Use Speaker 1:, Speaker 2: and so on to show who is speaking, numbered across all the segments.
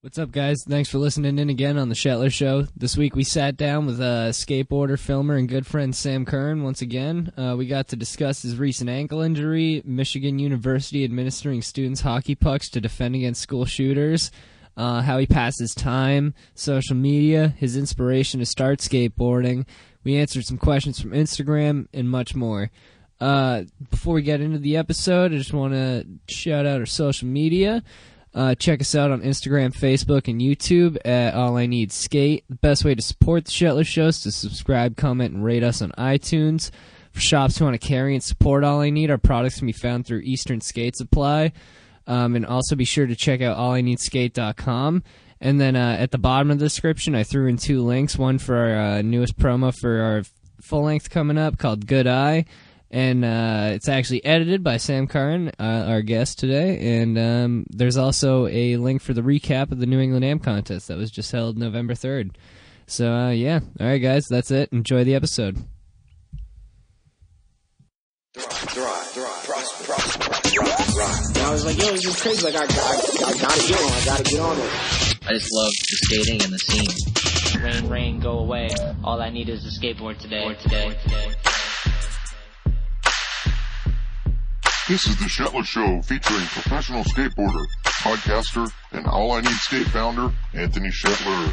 Speaker 1: What's up, guys? Thanks for listening in again on the Shetler Show. This week we sat down with uh, skateboarder, filmer, and good friend Sam Kern once again. Uh, we got to discuss his recent ankle injury, Michigan University administering students hockey pucks to defend against school shooters, uh, how he passes time, social media, his inspiration to start skateboarding. We answered some questions from Instagram and much more. Uh, before we get into the episode, I just want to shout out our social media. Uh, check us out on Instagram, Facebook, and YouTube at All I Need Skate. The best way to support the Shetler Show is to subscribe, comment, and rate us on iTunes. For shops who want to carry and support All I Need, our products can be found through Eastern Skate Supply. Um, and also be sure to check out allineedskate.com. And then uh, at the bottom of the description, I threw in two links one for our uh, newest promo for our full length coming up called Good Eye. And uh, it's actually edited by Sam Curran, uh, our guest today. And um, there's also a link for the recap of the New England Am contest that was just held November 3rd. So, uh, yeah. All right, guys, that's it. Enjoy the episode.
Speaker 2: thrive, thrive, prosper, prosper, thrive, thrive. And I was like, yo, this is crazy. Like, I, I, I gotta get on. I gotta get on it.
Speaker 3: I just love the skating and the scene.
Speaker 4: Rain, rain, go away. All I need is a skateboard today. today.
Speaker 5: This is the Shetler Show featuring professional skateboarder, podcaster, and All I Need Skate founder, Anthony Shetler.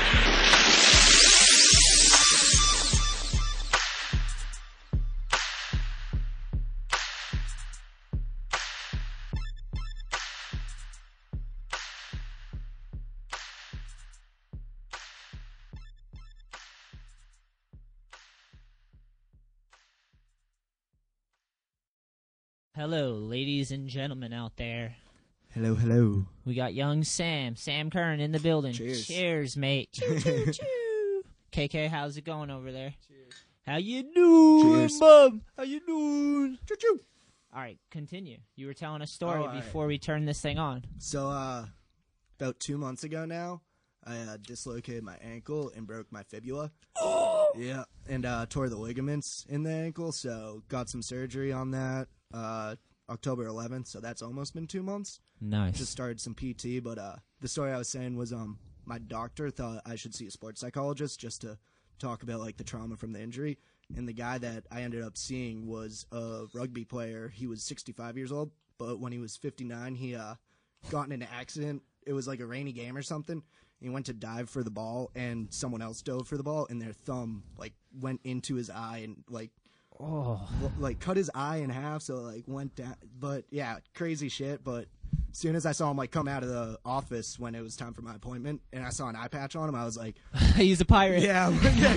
Speaker 4: Hello, ladies and gentlemen out there.
Speaker 6: Hello, hello.
Speaker 4: We got young Sam, Sam Kern in the building.
Speaker 6: Cheers.
Speaker 4: Cheers, mate. Choo, choo, choo. KK, how's it going over there? Cheers. How you doing,
Speaker 6: Cheers.
Speaker 4: Mom? How you doing? Choo choo. All right, continue. You were telling a story
Speaker 6: Oh, all right.
Speaker 4: before we turned this thing on.
Speaker 6: So, uh, about two months ago now, I uh, dislocated my ankle and broke my fibula. Yeah, and uh, tore the ligaments in the ankle, so got some surgery on that uh, October 11th, so that's almost been two months.
Speaker 1: Nice.
Speaker 6: Just started some PT, but uh, the story I was saying was um, my doctor thought I should see a sports psychologist just to talk about like the trauma from the injury. And the guy that I ended up seeing was a rugby player. He was 65 years old, but when he was 59, he uh, got in an accident. It was like a rainy game or something. He went to dive for the ball, and someone else dove for the ball, and their thumb like went into his eye and like
Speaker 1: oh,
Speaker 6: well, like cut his eye in half, so it, like went down. But yeah, crazy shit. But as soon as I saw him like come out of the office when it was time for my appointment, and I saw an eye patch on him, I was like,
Speaker 4: He's a pirate.
Speaker 6: yeah, yeah,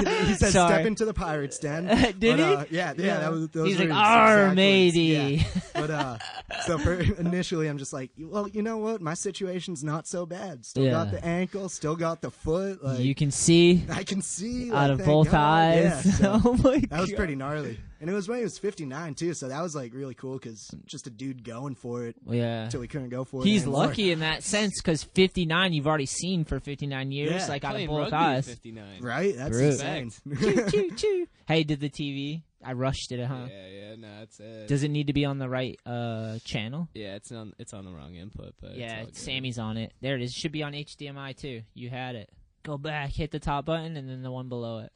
Speaker 6: yeah. he said,
Speaker 4: Sorry.
Speaker 6: step into the pirate's den.
Speaker 4: Did
Speaker 6: But, uh,
Speaker 4: he?
Speaker 6: yeah, yeah, That was. Those
Speaker 4: He's
Speaker 6: were
Speaker 4: like,
Speaker 6: his
Speaker 4: "Arr,
Speaker 6: exact words."
Speaker 4: matey."
Speaker 6: Yeah. But uh, so for, initially, I'm just like, well, you know what? My situation's not so bad. Still
Speaker 1: Yeah.
Speaker 6: got the ankle, still got the foot. Like
Speaker 1: you can see
Speaker 6: I can see like,
Speaker 1: out of
Speaker 6: thank
Speaker 1: both
Speaker 6: God. Yeah,
Speaker 1: eyes.
Speaker 6: so-
Speaker 1: oh my
Speaker 6: that was
Speaker 1: God.
Speaker 6: pretty gnarly. And it was when he was 59 too, so that was like really cool because just a dude going for it
Speaker 1: Yeah.
Speaker 6: until he couldn't go for it.
Speaker 4: He's
Speaker 6: anymore.
Speaker 4: lucky in that sense because 59 you've already seen for 59 years,
Speaker 6: Yeah.
Speaker 4: like out of
Speaker 7: Playing
Speaker 4: both
Speaker 7: rugby
Speaker 4: eyes.
Speaker 7: at 59.
Speaker 6: right? That's
Speaker 1: Brute.
Speaker 6: insane.
Speaker 4: Choo, choo, choo. Hey, did the TV? I rushed it, huh?
Speaker 7: Yeah, yeah, no, it's uh,
Speaker 4: Does it need to be on the right uh, channel?
Speaker 7: yeah, it's on it's on the wrong input, but it's
Speaker 4: yeah,
Speaker 7: all good.
Speaker 4: Sammy's on it. There it is. Should be on HDMI too. You had it. Go back, hit the top button, and then the one below it.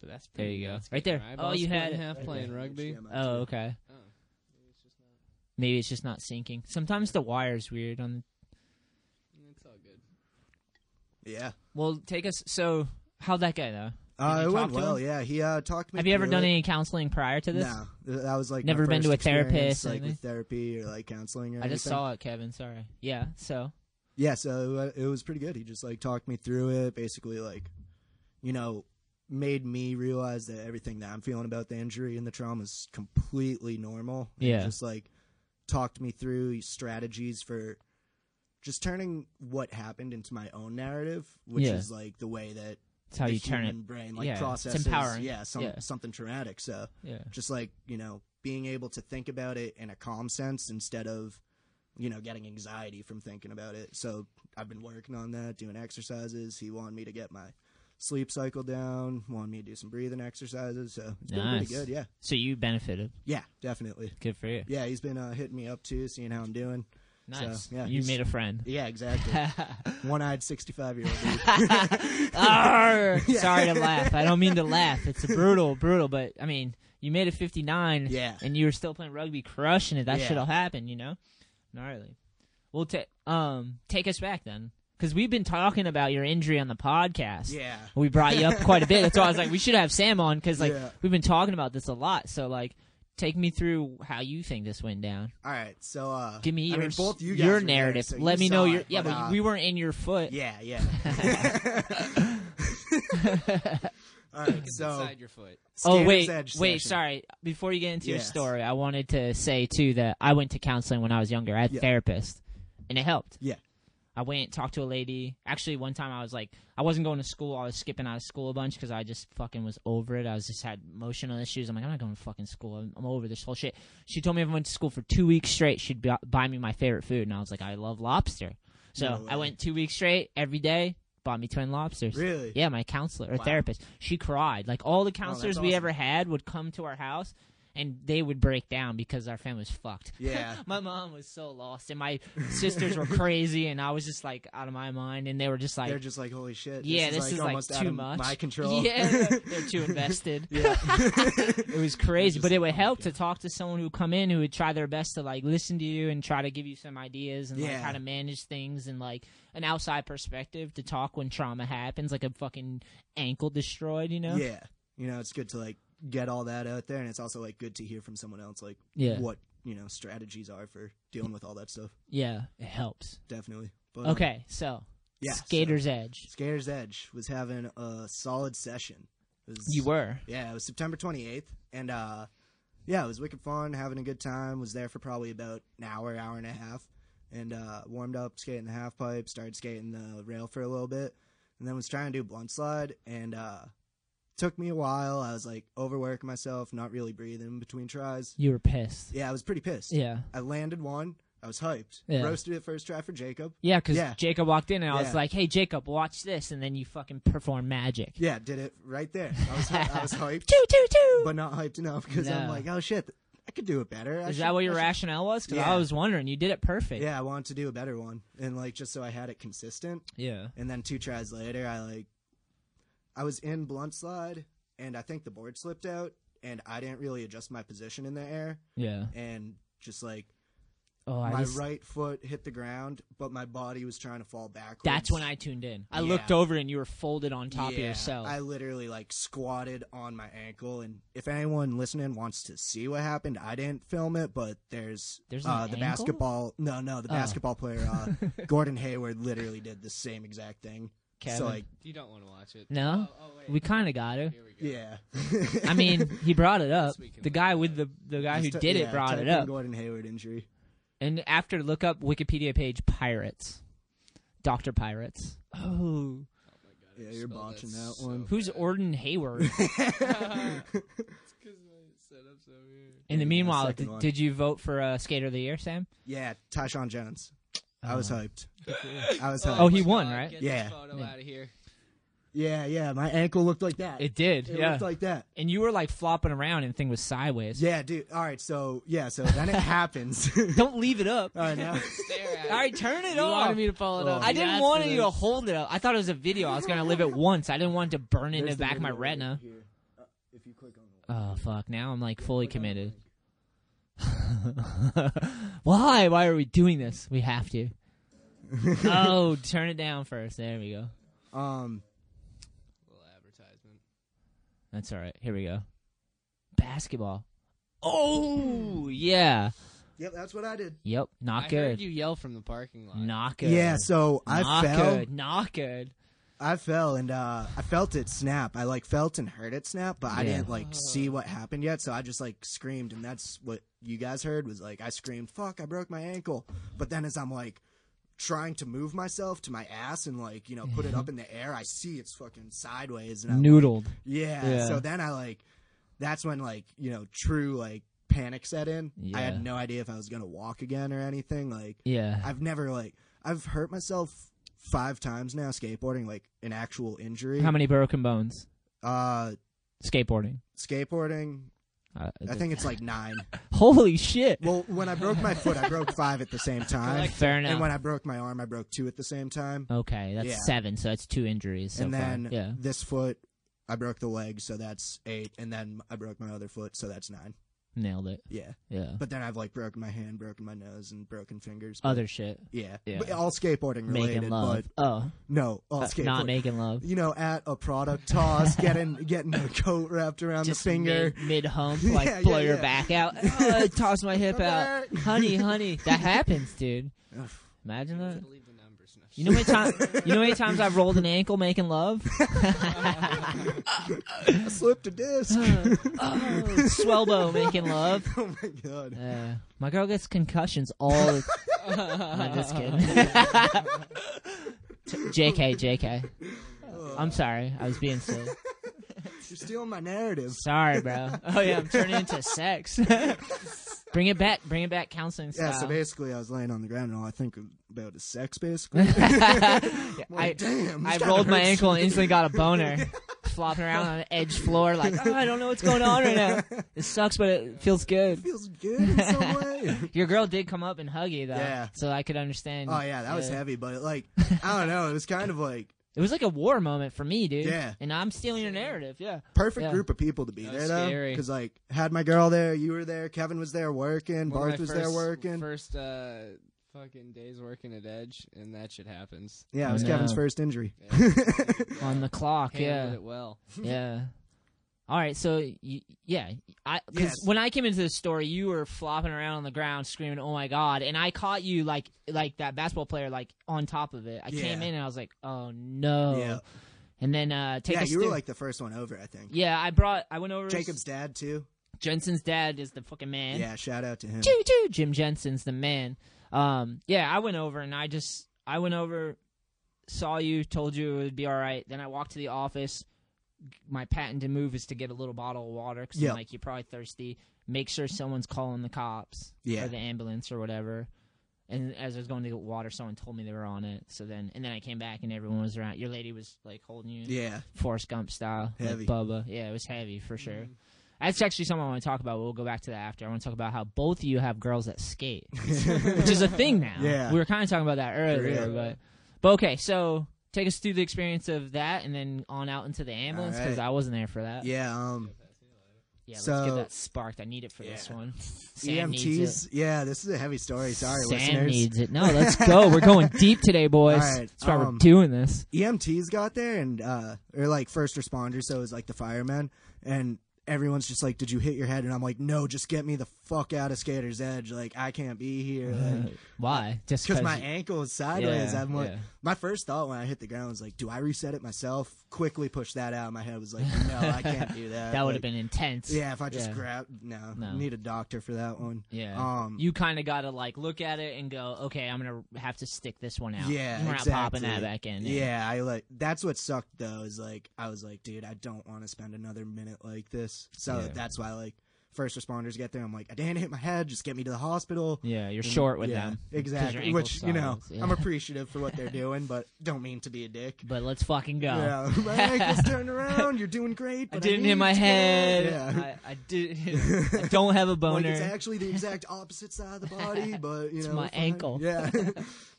Speaker 7: But that's
Speaker 4: There
Speaker 7: pretty
Speaker 4: you go.
Speaker 7: nuts.
Speaker 4: Right
Speaker 7: Getting
Speaker 4: there.
Speaker 7: your
Speaker 4: Oh,
Speaker 7: eyeballs
Speaker 4: you
Speaker 7: split
Speaker 4: had
Speaker 7: in
Speaker 4: it.
Speaker 7: half
Speaker 4: Right
Speaker 7: playing
Speaker 6: there.
Speaker 7: rugby.
Speaker 6: HDMI.
Speaker 4: Oh, okay.
Speaker 7: Oh.
Speaker 4: Maybe it's just not syncing. Sometimes the wire's weird. On
Speaker 7: It's all good.
Speaker 6: Yeah.
Speaker 4: well, take us. So how'd that go though? you
Speaker 6: Uh, it
Speaker 4: talk
Speaker 6: went
Speaker 4: to
Speaker 6: well,
Speaker 4: him?
Speaker 6: yeah. He uh, talked me
Speaker 4: Have you ever
Speaker 6: through
Speaker 4: done
Speaker 6: it.
Speaker 4: any counseling prior to this?
Speaker 6: No. Th- That was like my
Speaker 4: Never been to
Speaker 6: first
Speaker 4: a therapist
Speaker 6: experience,
Speaker 4: or
Speaker 6: like
Speaker 4: anything?
Speaker 6: with therapy or like counseling or
Speaker 4: I just
Speaker 6: anything.
Speaker 4: saw it, Kevin. Sorry. Yeah. So
Speaker 6: yeah, so uh, it was pretty good. He just like talked me through it, basically like, you know, made me realize that everything that I'm feeling about the injury and the trauma is completely normal. And
Speaker 4: Yeah.
Speaker 6: just like talked me through strategies for just turning what happened into my own narrative, which
Speaker 4: Yeah.
Speaker 6: is like the way that
Speaker 4: It's how
Speaker 6: the
Speaker 4: you turn it-
Speaker 6: human brain like
Speaker 4: yeah, it's
Speaker 6: processes
Speaker 4: empowering.
Speaker 6: yeah, some,
Speaker 4: Yeah.
Speaker 6: something traumatic. So
Speaker 4: Yeah.
Speaker 6: just like you know being able to think about it in a calm sense instead of you know getting anxiety from thinking about it. So I've been working on that, doing exercises. He wanted me to get my sleep cycle down, wanted me to do some breathing exercises. So it's been
Speaker 4: nice.
Speaker 6: pretty good. Yeah,
Speaker 4: So you benefited.
Speaker 6: yeah, definitely.
Speaker 4: Good for you.
Speaker 6: Yeah, he's been uh, hitting me up too, seeing how I'm doing.
Speaker 4: Nice.
Speaker 6: So, yeah,
Speaker 4: you
Speaker 6: he's-
Speaker 4: made a friend.
Speaker 6: Yeah, exactly. One-eyed sixty-five-year-old.
Speaker 4: Arr! Sorry to laugh. I don't mean to laugh. It's brutal, brutal. But I mean, you made it 59.
Speaker 6: Yeah.
Speaker 4: And you were still playing rugby, crushing it. That
Speaker 6: Yeah.
Speaker 4: shit'll happen, you know. Gnarly. Well, ta- um, take us back then, because we've been talking about your injury on the podcast.
Speaker 6: Yeah.
Speaker 4: We brought you up quite a bit. That's why I was like, we should have Sam on, because like
Speaker 6: Yeah.
Speaker 4: we've been talking about this a lot. So like, take me through how you think this went down.
Speaker 6: All right, so uh,
Speaker 4: Give me
Speaker 6: I
Speaker 4: your,
Speaker 6: mean, both you guys
Speaker 4: your
Speaker 6: were there,
Speaker 4: narrative.
Speaker 6: so
Speaker 4: Let
Speaker 6: you
Speaker 4: me know
Speaker 6: saw
Speaker 4: your
Speaker 6: it,
Speaker 4: yeah, but,
Speaker 6: uh,
Speaker 4: we weren't in your foot.
Speaker 6: Yeah, yeah. All right, so
Speaker 7: Inside your foot.
Speaker 4: Oh
Speaker 6: Scanner's
Speaker 4: wait,
Speaker 6: Edge
Speaker 4: wait,
Speaker 6: session.
Speaker 4: sorry. Before you get into your
Speaker 6: Yes.
Speaker 4: story, I wanted to say too that I went to counseling when I was younger. I had a
Speaker 6: Yeah.
Speaker 4: therapist, and it helped.
Speaker 6: Yeah.
Speaker 4: I went talked to a lady. Actually, one time I was like, I wasn't going to school. I was skipping out of school a bunch because I just fucking was over it. I was just had emotional issues. I'm like, I'm not going to fucking school. I'm, I'm over this whole shit. She told me if I went to school for two weeks straight, she'd bu- buy me my favorite food, and I was like, I love lobster. So
Speaker 6: No
Speaker 4: I
Speaker 6: way.
Speaker 4: went two weeks straight every day. Bought me twin lobsters.
Speaker 6: Really?
Speaker 4: Yeah, my counselor or
Speaker 6: Wow. Oh,
Speaker 4: therapist. She cried. Like all the
Speaker 6: that's
Speaker 4: counselors we
Speaker 6: awesome.
Speaker 4: ever had would come to our house and they would break down because our family was fucked.
Speaker 6: Yeah.
Speaker 4: my mom was so lost and my sisters were crazy and I was just like out of my mind and they were just like
Speaker 6: They're just like, holy shit.
Speaker 4: yeah,
Speaker 6: this,
Speaker 4: this is like
Speaker 6: almost out
Speaker 4: too
Speaker 6: of
Speaker 4: much.
Speaker 6: My control.
Speaker 4: Yeah, they're too invested. it was crazy, but it would help to talk to someone who come in who would try their best to like listen to you and try to give you some ideas and like
Speaker 6: Yeah.
Speaker 4: how to manage things and like an outside perspective to talk when trauma happens, like a fucking ankle destroyed, you know?
Speaker 6: yeah. You know, it's good to like get all that out there, and it's also like good to hear from someone else, like
Speaker 4: Yeah.
Speaker 6: what you know strategies are for dealing with all that stuff.
Speaker 4: Yeah, it helps.
Speaker 6: Definitely. But, um,
Speaker 4: Okay, so
Speaker 6: yeah, so-
Speaker 4: Skater's Edge.
Speaker 6: Skater's Edge was having a solid session. It was-
Speaker 4: You were.
Speaker 6: Yeah, it was September 28th, and uh, yeah, it was wicked fun, having a good time. Was there for probably about an hour, hour and a half, and uh, warmed up, skating the half pipe, started skating the rail for a little bit, and then was trying to do blunt slide, and uh, took me a while. I was like overworking myself, not really breathing between tries.
Speaker 4: You were pissed.
Speaker 6: Yeah, I was pretty pissed.
Speaker 4: Yeah.
Speaker 6: I landed one. I was hyped.
Speaker 4: Yeah.
Speaker 6: Roasted it first try for Jacob.
Speaker 4: Yeah, because
Speaker 6: yeah,
Speaker 4: Jacob walked in and I was
Speaker 6: Yeah.
Speaker 4: like, "Hey, Jacob, watch this," and then you fucking perform magic.
Speaker 6: yeah, did it right there. I was, I was hyped.
Speaker 4: Choo choo choo.
Speaker 6: but not hyped enough because I'm
Speaker 4: No.
Speaker 6: like, oh shit, I could do it better. I
Speaker 4: Is
Speaker 6: should-
Speaker 4: that what your
Speaker 6: I should-
Speaker 4: rationale was? Because
Speaker 6: Yeah.
Speaker 4: I was wondering. You did it perfect.
Speaker 6: Yeah, I wanted to do a better one, and like just so I had it consistent.
Speaker 7: Yeah.
Speaker 6: And then two tries later, I like, I was in blunt slide, and I think the board slipped out, and I didn't really adjust my position in the air,
Speaker 7: Yeah.
Speaker 6: and just like
Speaker 4: Oh, I
Speaker 6: my
Speaker 4: just-
Speaker 6: right foot hit the ground, but my body was trying to fall backwards.
Speaker 4: That's when I tuned in. I
Speaker 6: Yeah.
Speaker 4: looked over and you were folded on top of
Speaker 6: Yeah,
Speaker 4: yourself.
Speaker 6: I literally like squatted on my ankle, and if anyone listening wants to see what happened, I didn't film it, but there's
Speaker 4: There's
Speaker 6: uh,
Speaker 4: an
Speaker 6: the
Speaker 4: ankle?
Speaker 6: basketball. No, no, the
Speaker 4: Oh.
Speaker 6: basketball player uh, Gordon Hayward literally did the same exact thing.
Speaker 4: Kevin.
Speaker 6: So like,
Speaker 7: You don't want to watch it.
Speaker 4: no,
Speaker 6: oh,
Speaker 4: we kind of got to.
Speaker 6: yeah,
Speaker 4: I mean, he brought it up. The guy with the the guy who
Speaker 6: Just t-
Speaker 4: did it
Speaker 6: yeah,
Speaker 4: brought
Speaker 6: type
Speaker 4: it
Speaker 6: in
Speaker 4: up.
Speaker 6: Gordon Hayward injury.
Speaker 4: And after look up Wikipedia page pirates, Doctor Pirates. Oh,
Speaker 6: Yeah, you're botching that one.
Speaker 4: who's Orden Hayward? In the
Speaker 6: Yeah,
Speaker 4: meanwhile,
Speaker 6: second
Speaker 4: did,
Speaker 6: one.
Speaker 4: did you vote for uh, Skater of the Year, Sam?
Speaker 6: Yeah, Tyshawn Jones. I was
Speaker 4: Oh.
Speaker 6: hyped. I was hyped.
Speaker 4: Oh, he won, right?
Speaker 7: Get
Speaker 6: Yeah.
Speaker 7: this photo out of here.
Speaker 6: Yeah, yeah. My ankle looked like that.
Speaker 4: It did.
Speaker 6: It
Speaker 4: yeah.
Speaker 6: looked like that.
Speaker 4: and you were like flopping around and thing was sideways.
Speaker 6: Yeah, dude. All right, so yeah, so then it happens.
Speaker 4: Don't leave it up.
Speaker 6: All right, now.
Speaker 4: All right, turn it
Speaker 7: You
Speaker 4: off.
Speaker 7: wanted me to follow it up.
Speaker 4: I didn't
Speaker 7: asked
Speaker 4: want
Speaker 7: for
Speaker 4: you to
Speaker 7: this.
Speaker 4: hold it up. I thought it was a video. I was gonna live it once. I didn't want it to burn into
Speaker 6: There's
Speaker 4: the
Speaker 6: the
Speaker 4: back of my
Speaker 6: video right
Speaker 4: retina.
Speaker 6: here. Uh, if you click on the
Speaker 4: Oh fuck! Now I'm like fully committed. Why? Why are we doing this? We have to. oh, turn it down first. There we go.
Speaker 6: Um,
Speaker 7: Little advertisement.
Speaker 4: That's all right. Here we go. Basketball. Oh yeah.
Speaker 6: Yep, that's what I did.
Speaker 4: Yep, not
Speaker 7: I
Speaker 4: good.
Speaker 7: heard you yell from the parking lot.
Speaker 4: Not good.
Speaker 6: Yeah, so I
Speaker 4: not
Speaker 6: fell.
Speaker 4: Good. Not good.
Speaker 6: I fell and uh, I felt it snap. I like felt and heard it snap, but I
Speaker 4: Yeah.
Speaker 6: didn't like see what happened yet. So I just like screamed, and that's what you guys heard was like I screamed, "Fuck! I broke my ankle!" But then as I'm like trying to move myself to my ass and like you know put it
Speaker 4: Mm-hmm.
Speaker 6: up in the air, I see it's fucking sideways and I'm like,
Speaker 1: Noodled.
Speaker 6: yeah.
Speaker 1: Yeah.
Speaker 6: So then I like, that's when like you know true like panic set in. I
Speaker 1: Yeah.
Speaker 6: had no idea if I was gonna walk again or anything. Like
Speaker 1: Yeah.
Speaker 6: I've never like I've hurt myself five times now skateboarding like an actual injury.
Speaker 4: How many broken bones?
Speaker 6: Uh,
Speaker 4: Skateboarding.
Speaker 6: skateboarding.
Speaker 4: Uh,
Speaker 6: I think it's like nine.
Speaker 4: Holy shit!
Speaker 6: Well, when I broke my foot, I broke five at the same time.
Speaker 4: Fair enough.
Speaker 6: And when I broke my arm, I broke two at the same time.
Speaker 4: Okay, that's
Speaker 6: Yeah.
Speaker 4: seven. So that's two injuries. So
Speaker 6: and
Speaker 4: far.
Speaker 6: then
Speaker 4: yeah.
Speaker 6: this foot, I broke the leg, so that's eight. And then I broke my other foot, so that's nine.
Speaker 4: Nailed it.
Speaker 6: Yeah.
Speaker 4: Yeah.
Speaker 6: But then I've like broken my hand, broken my nose, and broken fingers. but-
Speaker 4: Other shit.
Speaker 6: Yeah.
Speaker 4: Yeah.
Speaker 6: But all skateboarding related.
Speaker 4: Making love.
Speaker 6: But
Speaker 4: oh.
Speaker 6: no, all
Speaker 4: Uh,
Speaker 6: skateboarding.
Speaker 4: Not making love.
Speaker 6: You know, at a product toss, getting getting a coat wrapped around
Speaker 4: Just
Speaker 6: the finger.
Speaker 4: Mid hump,
Speaker 6: Yeah,
Speaker 4: like
Speaker 6: yeah,
Speaker 4: blow your
Speaker 6: yeah.
Speaker 4: back out. Oh, I toss my hip out. honey, honey. That happens, dude. Imagine that. You know how many times you know how many times I've rolled an ankle making love?
Speaker 6: I slipped a disc.
Speaker 4: Oh, Swellbo making love.
Speaker 6: oh my god.
Speaker 4: Uh, my girl gets concussions all. the I'm just kidding. T- JK, JK. I'm sorry. I was being silly.
Speaker 6: You're stealing my narrative.
Speaker 4: Sorry, bro. Oh yeah, I'm turning into sex. bring it back. Bring it back. Counseling
Speaker 6: Yeah, so
Speaker 4: style.
Speaker 6: basically, I was laying on the ground and all I think about is sex, basically. I'm like,
Speaker 4: I,
Speaker 6: damn, this
Speaker 4: I
Speaker 6: kinda
Speaker 4: rolled my
Speaker 6: hurts."
Speaker 4: ankle and instantly got a boner. Flopping around on an edge floor, like, oh, I don't know what's going on right now. It sucks, but it feels good.
Speaker 6: feels good in some way.
Speaker 4: Your girl did come up and hug you, though.
Speaker 6: Yeah.
Speaker 4: So I could understand.
Speaker 6: Oh yeah, that was heavy, but like I don't know, it was kind of like
Speaker 4: It was like a war moment for me, dude.
Speaker 6: Yeah.
Speaker 4: And I'm stealing your narrative, yeah.
Speaker 6: perfect
Speaker 4: Yeah.
Speaker 6: group of people to be
Speaker 7: That
Speaker 6: there
Speaker 7: was
Speaker 6: though,
Speaker 7: scary.
Speaker 6: because like had my girl there, you were there, Kevin was there working,
Speaker 7: One of
Speaker 6: Barth
Speaker 7: my
Speaker 6: was there
Speaker 7: first-
Speaker 6: working.
Speaker 7: First uh, fucking days working at Edge, and that shit happens.
Speaker 6: Yeah, it was
Speaker 4: Yeah.
Speaker 6: Kevin's first injury.
Speaker 4: On the clock,
Speaker 7: Handled
Speaker 4: yeah.
Speaker 7: it well.
Speaker 4: yeah. All right, so you, yeah, I because
Speaker 6: Yes.
Speaker 4: when I came into the store, you were flopping around on the ground screaming, "Oh my god!" And I caught you like like that basketball player like on top of it. I came
Speaker 6: Yeah.
Speaker 4: in and I was like, "Oh no!"
Speaker 6: Yeah.
Speaker 4: And then uh, take
Speaker 6: yeah,
Speaker 4: us
Speaker 6: you were
Speaker 4: through-
Speaker 6: like the first one over, I think.
Speaker 4: yeah, I brought I went over
Speaker 6: Jacob's dad too.
Speaker 4: Jensen's dad is the fucking man.
Speaker 6: Yeah, shout out to him.
Speaker 4: choo choo. Jim Jensen's the man. Um, yeah, I went over and I just I went over, saw you, told you it would be all right. Then I walked to the office. My patented move is to get a little bottle of water because
Speaker 6: Yeah.
Speaker 4: like you're probably thirsty. Make sure someone's calling the cops
Speaker 6: Yeah.
Speaker 4: or the ambulance or whatever. And as I was going to get water, someone told me they were on it. So then, and then I came back and everyone was around. Your lady was like holding you.
Speaker 6: Yeah,
Speaker 4: Forrest Gump style.
Speaker 6: Heavy. Mm-hmm.
Speaker 4: Like Bubba. Yeah, it was heavy for sure. That's actually something I want to talk about. We'll go back to that after. I want to talk about how both of you have girls that skate, which is a thing now.
Speaker 6: Yeah.
Speaker 4: We were kind of talking about that earlier,
Speaker 6: real.
Speaker 4: but but okay. So take us through the experience of that, and then on out into the ambulance
Speaker 6: All right.
Speaker 4: because I wasn't there for that.
Speaker 6: yeah. Um,
Speaker 4: Yeah, let's
Speaker 6: So-
Speaker 4: get that sparked. I need it for this
Speaker 6: Yeah. E
Speaker 4: one. Sam needs it.
Speaker 6: EMTs. Yeah, this is a heavy story. Sorry,
Speaker 4: Sam
Speaker 6: listeners.
Speaker 4: needs it. No, let's go. We're going deep today, boys.
Speaker 6: All right,
Speaker 4: That's why we're
Speaker 6: um,
Speaker 4: doing this.
Speaker 6: EMTs got there and uh or like first responders, so it was like the firemen and everyone's just like, Did you hit your head? And I'm like, No, just get me the fuck out of Skater's Edge. Like I can't be here. Like,
Speaker 4: Why? Just
Speaker 6: Cause
Speaker 4: because
Speaker 6: my ankle is sideways.
Speaker 4: Yeah,
Speaker 6: I'm like,
Speaker 4: yeah.
Speaker 6: my first thought when I hit the ground was like, do I reset it myself? Quickly push that out. My head was like, no, I can't do that.
Speaker 4: that would
Speaker 6: Like,
Speaker 4: have been intense.
Speaker 6: Yeah, if I just
Speaker 4: Yeah.
Speaker 6: grab, no,
Speaker 4: No.
Speaker 6: need a doctor for that one.
Speaker 4: Yeah.
Speaker 6: Um,
Speaker 4: you kind of got to like look at it and go, okay, I'm gonna have to stick this one out.
Speaker 6: Yeah,
Speaker 4: we're
Speaker 6: exactly.
Speaker 4: not popping that back in.
Speaker 6: Yeah. I like that's what sucked though. Is like I was like, dude, I don't want to spend another minute like this. So
Speaker 4: Yeah.
Speaker 6: that's why like first responders get there. I'm like, I didn't hit my head. Just get me to the hospital.
Speaker 4: yeah, you're short with
Speaker 6: Mm, Yeah,
Speaker 4: them, 'cause your
Speaker 6: exactly.
Speaker 4: ankle's
Speaker 6: Which you know,
Speaker 4: sideways. Yeah.
Speaker 6: I'm appreciative for what they're doing, but don't mean to be a dick.
Speaker 4: But uh, let's fucking go.
Speaker 6: Yeah, my ankle's turned around. You're doing great.
Speaker 4: I
Speaker 6: but
Speaker 4: didn't hit
Speaker 6: need
Speaker 4: my
Speaker 6: to get-
Speaker 4: head.
Speaker 6: Yeah.
Speaker 4: I, I did. I don't have a
Speaker 6: Like,
Speaker 4: boner.
Speaker 6: it's actually the exact opposite side of the body, but you
Speaker 4: It's
Speaker 6: know,
Speaker 4: my
Speaker 6: fine.
Speaker 4: ankle.
Speaker 6: Yeah,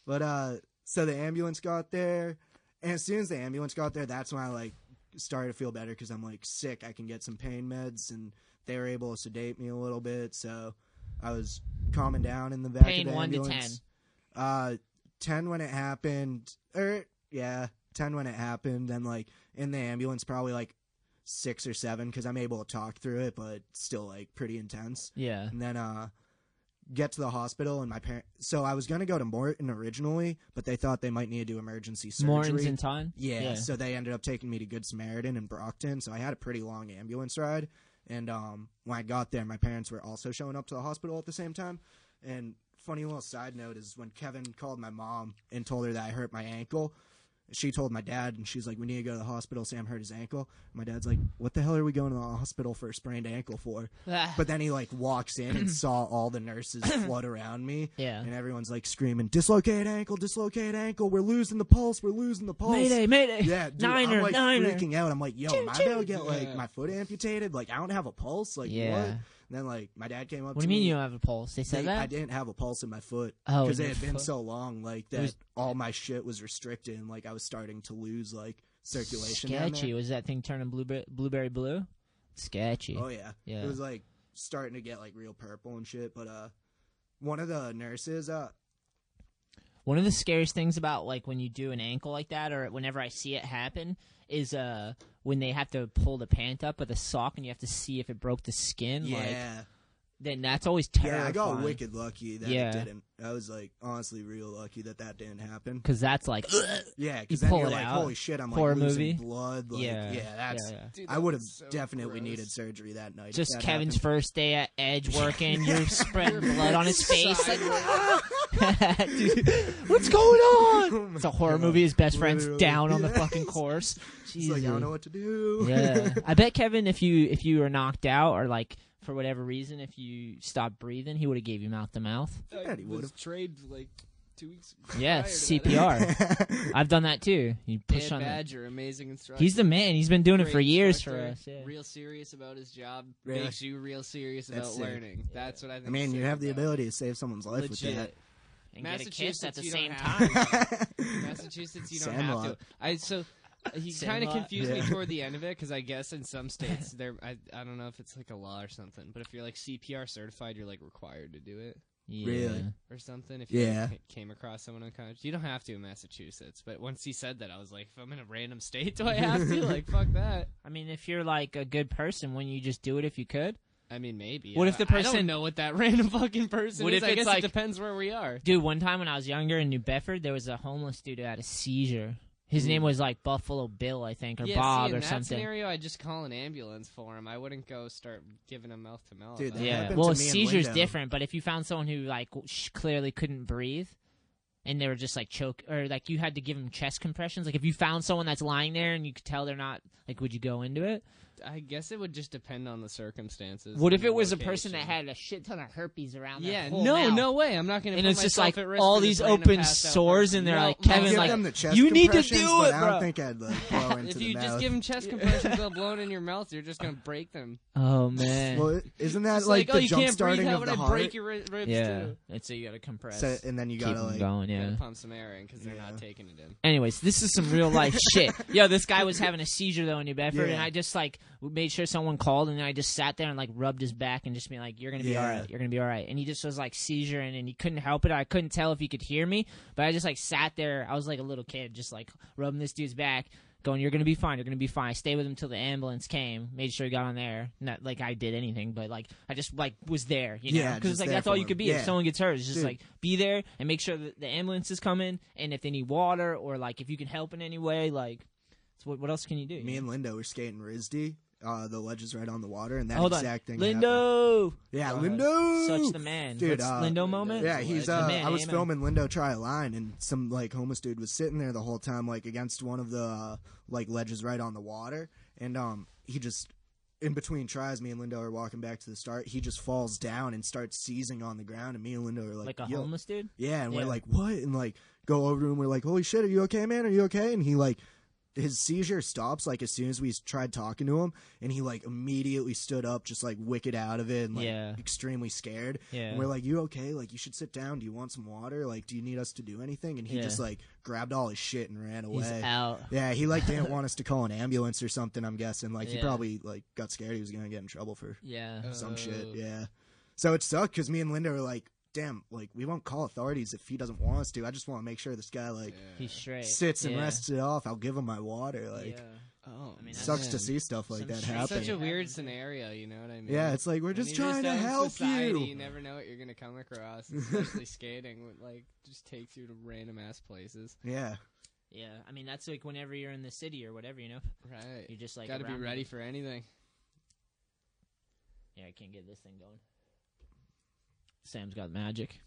Speaker 6: but uh, so the ambulance got there, and as soon as the ambulance got there, that's when I like started to feel better because I'm like sick. I can get some pain meds, and they were able to sedate me a little bit, so I was calming down in the back
Speaker 4: Pain
Speaker 6: of the
Speaker 4: one to
Speaker 6: ambulance. ten. Uh, ten when it happened, or yeah, ten when it happened. Then like in the ambulance, probably like six or seven because I'm able to talk through it, but still like pretty intense.
Speaker 4: yeah.
Speaker 6: And then uh get to the hospital and my parent. So I was gonna go to Morton originally, but they thought they might need to do emergency surgery.
Speaker 4: Morton's in town?
Speaker 6: Yeah,
Speaker 4: Yeah.
Speaker 6: So they ended up taking me to Good Samaritan in Brockton. So I had a pretty long ambulance ride. And um, when I got there, my parents were also showing up to the hospital at the same time. And funny little side note is when Kevin called my mom and told her that I hurt my ankle. She told my dad, and she's like, "We need to go to the hospital. Sam hurt his ankle." My dad's like, "What the hell are we going to the hospital for a sprained ankle for?" but then he like walks in and saw all the nurses flood around me.
Speaker 4: Yeah.
Speaker 6: And everyone's like screaming, dislocate ankle, dislocate ankle, we're losing the pulse, we're losing the pulse.
Speaker 4: Mayday, mayday.
Speaker 6: Yeah, dude,
Speaker 4: Niner,
Speaker 6: I'm like
Speaker 4: niner.
Speaker 6: freaking out. I'm like, yo,
Speaker 4: Choo,
Speaker 6: am I about
Speaker 4: choo.
Speaker 6: to get like
Speaker 4: Yeah.
Speaker 6: my foot amputated? Like I don't have a pulse. Like
Speaker 4: Yeah.
Speaker 6: what? And then like my dad came up
Speaker 4: What do
Speaker 6: to
Speaker 4: you mean
Speaker 6: me.
Speaker 4: you don't have a pulse? They said
Speaker 6: They-
Speaker 4: that?
Speaker 6: I didn't have a pulse in my foot
Speaker 4: Oh,
Speaker 6: because
Speaker 4: in
Speaker 6: it
Speaker 4: your
Speaker 6: had been
Speaker 4: foot.
Speaker 6: so long, like that
Speaker 4: was-
Speaker 6: all my shit was restricted, and like I was starting to lose like circulation. down there.
Speaker 4: Sketchy. Was that thing turning blueberry, blueberry blue? Sketchy.
Speaker 6: Oh yeah.
Speaker 4: Yeah.
Speaker 6: It was like starting to get like real purple and shit. But uh one of the nurses, uh
Speaker 4: One of the scariest things about like when you do an ankle like that, or whenever I see it happen, is uh when they have to pull the pant up with a sock and you have to see if it broke the skin.
Speaker 6: Yeah.
Speaker 4: Like, then that's always terrifying.
Speaker 6: yeah, I got wicked lucky that
Speaker 4: Yeah.
Speaker 6: it didn't. I was like honestly real lucky that that didn't happen.
Speaker 4: Because that's like, you
Speaker 6: yeah, because then
Speaker 4: pull
Speaker 6: you're
Speaker 4: it
Speaker 6: like,
Speaker 4: out.
Speaker 6: holy shit, I'm
Speaker 4: Horror
Speaker 6: like losing
Speaker 4: movie.
Speaker 6: blood. Like,
Speaker 4: yeah,
Speaker 6: yeah, that's.
Speaker 4: yeah, yeah.
Speaker 6: I would have definitely needed surgery that night. if
Speaker 4: Just
Speaker 6: that
Speaker 4: Kevin's
Speaker 6: happened.
Speaker 4: first day at Edge working, you're spreading blood on his face. Like, Dude, what's going on? it's a horror movie. His best friend's
Speaker 6: Oh Literally.
Speaker 4: down on the
Speaker 6: Yeah.
Speaker 4: fucking course.
Speaker 6: He's like, I
Speaker 4: Jesus.
Speaker 6: don't know what to do.
Speaker 4: yeah, I bet Kevin, if you if you were knocked out or like for whatever reason, if you stopped breathing, he would have gave you mouth to mouth.
Speaker 7: I
Speaker 6: bet he
Speaker 7: was
Speaker 6: would've.
Speaker 7: traded like two weeks.
Speaker 4: Yeah,
Speaker 7: prior to that.
Speaker 4: CPR. I've done that too. You push
Speaker 7: Dan
Speaker 4: on that.
Speaker 7: Badger, amazing instructor.
Speaker 4: He's the man. He's been doing it
Speaker 7: Great
Speaker 4: for years for
Speaker 7: instructor,
Speaker 4: us. Yeah.
Speaker 7: Real serious about his job
Speaker 6: Yeah.
Speaker 7: makes you real serious
Speaker 6: That's
Speaker 7: about
Speaker 6: sick.
Speaker 7: learning. That's what I think.
Speaker 6: I mean,
Speaker 7: is
Speaker 6: you
Speaker 7: sick
Speaker 6: have the
Speaker 7: about it.
Speaker 6: ability to save someone's life with that.
Speaker 7: Legit.
Speaker 4: And get a kiss at the
Speaker 7: Massachusetts, you
Speaker 4: same
Speaker 7: don't have
Speaker 6: time.
Speaker 7: to. Massachusetts, you don't have
Speaker 6: Sandlot.
Speaker 7: to. I so he kind of
Speaker 4: Sandlot.
Speaker 7: confused me
Speaker 6: Yeah.
Speaker 7: toward the end of it because I guess in some states there, I, I don't know if it's like a law or something, but if you're like CPR certified, you're like required to do it.
Speaker 6: Really?
Speaker 7: Or something. If you
Speaker 6: Yeah.
Speaker 7: ca- came across someone unconscious, you don't have to in Massachusetts. But once he said that, I was like, if I'm in a random state, do I have to? Like, fuck that.
Speaker 4: I mean, if you're like a good person, wouldn't you just do it if you could?
Speaker 7: I mean, maybe.
Speaker 4: What if the
Speaker 7: I don't
Speaker 4: person-
Speaker 7: know what that random fucking person
Speaker 4: What
Speaker 7: is.
Speaker 4: if
Speaker 7: I
Speaker 4: it's
Speaker 7: guess
Speaker 4: like-
Speaker 7: it depends where we are.
Speaker 4: Dude, one time when I was younger in New Bedford, there was a homeless dude who had a seizure. His name was like Buffalo Bill, I think, or
Speaker 7: yeah,
Speaker 4: Bob
Speaker 7: see, in
Speaker 4: or
Speaker 7: that
Speaker 4: something.
Speaker 7: scenario, I'd just call an ambulance for him. I wouldn't go start giving him mouth to mouth.
Speaker 6: Dude, that
Speaker 4: Yeah.
Speaker 6: happened
Speaker 4: Well,
Speaker 6: to
Speaker 4: a
Speaker 6: me in
Speaker 4: seizure's
Speaker 6: Wyndham.
Speaker 4: different, but if you found someone who like w- sh- clearly couldn't breathe and they were just like choke or like you had to give them chest compressions, like if you found someone that's lying there and you could tell they're not like would you go into it?
Speaker 7: I guess it would just depend on the circumstances.
Speaker 4: What
Speaker 7: and
Speaker 4: if it
Speaker 7: the
Speaker 4: was a person that
Speaker 7: location.
Speaker 4: had a shit ton of herpes around their
Speaker 7: Yeah,
Speaker 4: whole
Speaker 7: no,
Speaker 4: mouth?
Speaker 7: no way. I'm not gonna.
Speaker 4: And
Speaker 7: put
Speaker 4: it's just
Speaker 7: myself
Speaker 4: like
Speaker 7: at risk
Speaker 4: all
Speaker 7: for this
Speaker 4: these
Speaker 7: random
Speaker 4: open
Speaker 7: passed out
Speaker 4: sores,
Speaker 7: person.
Speaker 4: and they're
Speaker 7: No,
Speaker 4: like,
Speaker 7: no.
Speaker 4: Kevin's
Speaker 6: give
Speaker 4: like,
Speaker 6: them the chest
Speaker 4: you need to
Speaker 6: compressions,
Speaker 4: do
Speaker 6: but
Speaker 4: it,
Speaker 6: I don't
Speaker 4: bro.
Speaker 6: think I'd like blow into
Speaker 7: If
Speaker 6: the
Speaker 7: you
Speaker 6: mouth.
Speaker 7: just give them chest compressions, they'll blow it in your mouth. You're just gonna break them.
Speaker 4: Oh man,
Speaker 6: Well, isn't that
Speaker 7: It's
Speaker 6: like,
Speaker 7: oh,
Speaker 6: the
Speaker 7: you
Speaker 6: jump
Speaker 7: can't
Speaker 6: starting
Speaker 7: breathe. How
Speaker 6: of
Speaker 7: would
Speaker 6: the
Speaker 7: I
Speaker 6: heart?
Speaker 7: break your ri- ribs
Speaker 4: yeah.
Speaker 7: too?
Speaker 4: And so you gotta compress,
Speaker 6: So- and then you
Speaker 4: keep
Speaker 6: gotta,
Speaker 4: 'em
Speaker 6: like-
Speaker 4: going, yeah.
Speaker 7: Gotta pump some air in because they're not taking it in.
Speaker 4: Anyways, this is some real life shit. Yo, this guy was having a seizure though in New Bedford, and
Speaker 6: Yeah.
Speaker 4: I just like made sure someone called, and I just sat there and like rubbed his back and just be like, "You're gonna be
Speaker 6: Yeah.
Speaker 4: all right. You're gonna be all right." And he just was like seizuring, and he couldn't help it. I couldn't tell if he could hear me, but I just like sat there. I was like a little kid, just like rubbing this dude's back. Going, you're gonna be fine. You're gonna be fine. Stay with him till the ambulance came. Made sure he got on there. Not like I did anything, but like I just like was there, you know,
Speaker 6: Yeah,
Speaker 4: because
Speaker 6: just
Speaker 4: like
Speaker 6: there
Speaker 4: that's all
Speaker 6: for
Speaker 4: you could
Speaker 6: him.
Speaker 4: be. If
Speaker 6: Yeah.
Speaker 4: someone gets hurt, it's just
Speaker 6: Dude.
Speaker 4: like be there and make sure that the ambulance is coming, and if they need water or like if you can help in any way, like it's what what else can you do?
Speaker 6: Me and Linda were skating RISD. Uh, the ledge is right on the water, and that
Speaker 4: Hold
Speaker 6: exact
Speaker 4: on,
Speaker 6: thing. happened.
Speaker 4: Lindo.
Speaker 6: Yeah,
Speaker 4: God,
Speaker 6: Lindo.
Speaker 4: such the man,
Speaker 6: Dude,
Speaker 4: What's
Speaker 6: uh,
Speaker 4: Lindo moment.
Speaker 6: Yeah, he's.
Speaker 4: The
Speaker 6: Uh,
Speaker 4: man,
Speaker 6: I was
Speaker 4: amen.
Speaker 6: filming Lindo try a line, and some like homeless dude was sitting there the whole time, like against one of the uh, like ledges right on the water, and um, he just in between tries, me and Lindo are walking back to the start. He just falls down and starts seizing on the ground, and me and Lindo are like,
Speaker 4: like a
Speaker 6: "Yo."
Speaker 4: homeless dude.
Speaker 6: Yeah, and
Speaker 4: Yeah.
Speaker 6: we're like, what? And like go over to him. We're like, holy shit, are you okay, man? Are you okay? And he like his seizure stops like as soon as we tried talking to him, and he like immediately stood up, just like wicked out of it, and like
Speaker 4: Yeah.
Speaker 6: extremely scared.
Speaker 4: Yeah.
Speaker 6: And we're like, you okay? Like you should sit down. Do you want some water? Like do you need us to do anything? And he
Speaker 4: Yeah.
Speaker 6: just like grabbed all his shit and ran away.
Speaker 4: He's out.
Speaker 6: Yeah, he like didn't want us to call an ambulance or something. I'm guessing like he
Speaker 4: Yeah.
Speaker 6: probably like got scared he was gonna get in trouble for
Speaker 4: Yeah.
Speaker 6: some
Speaker 7: Oh.
Speaker 6: shit.
Speaker 1: Uh,
Speaker 6: Yeah. So it sucked because me and Linda were like, damn, like we won't call authorities if he doesn't want us to. I just want to make sure this guy like
Speaker 4: He's straight.
Speaker 6: sits and
Speaker 4: Yeah.
Speaker 6: rests it off. I'll give him my water. Like,
Speaker 4: Yeah.
Speaker 7: Oh know. I mean,
Speaker 6: Sucks that's- to see stuff like that
Speaker 7: It's
Speaker 6: happen.
Speaker 7: such a weird scenario, you know what I mean?
Speaker 6: Yeah, it's like, we're
Speaker 7: When
Speaker 6: just
Speaker 7: you
Speaker 6: trying to
Speaker 7: out in
Speaker 6: help
Speaker 7: society,
Speaker 6: you.
Speaker 7: You never know what you're gonna come across, especially skating. what, Like, just takes you to random ass places.
Speaker 6: Yeah.
Speaker 4: Yeah, I mean that's like whenever you're in the city or whatever, you know.
Speaker 7: Right.
Speaker 4: You just like
Speaker 7: Got to be
Speaker 4: around-
Speaker 7: ready for anything.
Speaker 4: Yeah, I can't get this thing going. Sam's got magic.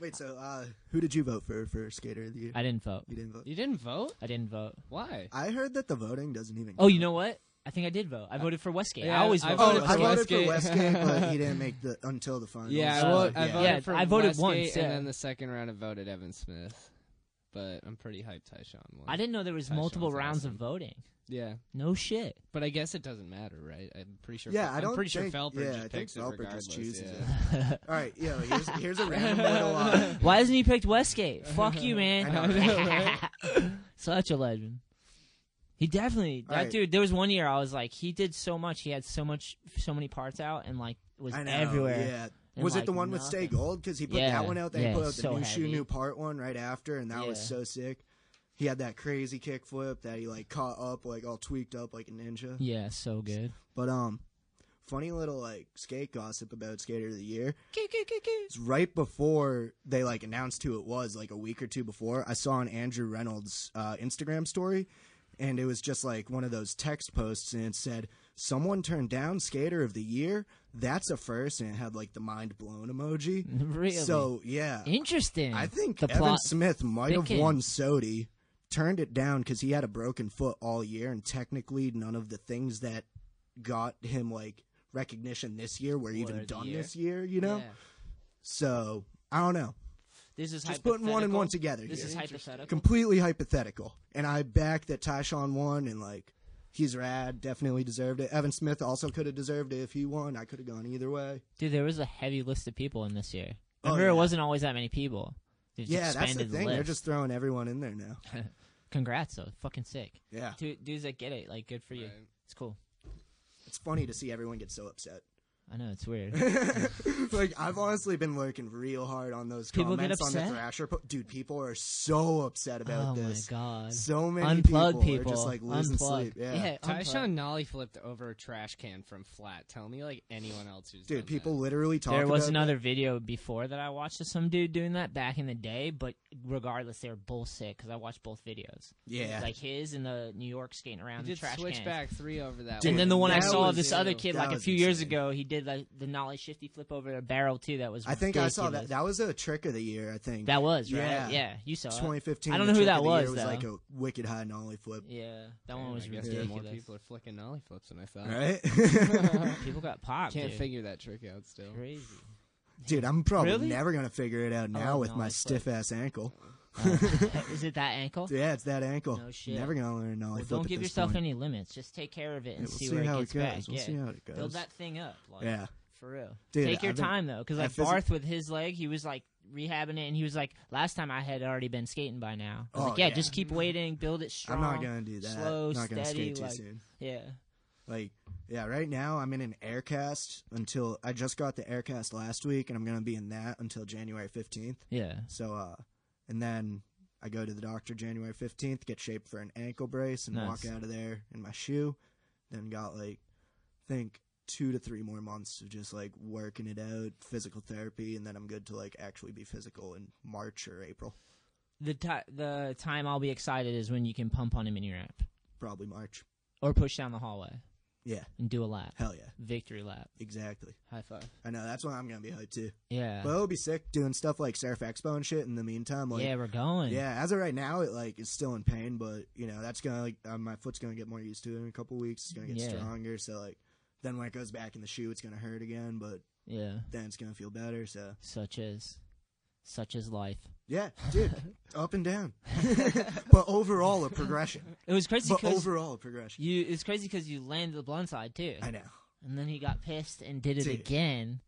Speaker 6: Wait, so uh, who did you vote for for Skater of the Year?
Speaker 4: I didn't vote.
Speaker 6: You didn't vote.
Speaker 7: You didn't vote?
Speaker 4: I didn't vote.
Speaker 7: Why?
Speaker 6: I heard that the voting doesn't even.
Speaker 4: Oh, you know what? I think I did vote. I voted for Westgate. I always vote
Speaker 6: oh,
Speaker 4: for
Speaker 6: I
Speaker 4: Westgate.
Speaker 6: voted for Westgate, but he didn't make the until the finals.
Speaker 7: Yeah, I,
Speaker 6: So,
Speaker 7: vote, I
Speaker 6: yeah.
Speaker 7: voted for
Speaker 4: I voted
Speaker 7: Westgate,
Speaker 4: once, yeah.
Speaker 7: and then the second round I voted Evan Smith. But I'm pretty hyped Tyshawn won.
Speaker 4: I didn't know there was
Speaker 7: Tyshawn's
Speaker 4: multiple rounds
Speaker 7: awesome.
Speaker 4: of voting.
Speaker 7: Yeah.
Speaker 4: No shit.
Speaker 7: But I guess it doesn't matter, right? I'm pretty sure.
Speaker 6: Yeah, I
Speaker 7: am
Speaker 6: don't
Speaker 7: pretty
Speaker 6: think-
Speaker 7: sure Felper
Speaker 6: yeah,
Speaker 7: just
Speaker 6: I think
Speaker 7: picks
Speaker 6: Felper
Speaker 7: it
Speaker 6: just
Speaker 7: regardless.
Speaker 6: chooses
Speaker 7: yeah.
Speaker 6: All right, yo, here's, here's a random little. Uh,
Speaker 4: Why hasn't he picked Westgate? Fuck you, man.
Speaker 6: I know,
Speaker 4: Such a legend. He definitely
Speaker 6: All
Speaker 4: that
Speaker 6: right.
Speaker 4: dude. There was one year I was like, he did so much. He had so much, so many parts out, and like was
Speaker 6: I know,
Speaker 4: everywhere.
Speaker 6: Yeah.
Speaker 4: and,
Speaker 6: Was it
Speaker 4: like,
Speaker 6: the one with Stay
Speaker 4: nothing.
Speaker 6: Gold? Because he put
Speaker 4: Yeah,
Speaker 6: that one out, then
Speaker 4: yeah,
Speaker 6: he put out the
Speaker 4: so
Speaker 6: new shoe,
Speaker 4: heavy.
Speaker 6: new part one right after, and that was
Speaker 4: Yeah.
Speaker 6: so sick. He had that crazy kick flip that he like caught up, like all tweaked up like a ninja.
Speaker 4: Yeah, so good.
Speaker 6: But um, funny little like skate gossip about Skater of the Year. It's right before they like announced who it was, like a week or two before. I saw on Andrew Reynolds' uh, Instagram story, and it was just like one of those text posts, and it said, "Someone turned down Skater of the Year. That's a first, and it had like the mind blown emoji.
Speaker 4: Really?
Speaker 6: So yeah,
Speaker 4: Interesting.
Speaker 6: I think
Speaker 4: the
Speaker 6: Evan
Speaker 4: plot
Speaker 6: Smith might have
Speaker 4: thickened.
Speaker 6: won Sodi, turned it down because he had a broken foot all year, and technically none of the things that got him like recognition this year were even
Speaker 4: the
Speaker 6: done
Speaker 4: year.
Speaker 6: this year. You know,
Speaker 4: Yeah.
Speaker 6: So I don't know.
Speaker 4: This is
Speaker 6: Just putting one and one
Speaker 4: hypothetical.
Speaker 6: together.
Speaker 4: This
Speaker 6: here.
Speaker 4: is hypothetical.
Speaker 6: Completely hypothetical, and I back that Tyshawn won, and like he's rad. Definitely deserved it. Evan Smith also could have deserved it if he won. I could have gone either way.
Speaker 4: Dude, there was a heavy list of people in this year.
Speaker 6: Oh,
Speaker 4: Remember, it
Speaker 6: yeah.
Speaker 4: wasn't always that many people. They've
Speaker 6: yeah, that's the
Speaker 4: expanded
Speaker 6: thing. They're
Speaker 4: list.
Speaker 6: just throwing everyone in there now.
Speaker 4: Congrats, though. Fucking sick.
Speaker 6: Yeah.
Speaker 4: Dude, dudes that get it, like, good for you. It's cool.
Speaker 6: It's funny to see everyone get so upset.
Speaker 4: I know it's weird.
Speaker 6: like I've honestly been lurking real hard on those
Speaker 4: People get
Speaker 6: comments on the
Speaker 4: upset?
Speaker 6: Thrasher. Po- Dude, people are so upset about
Speaker 4: Oh my
Speaker 6: this.
Speaker 4: God.
Speaker 6: so many
Speaker 4: Unplug
Speaker 6: people, are
Speaker 4: people.
Speaker 6: just like losing
Speaker 4: Unplug.
Speaker 6: sleep. Yeah,
Speaker 7: Tyshawn Nolly flipped over a trash can from flat. Tell me, like anyone else who's
Speaker 6: dude, people literally talk.
Speaker 4: There was
Speaker 6: about
Speaker 4: another video before that I watched of some dude doing that back in the day, but regardless, they were both sick because I watched both videos.
Speaker 6: Yeah.
Speaker 4: like his and the New York skating around
Speaker 7: He
Speaker 4: the
Speaker 7: did
Speaker 4: trash cans.
Speaker 7: switchback three over that.
Speaker 4: and then the one I
Speaker 6: that
Speaker 4: saw of
Speaker 6: was-
Speaker 4: this other kid
Speaker 6: that
Speaker 4: like a
Speaker 6: was
Speaker 4: few years
Speaker 6: insane.
Speaker 4: ago, he did like the nollie shifty flip over a barrel too. That was
Speaker 6: I think I saw that.
Speaker 4: ridiculous.
Speaker 6: That was a trick of the year. I think
Speaker 4: That was, right?
Speaker 6: Yeah,
Speaker 4: Yeah, you saw it.
Speaker 6: 2015.
Speaker 4: I don't
Speaker 6: the
Speaker 4: know who
Speaker 6: trick
Speaker 4: that
Speaker 6: of the year
Speaker 4: was,
Speaker 6: was
Speaker 4: though.
Speaker 6: like a wicked high nollie flip.
Speaker 4: Yeah, that one
Speaker 7: I
Speaker 4: was
Speaker 7: guess there
Speaker 4: ridiculous.
Speaker 7: More people are flicking Nolly flips than I thought.
Speaker 6: Right?
Speaker 4: people got popped.
Speaker 7: Can't
Speaker 4: dude.
Speaker 7: figure that trick out still.
Speaker 4: Crazy.
Speaker 6: Dude, I'm probably
Speaker 4: Really?
Speaker 6: never gonna figure it out now
Speaker 4: Oh,
Speaker 6: with
Speaker 4: no,
Speaker 6: my
Speaker 4: it's
Speaker 6: stiff ass ankle.
Speaker 4: Is it that ankle?
Speaker 6: Yeah, it's that ankle.
Speaker 4: Uh, No shit.
Speaker 6: Never gonna learn nollie
Speaker 4: Well,
Speaker 6: flip.
Speaker 4: don't
Speaker 6: at
Speaker 4: give
Speaker 6: this
Speaker 4: yourself
Speaker 6: point.
Speaker 4: any limits. Just take care of it and
Speaker 6: Yeah, we'll
Speaker 4: see
Speaker 6: see
Speaker 4: where it
Speaker 6: how it
Speaker 4: gets
Speaker 6: goes.
Speaker 4: back.
Speaker 6: We'll
Speaker 4: yeah.
Speaker 6: see how it
Speaker 4: Build
Speaker 6: goes.
Speaker 4: that thing up. Like,
Speaker 6: Yeah.
Speaker 4: For real.
Speaker 6: Dude,
Speaker 4: take your
Speaker 6: I've been-
Speaker 4: time though, because
Speaker 6: I
Speaker 4: like
Speaker 6: physi-
Speaker 4: Barth with his leg, he was like rehabbing it, and he was like, "Last time I had already been skating by now." I was
Speaker 6: Oh,
Speaker 4: like, yeah,
Speaker 6: yeah.
Speaker 4: just keep waiting, build it strong.
Speaker 6: I'm not gonna do that.
Speaker 4: Slow,
Speaker 6: not
Speaker 4: steady.
Speaker 6: gonna skate too
Speaker 4: like,
Speaker 6: soon.
Speaker 4: Yeah.
Speaker 6: Like, yeah, right now I'm in an aircast until I just got the aircast last week, and I'm gonna be in that until January 15th.
Speaker 4: Yeah.
Speaker 6: So, uh, and then I go to the doctor January 15th, get shaped for an ankle brace, and
Speaker 4: Nice.
Speaker 6: walk out of there in my shoe. Then got like, think two to three more months of just like working it out, physical therapy, and then I'm good to like actually be physical in March or April,
Speaker 4: The ti the time I'll be excited is when you can pump on him in your app
Speaker 6: probably March.
Speaker 4: or push down the hallway
Speaker 6: Yeah,
Speaker 4: and do a lap,
Speaker 6: hell yeah,
Speaker 4: victory lap,
Speaker 6: exactly.
Speaker 4: high five.
Speaker 6: I know that's when I'm gonna be hyped too.
Speaker 4: Yeah.
Speaker 6: But it'll be sick doing stuff like Surf Expo and shit in the meantime. Like,
Speaker 4: yeah,
Speaker 6: yeah,
Speaker 4: we're going.
Speaker 6: as of right now, it like it's still in pain, but you know that's gonna like uh, my foot's gonna get more used to it in a couple weeks. It's gonna get
Speaker 4: Yeah.
Speaker 6: stronger. So like then when it goes back in the shoe, it's gonna hurt again, but
Speaker 4: Yeah.
Speaker 6: then it's gonna feel better. So
Speaker 4: Such as, such as life.
Speaker 6: yeah, dude, up and down, but overall a progression.
Speaker 4: It was crazy
Speaker 6: But
Speaker 4: because
Speaker 6: overall a progression.
Speaker 4: you. It's crazy because you landed the blunt side too.
Speaker 6: I know.
Speaker 4: And then he got pissed and did it
Speaker 6: Dude.
Speaker 4: again.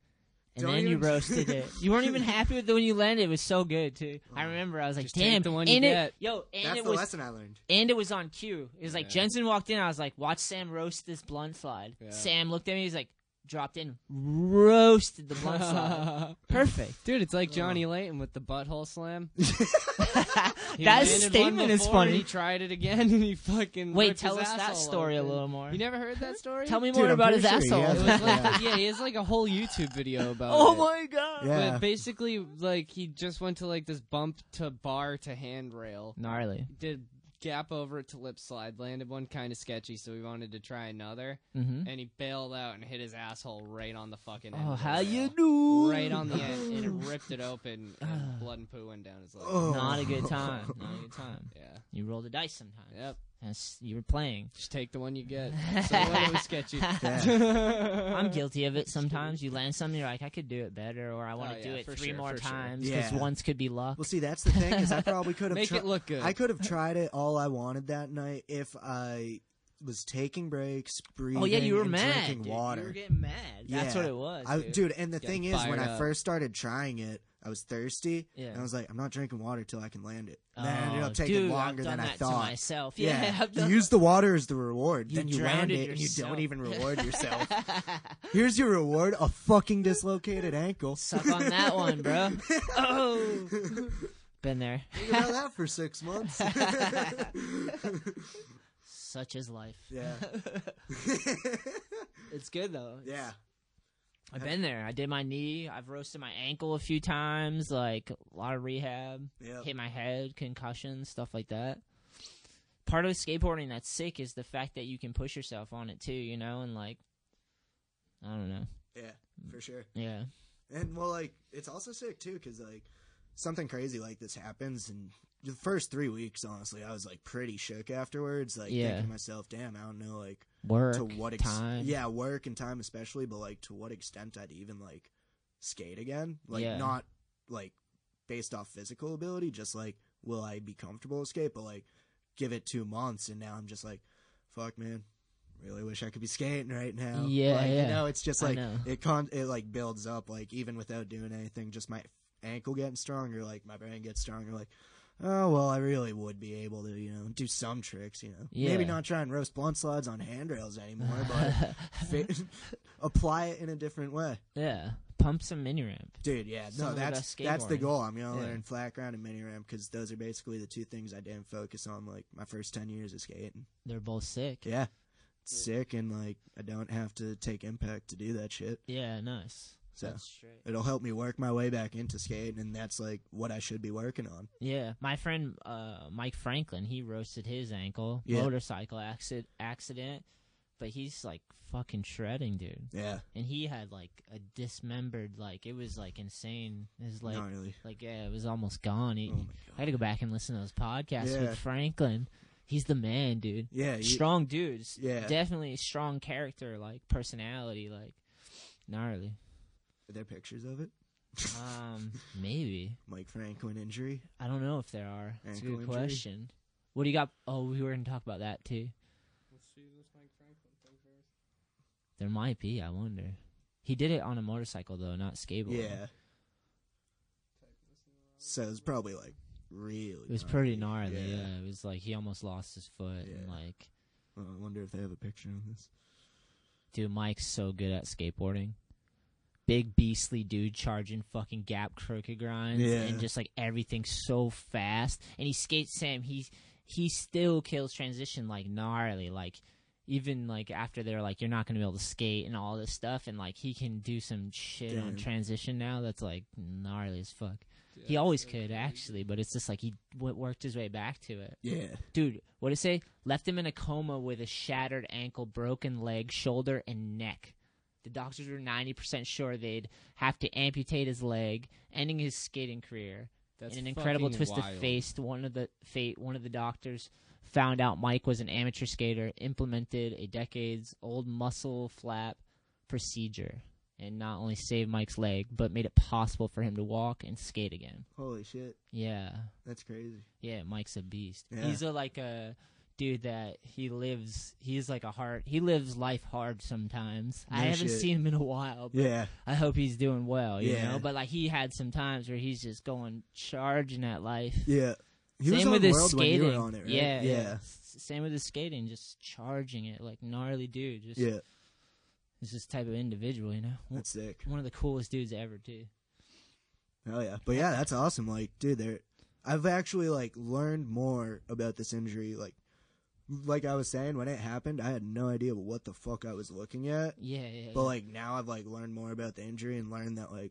Speaker 4: And
Speaker 6: Don't
Speaker 4: then you
Speaker 6: even-
Speaker 4: roasted it. You weren't even happy with it when you landed. It was so good too. I remember. I was like, "Damn!"
Speaker 7: the one you
Speaker 4: and it,
Speaker 7: get.
Speaker 4: yo, and
Speaker 6: That's
Speaker 4: it
Speaker 6: the
Speaker 4: was,
Speaker 6: lesson I learned.
Speaker 4: and it was on cue. It was like
Speaker 7: Yeah.
Speaker 4: Jensen walked in. I was like, "Watch Sam roast this blunt slide."
Speaker 7: Yeah.
Speaker 4: Sam looked at me. He's like, dropped in, roasted the blunt slider. Perfect.
Speaker 7: Dude, it's like Johnny Layton with the butthole slam. He
Speaker 4: That
Speaker 7: landed one
Speaker 4: statement is
Speaker 7: before, and
Speaker 4: funny.
Speaker 7: He tried it again and he fucking.
Speaker 4: Wait,
Speaker 7: ripped
Speaker 4: tell
Speaker 7: his
Speaker 4: us that
Speaker 7: asshole
Speaker 4: story a
Speaker 7: open.
Speaker 4: little more.
Speaker 7: You never heard that story?
Speaker 4: Tell me Dude, more I'm about his pretty sure he asshole. has.
Speaker 7: It was like- yeah, he has like a whole YouTube video about
Speaker 4: Oh
Speaker 7: it.
Speaker 4: my God.
Speaker 7: But
Speaker 4: Yeah.
Speaker 7: basically, like he just went to like this bump to bar to handrail.
Speaker 4: Gnarly.
Speaker 7: Did gap over it to lip slide, landed one kind of sketchy, so he wanted to try another,
Speaker 6: Mm-hmm.
Speaker 4: Mhm.
Speaker 7: and he bailed out and hit his asshole right on the fucking. end
Speaker 4: Oh,
Speaker 7: of the
Speaker 4: how
Speaker 7: rail.
Speaker 4: you do?
Speaker 7: Right on the end, and it ripped it open, and blood and poo went down his leg.
Speaker 1: Oh.
Speaker 4: Not a good time. Not a good time.
Speaker 7: Yeah.
Speaker 4: You roll the dice sometimes.
Speaker 7: Yep.
Speaker 4: That's, you were playing.
Speaker 7: Just take the one you get. So it was sketchy.
Speaker 4: I'm guilty of it sometimes. You land something, you're like, I could do it better, or I want
Speaker 7: Oh,
Speaker 4: to do
Speaker 7: yeah,
Speaker 4: it
Speaker 7: for
Speaker 4: three
Speaker 7: sure,
Speaker 4: more
Speaker 7: for sure.
Speaker 4: times because
Speaker 6: Yeah.
Speaker 4: once could be luck.
Speaker 6: Well, see, that's the thing is I probably could have
Speaker 7: Make
Speaker 6: tri-
Speaker 7: it look good.
Speaker 6: I could have tried it all I wanted that night if I was taking breaks, breathing,
Speaker 4: Oh yeah, you were
Speaker 6: and
Speaker 4: mad.
Speaker 6: drinking
Speaker 4: dude.
Speaker 6: water.
Speaker 4: You were getting mad. That's
Speaker 6: Yeah.
Speaker 4: what it was,
Speaker 6: I,
Speaker 4: dude.
Speaker 6: and the
Speaker 4: Getting
Speaker 6: thing is, when
Speaker 4: fired
Speaker 6: I
Speaker 4: up.
Speaker 6: first started trying it, I was thirsty,
Speaker 4: Yeah.
Speaker 6: and I was like, "I'm not drinking water till I can land it." And then I ended
Speaker 4: Oh,
Speaker 6: up taking
Speaker 4: dude, I've
Speaker 6: longer
Speaker 4: done
Speaker 6: than I
Speaker 4: that to
Speaker 6: thought.
Speaker 4: myself. Yeah, I've
Speaker 6: you
Speaker 4: done
Speaker 6: use the water as the reward,
Speaker 4: You
Speaker 6: then you land
Speaker 4: drowned
Speaker 6: it,
Speaker 4: it
Speaker 6: and you
Speaker 4: yourself.
Speaker 6: don't even reward yourself. Here's your reward: a fucking dislocated ankle.
Speaker 4: Suck on that one, bro. Oh, been there.
Speaker 6: Think about that for six months.
Speaker 4: Such is life.
Speaker 6: Yeah.
Speaker 4: it's good though. It's-
Speaker 6: yeah.
Speaker 4: I've been there. I did my knee. I've roasted my ankle a few times. Like a lot of rehab.
Speaker 6: Yep.
Speaker 4: Hit my head, concussions, stuff like that. Part of skateboarding that's sick is the fact that you can push yourself on it too. You know, and like, I don't know.
Speaker 6: Yeah, for sure.
Speaker 4: Yeah.
Speaker 6: And well, like it's also sick too, because like something crazy like this happens, and the first three weeks, honestly, I was like pretty shook afterwards. Like
Speaker 4: Yeah.
Speaker 6: thinking to myself, damn, I don't know, like
Speaker 4: Work,
Speaker 6: to what ex-
Speaker 4: time.
Speaker 6: yeah, work and time especially, but like to what extent I'd even like skate again, like
Speaker 4: Yeah.
Speaker 6: not like based off physical ability, just like will I be comfortable with skate? But like give it two months, and now I'm just like, fuck, man. Really wish I could be skating right now.
Speaker 4: Yeah,
Speaker 6: like,
Speaker 4: yeah.
Speaker 6: You know, it's just
Speaker 4: I
Speaker 6: like
Speaker 4: know.
Speaker 6: it con it like builds up like even without doing anything just my ankle getting stronger like my brain gets stronger like oh well i really would be able to you know do some tricks you know
Speaker 4: Yeah.
Speaker 6: maybe not try and roast blunt slides on handrails anymore but fa- apply it in a different way
Speaker 4: Yeah. Pump some mini ramp.
Speaker 6: dude yeah
Speaker 4: Some
Speaker 6: no
Speaker 4: of the
Speaker 6: that's
Speaker 4: best
Speaker 6: that's the
Speaker 4: skateboarding.
Speaker 6: goal i'm gonna
Speaker 4: Yeah.
Speaker 6: learn flat ground and mini ramp because those are basically the two things i didn't focus on like my first 10 years of skating
Speaker 4: They're both sick.
Speaker 6: yeah It's sick and like i don't have to take impact to do that shit
Speaker 4: Yeah, nice.
Speaker 6: So
Speaker 4: That's straight.
Speaker 6: it'll help me work my way back into skating, and that's like what I should be working on.
Speaker 4: Yeah, my friend uh, Mike Franklin, he roasted his ankle,
Speaker 6: Yeah.
Speaker 4: motorcycle accident, accident, but he's like fucking shredding, dude.
Speaker 6: Yeah.
Speaker 4: And he had like a dismembered, like it was like insane. His like,
Speaker 6: Gnarly.
Speaker 4: like yeah, it was almost gone. He,
Speaker 6: Oh my God.
Speaker 4: I got to go back and listen to those podcasts
Speaker 6: Yeah.
Speaker 4: with Franklin. He's the man, dude.
Speaker 6: Yeah, you-
Speaker 4: strong dude. S-
Speaker 6: Yeah.
Speaker 4: definitely a strong character, like personality, like gnarly.
Speaker 6: Are there pictures of it?
Speaker 4: Um, maybe.
Speaker 6: Mike Franklin injury.
Speaker 4: I don't know if there are. That's a
Speaker 6: Ankle
Speaker 4: good
Speaker 6: injury?
Speaker 4: question. What do you got? Oh, we were going to talk about that too. There might be. I wonder. He did it on a motorcycle though, not skateboard.
Speaker 6: Yeah. So it's probably like really.
Speaker 4: it was pretty gnarly. Yeah.
Speaker 6: Yeah.
Speaker 4: it was like he almost lost his foot and
Speaker 6: Yeah.
Speaker 4: like,
Speaker 6: Well, I wonder if they have a picture of this.
Speaker 4: dude, Mike's so good at skateboarding. Big beastly dude charging fucking gap crooked grinds
Speaker 6: Yeah.
Speaker 4: and just like everything so fast. And he skates Sam. He he still kills transition like gnarly. Like even like after they're like you're not gonna be able to skate and all this stuff and like he can do some shit on
Speaker 6: Damn.
Speaker 4: transition now that's like gnarly as fuck he always could actually but it's just like he w- worked his way back to it
Speaker 6: Yeah.
Speaker 4: dude what did it say left him in a coma with a shattered ankle broken leg shoulder and neck the doctors were 90% sure they'd have to amputate his leg ending his skating career
Speaker 7: That's
Speaker 4: in an incredible
Speaker 7: fucking
Speaker 4: twist
Speaker 7: wild.
Speaker 4: of fate, one of the fate, one of the doctors found out Mike was an amateur skater, implemented a decades-old muscle flap procedure, and not only saved Mike's leg, but made it possible for him to walk and skate again.
Speaker 6: Holy shit,
Speaker 4: Yeah,
Speaker 6: that's crazy.
Speaker 4: yeah, Mike's a beast.
Speaker 6: Yeah.
Speaker 4: He's a like a dude that he lives. He's like a hard. He lives life hard sometimes. I
Speaker 6: No
Speaker 4: haven't
Speaker 6: shit.
Speaker 4: seen him in a while. But
Speaker 6: Yeah.
Speaker 4: I hope he's doing well. You
Speaker 6: Yeah.
Speaker 4: know, but like he had some times where he's just going charging at life.
Speaker 6: Yeah. He was
Speaker 4: Same
Speaker 6: on
Speaker 4: with his
Speaker 6: World when you
Speaker 4: skating.
Speaker 6: were on it, right?
Speaker 4: Yeah, yeah.
Speaker 6: Yeah.
Speaker 4: S- Same with his skating, just charging it like gnarly dude. Just
Speaker 6: Yeah.
Speaker 4: is this type of individual, you know?
Speaker 6: That's sick.
Speaker 4: One of the coolest dudes ever, too.
Speaker 6: Oh yeah, but yeah, that's awesome. Like, dude, there, I've actually like learned more about this injury. Like, like I was saying, when it happened, I had no idea what the fuck I was looking at.
Speaker 4: Yeah, yeah,
Speaker 6: But
Speaker 4: yeah.
Speaker 6: like now, I've like learned more about the injury and learned that like,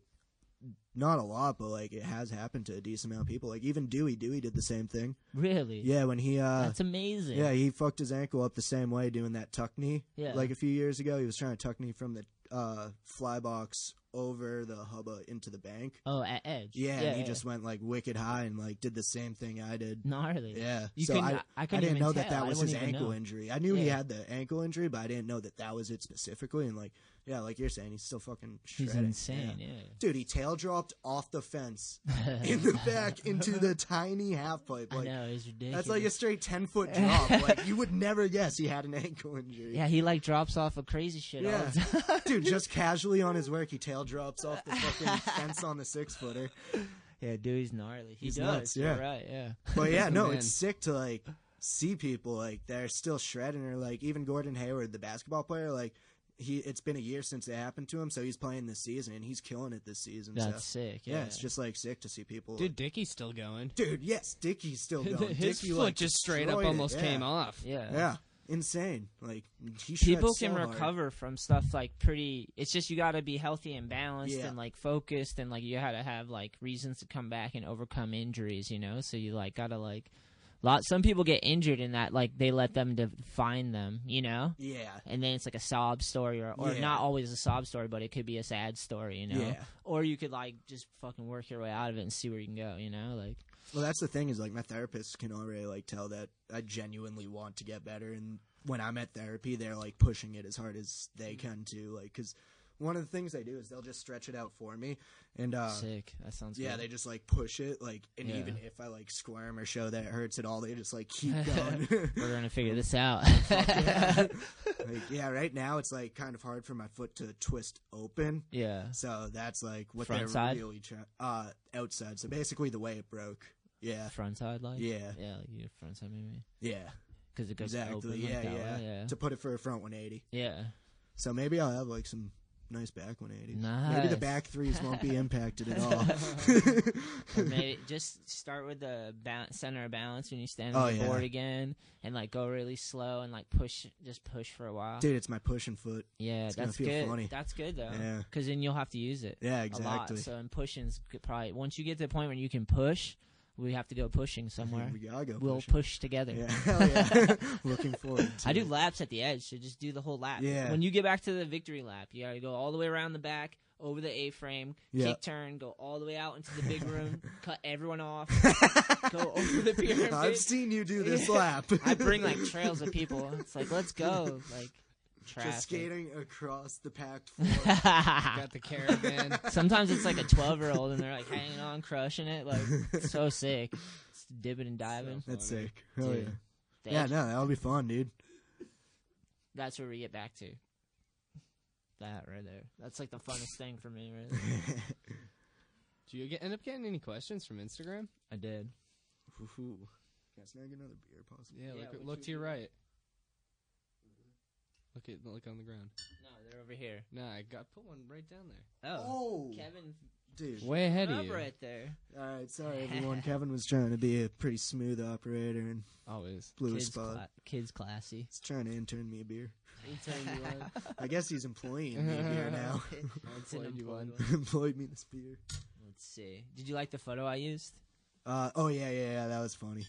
Speaker 6: not a lot, but like it has happened to a decent amount of people. Like even Dewey, Dewey did the same thing.
Speaker 4: Really?
Speaker 6: Yeah, when he uh,
Speaker 4: That's amazing.
Speaker 6: Yeah, he fucked his ankle up the same way doing that tuck knee.
Speaker 4: Yeah.
Speaker 6: like a few years ago, he was trying to tuck knee from the uh fly box over the hubba into the bank.
Speaker 4: Oh, at Edge.
Speaker 6: Yeah,
Speaker 4: Yeah,
Speaker 6: and he
Speaker 4: yeah.
Speaker 6: just went like wicked high and like did the same thing I did.
Speaker 4: Gnarly.
Speaker 6: Yeah.
Speaker 4: You
Speaker 6: so
Speaker 4: couldn't-
Speaker 6: I,
Speaker 4: I couldn't
Speaker 6: didn't
Speaker 4: even
Speaker 6: know that
Speaker 4: tell.
Speaker 6: that
Speaker 4: I
Speaker 6: was his
Speaker 4: wouldn't even
Speaker 6: ankle
Speaker 4: know.
Speaker 6: injury. I knew he
Speaker 4: Yeah.
Speaker 6: had the ankle injury, but I didn't know that that was it specifically. And like, yeah, like you're saying, he's still fucking
Speaker 4: He's
Speaker 6: shredding.
Speaker 4: insane, yeah.
Speaker 6: Dude, he tail dropped off the fence in the back into the tiny half pipe. Like,
Speaker 4: know, he's
Speaker 6: That's like a
Speaker 4: ridiculous.
Speaker 6: straight ten foot drop. like you would never guess he had an ankle injury.
Speaker 4: Yeah, he like drops off of crazy shit. all
Speaker 6: Yeah,
Speaker 4: the time.
Speaker 6: dude, just casually on his work, he tail drops off the fucking fence on the six footer.
Speaker 4: Yeah, dude, he's gnarly. He
Speaker 6: He's
Speaker 4: does.
Speaker 6: nuts,
Speaker 4: you're
Speaker 6: yeah.
Speaker 4: right. Yeah.
Speaker 6: But yeah, no,
Speaker 4: Man.
Speaker 6: it's sick to like see people like they're still shredding or like even Gordon Hayward, the basketball player, like he it's been a year since it happened to him, so he's playing this season and he's killing it this season.
Speaker 7: That's
Speaker 6: so.
Speaker 7: sick,
Speaker 6: Yeah.
Speaker 7: yeah.
Speaker 6: it's just like sick to see people.
Speaker 7: Dude, Dickie's still going.
Speaker 6: Dude, yes, Dickie's still going.
Speaker 7: His
Speaker 6: Dickey,
Speaker 7: foot
Speaker 6: like,
Speaker 7: just straight up
Speaker 6: destroyed it,
Speaker 7: almost
Speaker 6: yeah.
Speaker 7: came off.
Speaker 4: Yeah.
Speaker 6: yeah, insane. Like he shreds
Speaker 4: People
Speaker 6: so
Speaker 4: can
Speaker 6: hard.
Speaker 4: recover from stuff like pretty. It's just you got to be healthy and balanced
Speaker 6: Yeah.
Speaker 4: and like focused and like you got to have like reasons to come back and overcome injuries, you know? So you like got to like. Lot some people get injured in that like they let them define them, you know.
Speaker 6: Yeah.
Speaker 4: And then it's like a sob story, or, or
Speaker 7: Yeah.
Speaker 4: not always a sob story, but it could be a sad story, you know.
Speaker 6: Yeah.
Speaker 4: Or you could like just fucking work your way out of it and see where you can go, you know, like.
Speaker 6: Well, that's the thing is like my therapist can already like tell that I genuinely want to get better, and when I'm at therapy, they're like pushing it as hard as they
Speaker 4: Mm-hmm.
Speaker 6: can to like because one of the things they do is they'll just stretch it out for me, and uh,
Speaker 4: Sick. That sounds
Speaker 6: yeah,
Speaker 4: good.
Speaker 6: they just like push it like, and
Speaker 4: Yeah.
Speaker 6: even if I like squirm or show that it hurts at all, they just like keep going.
Speaker 4: We're gonna figure this out.
Speaker 6: yeah. like, yeah, right now it's like kind of hard for my foot to twist open.
Speaker 4: Yeah.
Speaker 6: So that's like what
Speaker 4: Front
Speaker 6: they're
Speaker 4: side?
Speaker 6: really trying. Uh, outside. So basically the way it broke. Yeah.
Speaker 4: Front side, like
Speaker 6: Yeah.
Speaker 4: yeah, like your front side maybe.
Speaker 6: Yeah.
Speaker 4: because it goes
Speaker 6: exactly.
Speaker 4: open
Speaker 6: yeah,
Speaker 4: like that
Speaker 6: yeah.
Speaker 4: way, yeah.
Speaker 6: To put it for a front 180.
Speaker 4: Yeah.
Speaker 6: So maybe I'll have like some nice back 180s. Maybe the
Speaker 4: Nice.
Speaker 6: back threes won't be impacted at all.
Speaker 4: Or maybe just start with the ba- center of balance when you stand
Speaker 6: Oh,
Speaker 4: on the
Speaker 6: yeah.
Speaker 4: board again, and like go really slow and like push, just push for a while.
Speaker 6: Dude, it's my pushing foot.
Speaker 4: yeah,
Speaker 6: it's gonna
Speaker 4: that's
Speaker 6: feel
Speaker 4: good.
Speaker 6: funny.
Speaker 4: That's good though,
Speaker 6: Yeah.
Speaker 4: because then you'll have to use it.
Speaker 6: Yeah,
Speaker 4: A lot.
Speaker 6: exactly.
Speaker 4: So in pushing's g- probably once you get to the point where you can push, we have to go pushing somewhere.
Speaker 6: We gotta go
Speaker 4: We'll
Speaker 6: pushing.
Speaker 4: push together.
Speaker 6: Yeah, hell yeah. Looking forward to
Speaker 4: I do
Speaker 6: it.
Speaker 4: laps at the edge, so just do the whole lap.
Speaker 6: Yeah.
Speaker 4: When you get back to the victory lap, you gotta go all the way around the back, over the A frame,
Speaker 6: Yeah.
Speaker 4: kick turn, go all the way out into the big room, cut everyone off, go over the pyramid.
Speaker 6: I've seen you do this
Speaker 4: Yeah.
Speaker 6: lap.
Speaker 4: I bring like trails of people. It's like let's go, like traffic.
Speaker 6: Just skating across the packed floor. Got
Speaker 7: the caravan.
Speaker 4: Sometimes it's like a twelve year old and they're like hanging on, crushing it, like it's so sick. It's dipping and diving.
Speaker 6: That's sick. Hell
Speaker 4: Dude,
Speaker 6: yeah.
Speaker 4: the
Speaker 6: Yeah,
Speaker 4: edge-
Speaker 6: no, that'll be fun, dude.
Speaker 4: That's where we get back to. That right there. That's like the funnest thing for me, right?
Speaker 7: Do you get, end up getting any questions from Instagram?
Speaker 4: I did.
Speaker 6: Ooh. Guys, can I get another beer, possibly?
Speaker 7: Yeah, look, look to your right. Look at look on the ground.
Speaker 4: No, they're over here.
Speaker 7: No, I got put one right down there.
Speaker 4: Oh. Kevin.
Speaker 6: Dude.
Speaker 7: Way ahead of
Speaker 4: Up
Speaker 7: you.
Speaker 4: right there.
Speaker 6: All right, sorry everyone. Kevin was trying to be a pretty smooth operator and
Speaker 7: always
Speaker 6: blew a
Speaker 4: Kids,
Speaker 6: spot.
Speaker 4: cla- kids classy.
Speaker 6: He's trying to intern me a beer.
Speaker 4: Intern you one.
Speaker 6: I guess he's employing me a beer now.
Speaker 4: It's an employed one.
Speaker 6: Employed me this beer.
Speaker 4: Let's see. Did you like the photo I used?
Speaker 6: Uh, oh yeah, yeah, yeah. That was funny.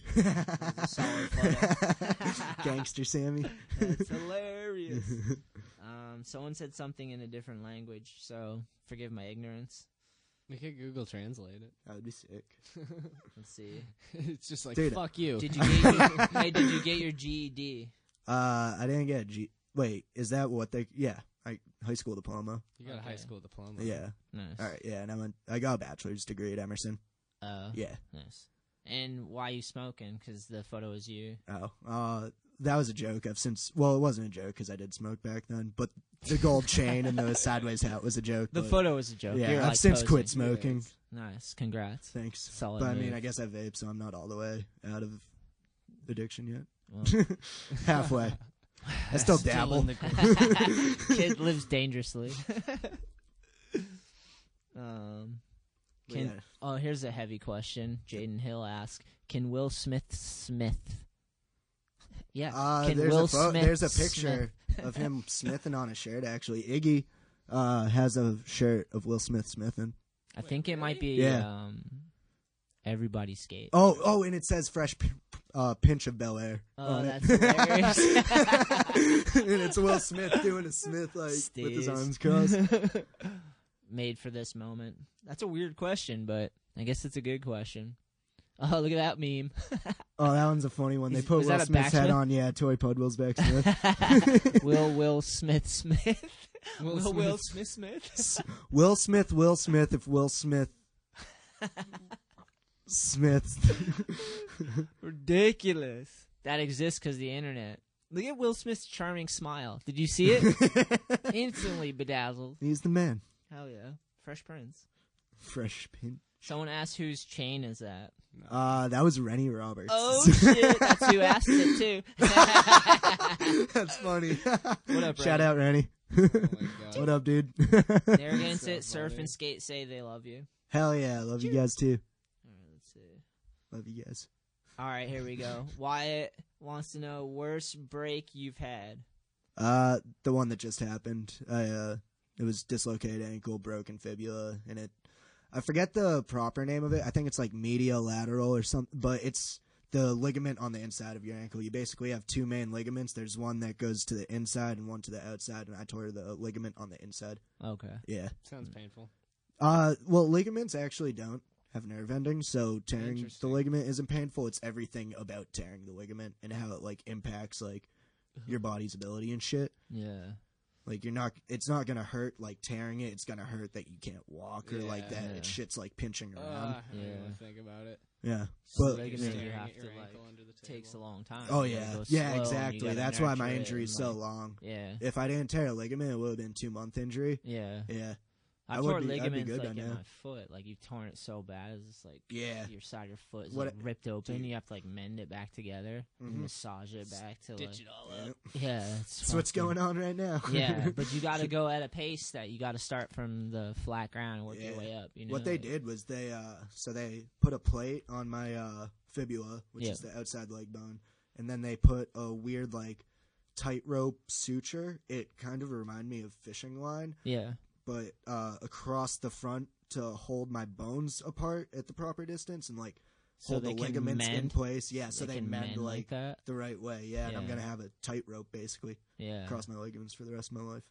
Speaker 4: solid photo.
Speaker 6: Gangster Sammy.
Speaker 4: That's hilarious. um, someone said something in a different language, so forgive my ignorance.
Speaker 7: We could Google Translate it.
Speaker 6: That would be sick.
Speaker 4: Let's see.
Speaker 7: it's just like
Speaker 6: Dude,
Speaker 7: fuck you.
Speaker 4: Did you get your, hey, did you get your E GED?
Speaker 6: Uh, I didn't get a G. Wait, is that what they? Yeah, I high school diploma.
Speaker 7: You got a high school diploma.
Speaker 6: Yeah.
Speaker 4: Nice.
Speaker 6: All right. Yeah, and I went. I got a bachelor's degree at Emerson.
Speaker 4: Oh.
Speaker 6: Yeah.
Speaker 4: Nice. And why you smoking? Because the photo is you.
Speaker 6: Oh, uh, that was a joke. I've since. Well, it wasn't a joke because I did smoke back then, but the gold chain and the sideways hat was a joke.
Speaker 4: The
Speaker 6: but-
Speaker 4: photo was a joke.
Speaker 6: Yeah,
Speaker 4: You're,
Speaker 6: I've
Speaker 4: like,
Speaker 6: since quit
Speaker 4: posing. Yeah.
Speaker 6: smoking.
Speaker 4: Nice. Congrats.
Speaker 6: Thanks.
Speaker 4: Solid.
Speaker 6: but I
Speaker 4: move.
Speaker 6: mean, I guess I vape, so I'm not all the way out of addiction yet.
Speaker 4: Well.
Speaker 6: Halfway. I still dabble.
Speaker 4: Kid lives dangerously. um, can
Speaker 6: Yeah.
Speaker 4: oh here's a heavy question. Jaden Hill asks, "Can Will Smith Smith?" Yeah,
Speaker 6: Uh,
Speaker 4: can
Speaker 6: there's,
Speaker 4: Will
Speaker 6: a pho-
Speaker 4: Smith
Speaker 6: there's a
Speaker 4: Smith-
Speaker 6: picture of him smithing on a shirt, actually. Iggy uh, has a shirt of Will Smith smithing.
Speaker 4: I think it might be
Speaker 6: Yeah.
Speaker 4: um, everybody skate.
Speaker 6: Oh, oh, and it says fresh p- uh, pinch of Bel Air.
Speaker 4: Oh,
Speaker 6: on
Speaker 4: that's
Speaker 6: it.
Speaker 4: hilarious.
Speaker 6: and it's Will Smith doing a Smith like with his
Speaker 4: Stays.
Speaker 6: arms crossed.
Speaker 4: Made for this moment. That's a weird question, but I guess it's a good question. Oh, look at that meme.
Speaker 6: Oh, that one's a funny one. They
Speaker 4: Is-
Speaker 6: put
Speaker 4: was
Speaker 6: Will
Speaker 4: that a
Speaker 6: Smith's head
Speaker 4: backsmith?
Speaker 6: on. Yeah, Toy Pod Will's back Smith.
Speaker 4: Will Will Smith Smith.
Speaker 7: Will
Speaker 4: Will Will
Speaker 7: Smith Smith.
Speaker 6: Will Smith, Will Smith, if Will Smith. Smith.
Speaker 4: Ridiculous. That exists because the internet. Look at Will Smith's charming smile. Did you see it? Instantly bedazzled.
Speaker 6: He's the man.
Speaker 4: Hell yeah. Fresh Prince.
Speaker 6: Fresh pin.
Speaker 4: Someone asked whose chain is that?
Speaker 6: Uh, that was Rennie Roberts.
Speaker 4: Oh shit, that's who asked it too.
Speaker 6: That's funny.
Speaker 4: What up, Oh
Speaker 6: Shout
Speaker 4: Rennie?
Speaker 6: out, Rennie.
Speaker 7: God.
Speaker 6: what up, dude?
Speaker 4: They're gonna
Speaker 7: So
Speaker 4: sit, surf,
Speaker 7: funny.
Speaker 4: and skate. Say they love you.
Speaker 6: Hell yeah. Love you guys, too.
Speaker 4: All right, let's see.
Speaker 6: Love you guys.
Speaker 4: All right, here we go. Wyatt wants to know worst break you've had.
Speaker 6: Uh, the one that just happened. I uh, it was dislocated ankle, broken fibula, and it. I forget the proper name of it. I think it's like medial lateral or something, but it's the ligament on the inside of your ankle. You basically have two main ligaments. There's one that goes to the inside and one to the outside, and I tore the ligament on the inside.
Speaker 4: Okay.
Speaker 6: Yeah.
Speaker 7: Sounds painful.
Speaker 6: Uh, well, ligaments actually don't have nerve endings, so tearing the
Speaker 7: Interesting.
Speaker 6: ligament isn't painful. It's everything about tearing the ligament and how it like impacts like
Speaker 4: Uh-huh.
Speaker 6: your body's ability and shit.
Speaker 4: Yeah.
Speaker 6: Like you're not, it's not gonna hurt like tearing it. It's gonna hurt that you can't walk or like that.
Speaker 7: Yeah.
Speaker 6: It shit's like pinching
Speaker 4: Ah.
Speaker 7: Uh,
Speaker 6: around.
Speaker 7: I don't even
Speaker 4: Yeah.
Speaker 7: wanna think about it.
Speaker 6: yeah,
Speaker 7: Just
Speaker 6: but
Speaker 7: like
Speaker 4: Ligament you
Speaker 7: staring
Speaker 4: have
Speaker 7: at
Speaker 4: to
Speaker 7: your
Speaker 4: like
Speaker 7: ankle under the
Speaker 4: takes a
Speaker 7: table.
Speaker 4: long time.
Speaker 6: oh
Speaker 4: You gotta
Speaker 6: yeah,
Speaker 4: go slow,
Speaker 6: yeah,
Speaker 4: and you
Speaker 6: exactly.
Speaker 4: gotta
Speaker 6: That's why my
Speaker 4: nurture it
Speaker 6: injury is
Speaker 4: and,
Speaker 6: so
Speaker 4: like-
Speaker 6: long.
Speaker 4: Yeah.
Speaker 6: If I didn't tear a ligament, it would have been two month injury.
Speaker 4: Yeah.
Speaker 6: Yeah,
Speaker 4: I,
Speaker 6: I would
Speaker 4: tore
Speaker 6: be- I'd be
Speaker 4: ligaments
Speaker 6: good by
Speaker 4: like in
Speaker 6: now.
Speaker 4: my foot. Like you've torn it so bad, it's just like
Speaker 6: Yeah.
Speaker 4: your side of your foot is
Speaker 6: What
Speaker 4: like
Speaker 6: I-
Speaker 4: ripped open.
Speaker 6: dude.
Speaker 4: You have to like mend it back together,
Speaker 6: Mhm.
Speaker 4: and massage it back to like
Speaker 7: Ditch it all up.
Speaker 4: yeah. That's
Speaker 6: that's what's going on right now.
Speaker 4: yeah, but you got to go at a pace that you got to start from the flat ground and work your
Speaker 6: Yeah.
Speaker 4: way up. You know
Speaker 6: what they
Speaker 4: like-
Speaker 6: did was they uh so they put a plate on my uh fibula which
Speaker 4: Yeah.
Speaker 6: is the outside leg bone and then they put a weird like tightrope suture it kind of reminded me of fishing line
Speaker 4: Yeah,
Speaker 6: but uh across the front to hold my bones apart at the proper distance and like
Speaker 4: So
Speaker 6: hold
Speaker 4: they
Speaker 6: the
Speaker 4: can
Speaker 6: ligaments in
Speaker 4: mend?
Speaker 6: place yeah so they,
Speaker 4: can
Speaker 6: mend,
Speaker 4: mend
Speaker 6: like,
Speaker 4: like that.
Speaker 6: the right way yeah, and i'm
Speaker 4: Yeah.
Speaker 6: gonna have a tightrope basically
Speaker 4: Yeah,
Speaker 6: across my ligaments for the rest of my life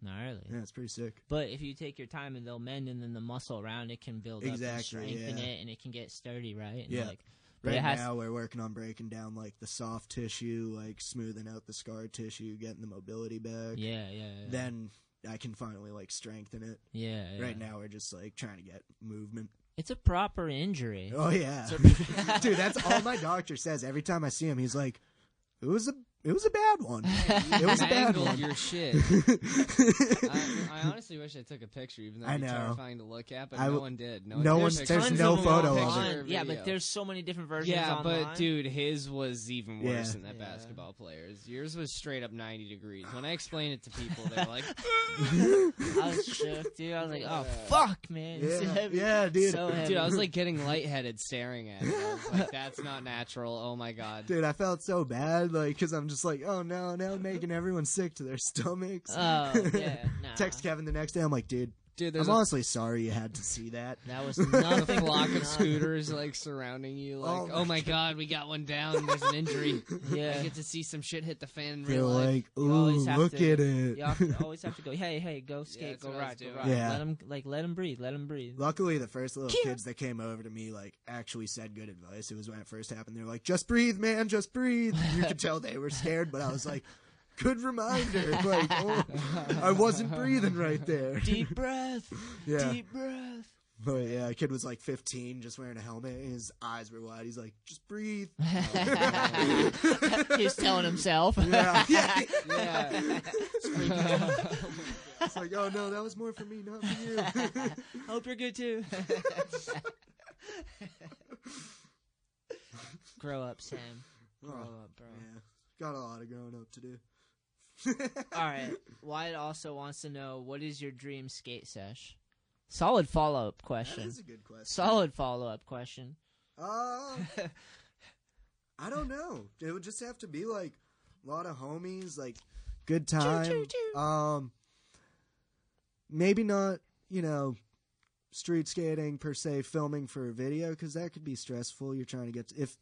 Speaker 4: gnarly.
Speaker 6: yeah it's pretty sick
Speaker 4: But if you take your time and they'll mend, and then the muscle around it can build up and
Speaker 6: Exactly,
Speaker 4: strengthen
Speaker 6: yeah.
Speaker 4: it, and it can get sturdy, right? And
Speaker 6: Yeah.
Speaker 4: Like, but
Speaker 6: Right
Speaker 4: it has
Speaker 6: now, we're working on breaking down like the soft tissue, like smoothing out the scar tissue, getting the mobility back.
Speaker 4: yeah, yeah, yeah.
Speaker 6: Then I can finally like strengthen it.
Speaker 4: yeah, yeah.
Speaker 6: Right now, we're just like trying to get movement.
Speaker 4: it's a proper injury.
Speaker 6: Oh yeah, dude, that's all my doctor says every time I see him. He's like, "It was a, it was a bad one. It was a bad
Speaker 7: Angled
Speaker 6: one."
Speaker 7: your shit. I, I honestly wish I took a picture, even though
Speaker 6: I
Speaker 7: it'd be
Speaker 6: know.
Speaker 7: terrifying to look at. But
Speaker 6: I
Speaker 7: no
Speaker 6: w-
Speaker 7: one did. No,
Speaker 6: no
Speaker 7: one.
Speaker 6: one-
Speaker 7: took a picture.
Speaker 6: there's
Speaker 4: Tons
Speaker 6: no
Speaker 4: of them
Speaker 6: photo of
Speaker 7: picture
Speaker 4: online.
Speaker 7: or
Speaker 4: Yeah, but
Speaker 7: video.
Speaker 4: there's so many different versions.
Speaker 7: Yeah,
Speaker 4: online.
Speaker 7: but dude, his was even worse
Speaker 6: Yeah.
Speaker 7: than that
Speaker 4: Yeah.
Speaker 7: basketball player's. Yours was straight up 90 degrees. When I explained it to people, they're like,
Speaker 4: I was shook, dude. I was like, oh
Speaker 7: Yeah.
Speaker 4: fuck, man, It's
Speaker 6: yeah,
Speaker 4: heavy.
Speaker 6: yeah, dude.
Speaker 4: So heavy.
Speaker 7: dude, I was like getting lightheaded staring at it. I was like, that's not natural. Oh my god.
Speaker 6: Dude, I felt so bad, like, because I'm just like, oh no, now I'm making everyone sick to their stomachs.
Speaker 4: Oh yeah, nah.
Speaker 6: Text Kevin the next day. I'm like, dude,
Speaker 7: Dude, there's
Speaker 6: I'm
Speaker 7: a,
Speaker 6: honestly sorry you had to see that.
Speaker 4: That was
Speaker 7: a
Speaker 4: nothing.
Speaker 7: flock
Speaker 4: Nah.
Speaker 7: of scooters like surrounding you. Like,
Speaker 6: Oh
Speaker 7: oh
Speaker 6: my
Speaker 7: my, god, we got one down. There's an injury. I
Speaker 4: Yeah.
Speaker 7: get to see some shit hit the fan in
Speaker 6: They're
Speaker 7: real life.
Speaker 6: like,
Speaker 4: You
Speaker 6: ooh,
Speaker 4: always have
Speaker 6: look
Speaker 4: to-
Speaker 6: at it.
Speaker 4: You have to, always have to go. Hey, hey, go skate,
Speaker 7: that's
Speaker 4: go
Speaker 7: what I was
Speaker 4: ride, go
Speaker 7: doing.
Speaker 4: ride.
Speaker 6: Yeah.
Speaker 4: Let him like let him breathe, let him breathe.
Speaker 6: Luckily, the first little kids that came over to me like actually said good advice. It was when it first happened. They're like, "Just breathe, man. Just breathe." You could tell they were scared, but I was like, "Good reminder." Like, oh, I wasn't breathing right there.
Speaker 4: Deep breath,
Speaker 6: yeah,
Speaker 4: deep breath.
Speaker 6: but yeah, a kid was like 15, just wearing a helmet, and his eyes were wide. He's like, "Just breathe."
Speaker 4: He's telling himself.
Speaker 6: Yeah, yeah.
Speaker 7: Yeah.
Speaker 6: It's like, oh no, that was more for me, not for you.
Speaker 4: Hope you're good too. Grow up, Sam. Grow
Speaker 6: Oh,
Speaker 4: up, bro.
Speaker 6: yeah, got a lot of growing up to do.
Speaker 4: All right. Wyatt also wants to know what is your dream skate sesh? Solid follow up question.
Speaker 6: That is a good question.
Speaker 4: Solid follow up question.
Speaker 6: Uh, I don't know. It would just have to be like a lot of homies, like good time. Um, maybe not, you know, street skating per se, filming for a video because that could be stressful. You're trying to get to, if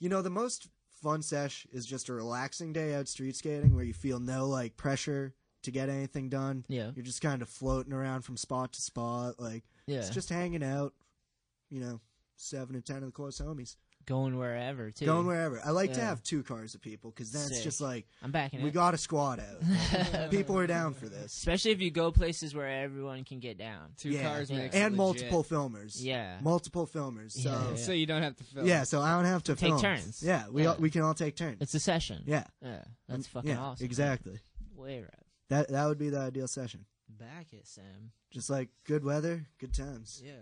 Speaker 6: you know the most fun sesh is just a relaxing day out street skating where you feel no like pressure to get anything done.
Speaker 4: Yeah.
Speaker 6: you're just kind of floating around from spot to spot, like it's
Speaker 4: Yeah.
Speaker 6: just hanging out. You know, seven and ten of the close homies.
Speaker 4: Going wherever, too.
Speaker 6: Going wherever. I like to
Speaker 4: Yeah.
Speaker 6: have two cars of people because then it's
Speaker 4: Sick.
Speaker 6: just like
Speaker 4: I'm backing
Speaker 6: We
Speaker 4: it.
Speaker 6: got a squad out. people are down for this.
Speaker 4: Especially if you go places where everyone can get down.
Speaker 6: Yeah. and multiple filmers.
Speaker 4: Yeah.
Speaker 6: multiple filmers. So
Speaker 4: Yeah, yeah. So you don't have to film.
Speaker 6: Yeah, so I don't have to
Speaker 4: Take
Speaker 6: film.
Speaker 4: turns.
Speaker 6: Yeah, we
Speaker 4: Yeah.
Speaker 6: All, we can all take turns.
Speaker 4: It's a session.
Speaker 6: Yeah,
Speaker 4: Yeah, that's
Speaker 6: Mm,
Speaker 4: fucking
Speaker 6: yeah,
Speaker 4: awesome.
Speaker 6: Exactly.
Speaker 4: Way right.
Speaker 6: That that would be the ideal session.
Speaker 4: Back it, Sam.
Speaker 6: Just like good weather, good times.
Speaker 4: Yeah.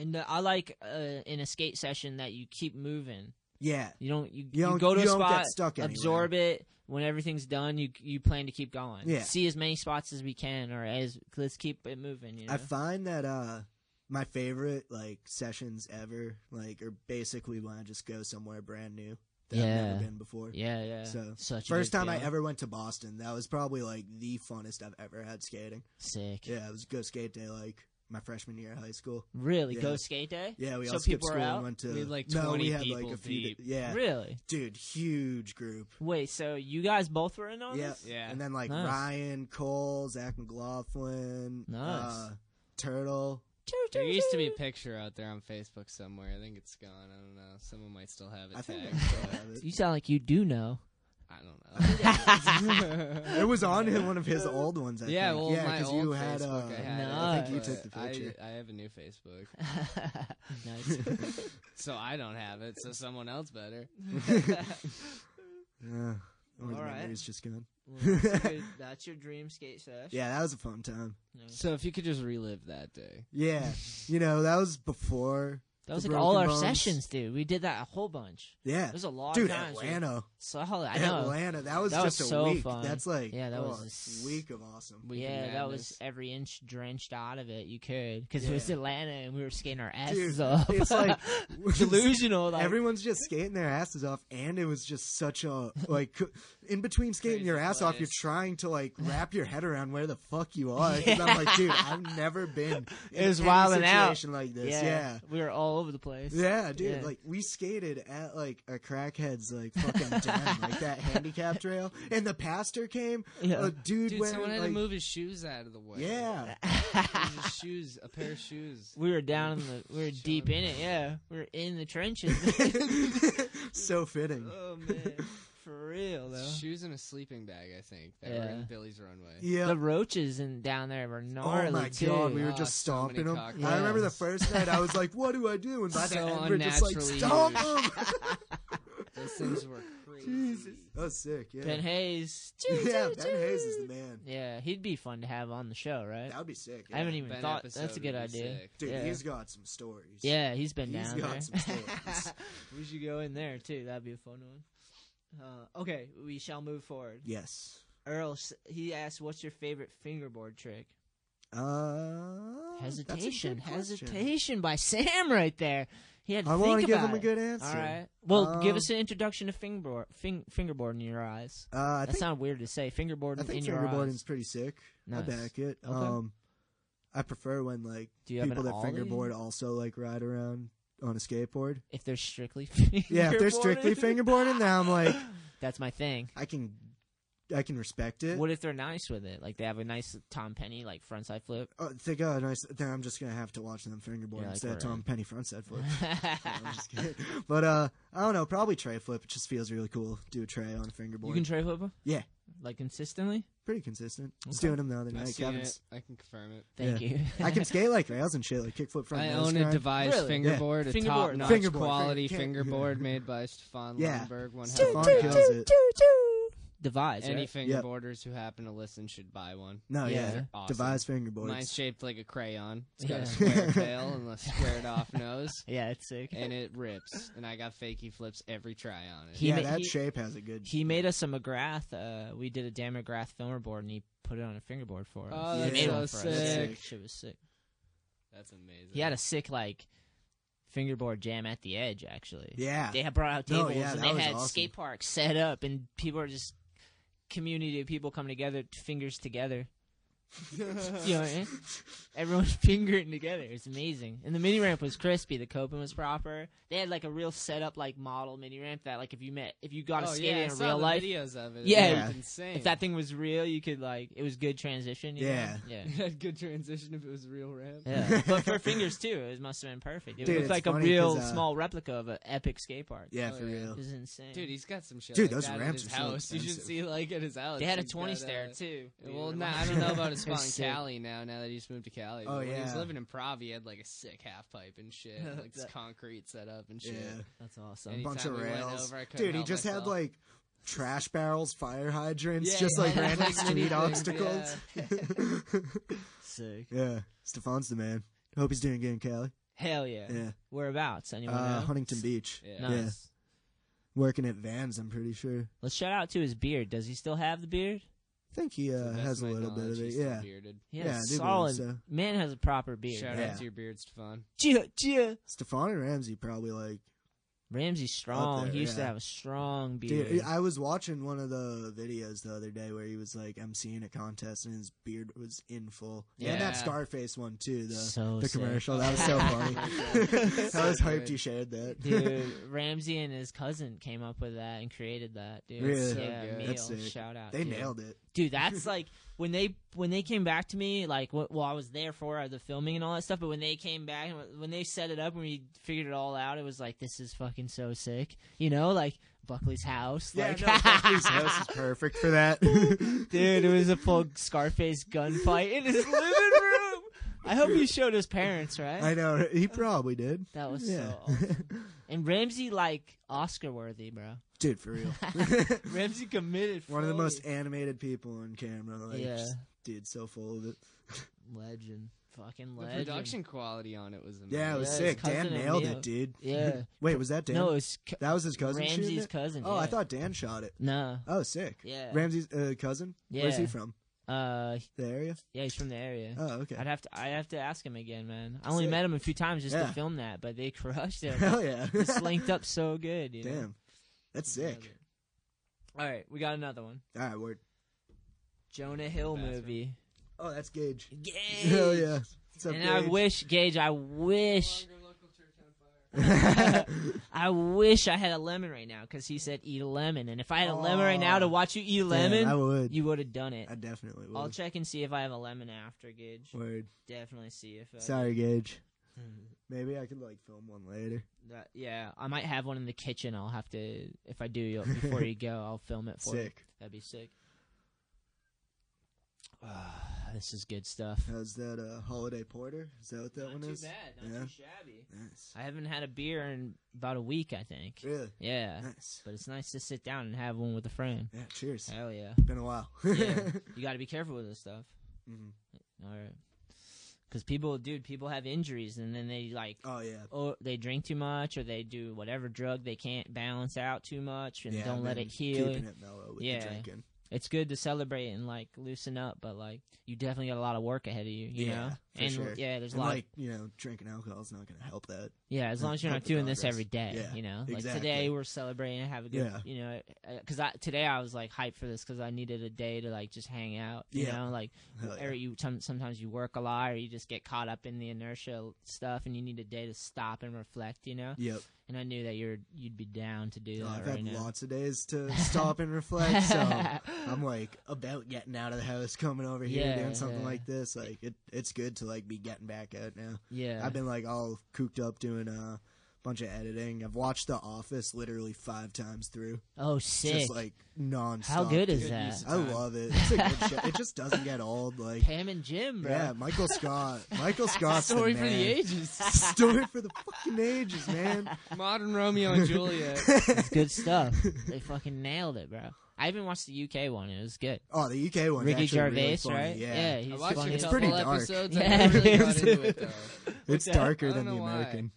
Speaker 4: And uh, I like uh, in a skate session that you keep moving.
Speaker 6: Yeah.
Speaker 4: You don't you,
Speaker 6: You
Speaker 4: you,
Speaker 6: don't-
Speaker 4: go to
Speaker 6: you
Speaker 4: a
Speaker 6: don't get
Speaker 4: spot,
Speaker 6: stuck anywhere.
Speaker 4: absorb it. When everything's done, you you plan to keep going.
Speaker 6: Yeah.
Speaker 4: See as many spots as we can, or as let's keep it moving. You know?
Speaker 6: I find that uh my favorite like sessions ever like are basically when I just go somewhere brand new that I've never
Speaker 4: Yeah.
Speaker 6: been before.
Speaker 4: Yeah, yeah.
Speaker 6: So
Speaker 4: Such a
Speaker 6: first
Speaker 4: good
Speaker 6: time I
Speaker 4: feeling.
Speaker 6: ever went to Boston, that was probably like the funnest I've ever had skating.
Speaker 4: Sick.
Speaker 6: Yeah, it was Go Skate Day like my freshman year of high school.
Speaker 4: Really?
Speaker 6: Yeah.
Speaker 4: Go skate day?
Speaker 6: Yeah, we
Speaker 4: So
Speaker 6: all skipped
Speaker 4: people were
Speaker 6: school
Speaker 4: out?
Speaker 6: and went to
Speaker 4: We had, like,
Speaker 6: no,
Speaker 4: 20
Speaker 6: we had
Speaker 4: people
Speaker 6: like a few.
Speaker 4: deep.
Speaker 6: di- yeah,
Speaker 4: Really?
Speaker 6: dude, huge group.
Speaker 4: Wait, so you guys both were in on
Speaker 6: Yeah,
Speaker 4: this?
Speaker 6: And then like
Speaker 4: Nice.
Speaker 6: Ryan Cole, Zach McLaughlin,
Speaker 7: Nice.
Speaker 6: uh, Turtle.
Speaker 7: There used to be a picture out there on Facebook somewhere. I think it's gone. I don't know. Someone might still have it.
Speaker 6: I think
Speaker 7: tagged,
Speaker 6: I still
Speaker 7: but
Speaker 6: have it.
Speaker 4: You sound like you do know.
Speaker 7: I don't know.
Speaker 6: it was on him, one of his old ones. I
Speaker 7: yeah,
Speaker 6: think.
Speaker 7: well,
Speaker 6: yeah,
Speaker 7: my
Speaker 6: 'cause
Speaker 7: old
Speaker 6: you had,
Speaker 7: Facebook,
Speaker 6: uh,
Speaker 7: I had. it,
Speaker 6: I think you
Speaker 7: but
Speaker 6: took the
Speaker 7: I-
Speaker 6: picture.
Speaker 7: I, have a new Facebook.
Speaker 4: Nice.
Speaker 7: so I don't have it. So someone else better.
Speaker 6: Yeah, or the
Speaker 4: All right.
Speaker 6: memory's just gone.
Speaker 4: Well, that's, your, that's your dream skate sesh.
Speaker 6: yeah, that was a fun time.
Speaker 7: So if you could just relive that day.
Speaker 6: Yeah, you know that was before.
Speaker 4: That
Speaker 6: the
Speaker 4: was like all
Speaker 6: Broken
Speaker 4: our
Speaker 6: Bones.
Speaker 4: sessions, dude. We did that a whole bunch.
Speaker 6: Yeah,
Speaker 4: There's a lot
Speaker 6: Dude,
Speaker 4: of times. we-
Speaker 6: Atlanta.
Speaker 4: Solid. I know.
Speaker 6: Atlanta. That was just a
Speaker 4: so
Speaker 6: week.
Speaker 4: Fun.
Speaker 6: That's like
Speaker 4: yeah, that
Speaker 6: oh,
Speaker 4: was
Speaker 6: a week of awesome.
Speaker 4: yeah, that was every inch drenched out of it you could because it was
Speaker 6: Yeah.
Speaker 4: Atlanta and we were skating our asses
Speaker 6: Dude,
Speaker 4: off.
Speaker 6: it's like
Speaker 4: delusional. Like,
Speaker 6: Everyone's just skating their asses off, and it was just such a like in between skating your ass off, you're trying to like wrap your head around where the fuck you are. 'Cause I'm like, dude, I've never been in
Speaker 4: it was
Speaker 6: any
Speaker 4: wild and out.
Speaker 6: situation like this.
Speaker 4: Yeah,
Speaker 6: Yeah.
Speaker 4: we were all over the place.
Speaker 6: Yeah, dude. Like we skated at like a crackhead's like fucking den, like that handicap trail, and the pastor came. A dude,
Speaker 7: Dude,
Speaker 6: wearing
Speaker 7: someone had
Speaker 6: like,
Speaker 7: to move his shoes out of the way.
Speaker 6: Yeah.
Speaker 7: There's his shoes, a pair of shoes.
Speaker 4: we were down in the, we were deep in it. Yeah, we were in the trenches.
Speaker 6: so fitting.
Speaker 4: oh man, for real though.
Speaker 7: Shoes in a sleeping bag, I think. That were
Speaker 4: Yeah.
Speaker 7: in Billy's runway.
Speaker 4: The roaches and down there were gnarly
Speaker 6: Oh my
Speaker 4: too. Uh,
Speaker 6: god, we were
Speaker 7: Oh,
Speaker 6: just
Speaker 7: so many
Speaker 6: stomping them.
Speaker 7: cockroaches.
Speaker 6: I remember the first night, I was like, "What do I do?" And by
Speaker 7: So
Speaker 6: the end, we're just like,
Speaker 7: unnaturally
Speaker 6: "Stomp
Speaker 7: huge.
Speaker 6: them!"
Speaker 7: Those things were crazy.
Speaker 6: That was sick. Yeah.
Speaker 4: Ben Hayes.
Speaker 6: yeah, Ben Hayes is the man.
Speaker 4: Yeah, he'd be fun to have on the show, right?
Speaker 6: That would be sick.
Speaker 4: I haven't
Speaker 6: yeah.
Speaker 4: even thought. That's a good idea,
Speaker 6: Dude,
Speaker 4: yeah.
Speaker 6: he's got some stories.
Speaker 4: Yeah, he's been
Speaker 6: He's
Speaker 4: down
Speaker 6: got
Speaker 4: there.
Speaker 6: some stories.
Speaker 4: we should go in there too. That'd be a fun one. Uh, okay, we shall move forward.
Speaker 6: yes.
Speaker 4: Earl, s- he asked, "What's your favorite fingerboard trick?"
Speaker 6: Uh,
Speaker 4: Hesitation,
Speaker 6: That's a good question.
Speaker 4: hesitation by Sam right there. He had. To
Speaker 6: I
Speaker 4: want
Speaker 6: wanna
Speaker 4: to
Speaker 6: give him a good answer.
Speaker 4: All right. Well, give
Speaker 6: Um,
Speaker 4: us an introduction to fingerboard, fing, fingerboard in your eyes.
Speaker 6: Uh, I
Speaker 4: that
Speaker 6: think-
Speaker 4: sounds weird to say. Fingerboard
Speaker 6: I think
Speaker 4: in your eyes.
Speaker 6: fingerboarding's pretty sick.
Speaker 4: Nice.
Speaker 6: I back it.
Speaker 4: Okay.
Speaker 6: Um, I prefer when like
Speaker 4: Do you have
Speaker 6: people
Speaker 4: an
Speaker 6: that
Speaker 4: ollie?
Speaker 6: fingerboard also like ride around on a skateboard.
Speaker 4: If they're strictly
Speaker 6: Yeah, if they're strictly
Speaker 4: fingerboarding.
Speaker 6: fingerboarding, then I'm like,
Speaker 4: That's my thing.
Speaker 6: I can, I can respect it.
Speaker 4: What if they're nice with it? Like they have a nice Tom Penny like frontside flip.
Speaker 6: Oh, they got a nice. Then I'm just gonna have to watch them fingerboard
Speaker 4: Yeah, like
Speaker 6: instead of
Speaker 4: we're-
Speaker 6: Tom Penny frontside flip. I'm just kidding. But uh, I don't know. Probably tray flip. It just feels really cool. Do a tray on a fingerboard.
Speaker 4: You can tray flip 'em?
Speaker 6: Yeah,
Speaker 4: like consistently.
Speaker 6: pretty consistent. I was
Speaker 4: Okay.
Speaker 6: doing them the other
Speaker 7: I've
Speaker 6: night.
Speaker 7: seen
Speaker 6: Kevin's-
Speaker 7: it. I can confirm it.
Speaker 4: Thank
Speaker 6: Yeah.
Speaker 4: you.
Speaker 6: I can skate like rails and shit, like kickflip front.
Speaker 7: I
Speaker 6: nose
Speaker 7: own a
Speaker 6: grind.
Speaker 7: devised
Speaker 6: Yeah.
Speaker 7: fingerboard, a top-notch
Speaker 6: Fingerboard,
Speaker 7: quality
Speaker 6: finger-
Speaker 7: fingerboard made by Stefan
Speaker 6: Yeah.
Speaker 7: Lundberg. One
Speaker 6: Stefan
Speaker 7: hell of a
Speaker 6: kills
Speaker 7: job.
Speaker 6: it.
Speaker 4: devise.
Speaker 7: Any
Speaker 4: right?
Speaker 7: fingerboarders who happen to listen should buy one.
Speaker 6: No, yeah.
Speaker 7: They're awesome.
Speaker 6: Devise fingerboards.
Speaker 7: Mine's shaped like a crayon. It's got
Speaker 6: Yeah.
Speaker 7: a square tail and a squared off nose.
Speaker 4: Yeah, it's sick.
Speaker 7: And it rips. And I got fakie flips every try on it.
Speaker 4: He ma- he-
Speaker 6: has a good.
Speaker 4: He made us a McGrath. Uh, we did a Dan McGrath filmer board, and he put it on a fingerboard for us.
Speaker 7: Oh,
Speaker 4: He
Speaker 7: that's
Speaker 4: made
Speaker 7: so
Speaker 4: one for us.
Speaker 7: sick.
Speaker 4: That Shit was sick.
Speaker 7: That's amazing.
Speaker 4: He had a sick like fingerboard jam at the edge. Actually,
Speaker 7: Yeah.
Speaker 4: they had brought out
Speaker 7: No,
Speaker 4: tables
Speaker 7: yeah,
Speaker 4: and
Speaker 7: that
Speaker 4: they
Speaker 7: was
Speaker 4: had
Speaker 7: awesome.
Speaker 4: skate parks set up, and people are just community of people coming together, fingers together. you know, what I mean? everyone's fingering together. It's amazing. And the mini ramp was crispy. The coping was proper. They had like a real setup, like model mini ramp that, like, if you met, if you got a
Speaker 7: Oh,
Speaker 4: skate
Speaker 7: yeah, I
Speaker 4: in
Speaker 7: saw
Speaker 4: real
Speaker 7: the
Speaker 4: life,
Speaker 7: videos of it. It
Speaker 4: Yeah,
Speaker 7: looked insane.
Speaker 4: If that thing was real, you could like, it was good transition. you know?
Speaker 6: Yeah.
Speaker 4: yeah.
Speaker 7: good transition if it was real ramp.
Speaker 4: Yeah, but for fingers too, it must have been perfect. It
Speaker 6: Dude,
Speaker 4: looked
Speaker 6: it's
Speaker 4: like a
Speaker 6: funny
Speaker 4: real
Speaker 6: 'cause, uh,
Speaker 4: small replica of an epic skate park.
Speaker 6: Yeah, Oh, for yeah. real.
Speaker 4: It was insane.
Speaker 7: Dude, he's got some shit.
Speaker 6: Dude,
Speaker 7: like
Speaker 6: those
Speaker 7: that
Speaker 6: ramps
Speaker 7: at his
Speaker 6: are so
Speaker 7: house. you should
Speaker 6: expensive.
Speaker 7: see like at his house.
Speaker 4: They had a
Speaker 7: He's
Speaker 4: 20
Speaker 7: got,
Speaker 4: stair,
Speaker 7: uh,
Speaker 4: too.
Speaker 7: Well,
Speaker 4: Dude,
Speaker 7: nah,
Speaker 4: like-
Speaker 7: I don't know about his
Speaker 4: They're
Speaker 7: spot in
Speaker 4: sick.
Speaker 7: Cali now. Now that he's moved to Cali.
Speaker 4: Oh,
Speaker 7: but when he was
Speaker 4: yeah.
Speaker 7: living in Prov. He had like a sick half pipe and shit, and, like this concrete setup and shit.
Speaker 6: Yeah.
Speaker 4: That's awesome.
Speaker 7: Anytime
Speaker 6: bunch of
Speaker 7: we went
Speaker 6: rails.
Speaker 7: over, I couldn't
Speaker 6: Dude, he
Speaker 7: help
Speaker 6: just
Speaker 7: myself.
Speaker 6: had like trash barrels, fire hydrants,
Speaker 7: Yeah,
Speaker 6: just
Speaker 7: he
Speaker 6: like
Speaker 7: had,
Speaker 6: random
Speaker 7: like,
Speaker 6: street
Speaker 7: anything,
Speaker 6: obstacles.
Speaker 4: yeah. Sick.
Speaker 6: Yeah, Stefan's the man. Hope he's doing good in Cali.
Speaker 4: Hell yeah.
Speaker 6: Yeah.
Speaker 4: Whereabouts? Anyone
Speaker 6: Uh,
Speaker 4: know?
Speaker 6: Huntington Beach.
Speaker 4: Yeah.
Speaker 6: Yeah.
Speaker 4: Nice.
Speaker 6: Working at Vans, I'm pretty sure.
Speaker 4: Let's shout out to his beard. Does he still have the beard?
Speaker 6: I think he uh, has a little bit of it. Yeah.
Speaker 4: He has
Speaker 6: Yeah, I do believe
Speaker 4: solid.
Speaker 6: so.
Speaker 4: Man has a proper beard.
Speaker 7: Shout
Speaker 6: Yeah.
Speaker 7: out to your beard, Stefan.
Speaker 4: Gia, Gia.
Speaker 6: Stefan and Ramsey probably like
Speaker 4: Ramsey's strong.
Speaker 6: there,
Speaker 4: he used
Speaker 6: yeah.
Speaker 4: to have a strong beard.
Speaker 6: Dude, I was watching one of the videos the other day where he was like emceeing a contest and his beard was in full. Yeah, and
Speaker 7: Yeah.
Speaker 6: that Scarface one too. The
Speaker 4: So
Speaker 6: the
Speaker 4: sick.
Speaker 6: commercial that was so funny. I was hyped you shared that.
Speaker 4: Dude, Ramsey and his cousin came up with that and created that. Dude,
Speaker 6: Really? So
Speaker 4: yeah,
Speaker 6: good.
Speaker 4: meal.
Speaker 6: That's sick.
Speaker 4: Shout out.
Speaker 6: They
Speaker 4: dude.
Speaker 6: nailed it.
Speaker 4: dude. That's like when they when they came back to me, like wh- well, I was there for the filming and all that stuff. But when they came back, and when they set it up, when we figured it all out, it was like this is fucking so sick. You know, like Buckley's house.
Speaker 6: yeah,
Speaker 4: like,
Speaker 6: no, Buckley's house is perfect for that.
Speaker 4: dude, it was a full Scarface gunfight in his living room. I hope he showed his parents, right?
Speaker 6: I know he probably did.
Speaker 4: That was
Speaker 6: Yeah.
Speaker 4: so awesome. And Ramsey like Oscar worthy, bro.
Speaker 6: Dude, for real.
Speaker 4: Ramsey committed.
Speaker 6: One of the most animated people on camera. Like,
Speaker 4: Yeah.
Speaker 6: just- dude, so full of it.
Speaker 4: Legend. Fucking
Speaker 7: The
Speaker 4: legend.
Speaker 7: production quality on it was amazing.
Speaker 6: Yeah, it was sick. Dan nailed it, dude.
Speaker 4: Yeah.
Speaker 6: Wait, was that Dan?
Speaker 4: No, it was c-
Speaker 6: that was his cousin. shooting
Speaker 4: Ramsey's
Speaker 6: it?
Speaker 4: cousin,
Speaker 6: Oh, I
Speaker 4: yeah.
Speaker 6: thought Dan shot it.
Speaker 4: No.
Speaker 6: Oh, sick.
Speaker 4: Yeah.
Speaker 6: Ramsey's uh, cousin. Where's he
Speaker 4: Yeah.
Speaker 6: from?
Speaker 4: Uh,
Speaker 6: the area.
Speaker 4: Yeah, he's from the area.
Speaker 6: Oh, okay.
Speaker 4: I'd have to. I have to ask him again, man. I only
Speaker 6: Sick.
Speaker 4: met him a few times just
Speaker 6: Yeah.
Speaker 4: to film that, but they crushed it.
Speaker 6: Hell yeah.
Speaker 4: It's linked up so good. You know?
Speaker 6: Damn, that's sick.
Speaker 4: All right, we got another one.
Speaker 6: All right, word.
Speaker 4: Jonah Hill movie.
Speaker 6: Oh, that's Gage.
Speaker 4: Gage.
Speaker 6: Hell yeah. What's up,
Speaker 4: and I
Speaker 6: Gage?
Speaker 4: wish, Gage, I wish. I wish I had a lemon right now because he said eat a lemon, and if I had a lemon right now to watch you eat a
Speaker 6: Damn,
Speaker 4: lemon,
Speaker 6: I would.
Speaker 4: You would have done it.
Speaker 6: I definitely would.
Speaker 4: I'll check and see if I have a lemon after Gage.
Speaker 6: Word.
Speaker 4: Definitely see if. uh, I,
Speaker 6: Sorry, Gage.
Speaker 4: Hmm.
Speaker 6: Maybe I could like film one later.
Speaker 4: That, yeah, I might have one in the kitchen. I'll have to if I do you'll, before you go. I'll film it for
Speaker 6: Sick.
Speaker 4: you. That'd be sick. Ah, this is good stuff.
Speaker 6: How's that uh, holiday porter? Is that what that one is? yeah.
Speaker 4: shabby.
Speaker 6: Nice.
Speaker 4: I haven't had a beer in about a week, I think.
Speaker 6: Really?
Speaker 4: Yeah.
Speaker 6: Nice.
Speaker 4: But it's nice to sit down and have one with a friend.
Speaker 6: Yeah. Cheers.
Speaker 4: Hell yeah.
Speaker 6: Been a while.
Speaker 4: yeah. You got to be careful with this stuff.
Speaker 6: Mhm.
Speaker 4: All right. Because people, dude, people have injuries, and then they like,
Speaker 6: oh yeah,
Speaker 4: or they drink too much, or they do whatever drug they can't balance out too much, and
Speaker 6: Yeah,
Speaker 4: don't
Speaker 6: I've
Speaker 4: let
Speaker 6: been
Speaker 4: it heal.
Speaker 6: keeping it mellow with the
Speaker 4: yeah,
Speaker 6: drinking.
Speaker 4: it's good to celebrate and like loosen up, but like you definitely got a lot of work ahead of you. You
Speaker 6: yeah,
Speaker 4: know,
Speaker 6: for
Speaker 4: and
Speaker 6: sure.
Speaker 4: yeah, there's
Speaker 6: And,
Speaker 4: a lot. of-
Speaker 6: like you know, drinking alcohol is not going to help that.
Speaker 4: Yeah, as long as you're
Speaker 6: Help
Speaker 4: not
Speaker 6: the
Speaker 4: doing this
Speaker 6: progress.
Speaker 4: every day,
Speaker 6: Yeah,
Speaker 4: you know. Like
Speaker 6: exactly.
Speaker 4: today we're celebrating and have a good,
Speaker 6: Yeah.
Speaker 4: you know, because I, today I was like hyped for this because I needed a day to like just hang out, you
Speaker 6: Yeah.
Speaker 4: know, like
Speaker 6: Hell yeah.
Speaker 4: or you some- sometimes you work a lot or you just get caught up in the inertia stuff and you need a day to stop and reflect, you know.
Speaker 6: Yep.
Speaker 4: And I knew that you're you'd be down to do
Speaker 6: You know,
Speaker 4: that
Speaker 6: I've
Speaker 4: right
Speaker 6: had
Speaker 4: now.
Speaker 6: lots of days to stop and reflect, so I'm like about getting out of the house, coming over here,
Speaker 4: Yeah,
Speaker 6: doing something
Speaker 4: yeah.
Speaker 6: like this. Like it, it's good to like be getting back out now.
Speaker 4: Yeah.
Speaker 6: I've been like all cooped up doing a bunch of editing. I've watched The Office literally five times through.
Speaker 4: Oh,
Speaker 6: It's
Speaker 4: sick.
Speaker 6: Just like nonstop.
Speaker 4: How good is
Speaker 6: dude.
Speaker 4: Good use that? of
Speaker 6: I
Speaker 4: time.
Speaker 6: love it. It's a good show. It just doesn't get old. Like
Speaker 4: Pam and Jim, bro.
Speaker 6: Yeah, Michael Scott. Michael Scott's
Speaker 7: Story
Speaker 6: the
Speaker 7: for the
Speaker 6: man.
Speaker 7: ages.
Speaker 6: Story for the fucking ages, man.
Speaker 7: Modern Romeo and Juliet.
Speaker 4: It's good stuff. they fucking nailed it, bro. I even watched the UK one. It was good.
Speaker 6: Oh, the UK one's
Speaker 4: Ricky
Speaker 6: actually really
Speaker 4: Gervais,
Speaker 6: funny,
Speaker 4: right?
Speaker 6: yeah. I
Speaker 4: he's
Speaker 6: watched
Speaker 4: funny.
Speaker 6: a It's couple pretty dark. episodes, I
Speaker 1: never really got into it, though.
Speaker 6: It's
Speaker 1: What's that?
Speaker 6: darker
Speaker 1: I don't
Speaker 6: than the
Speaker 1: know why.
Speaker 6: American.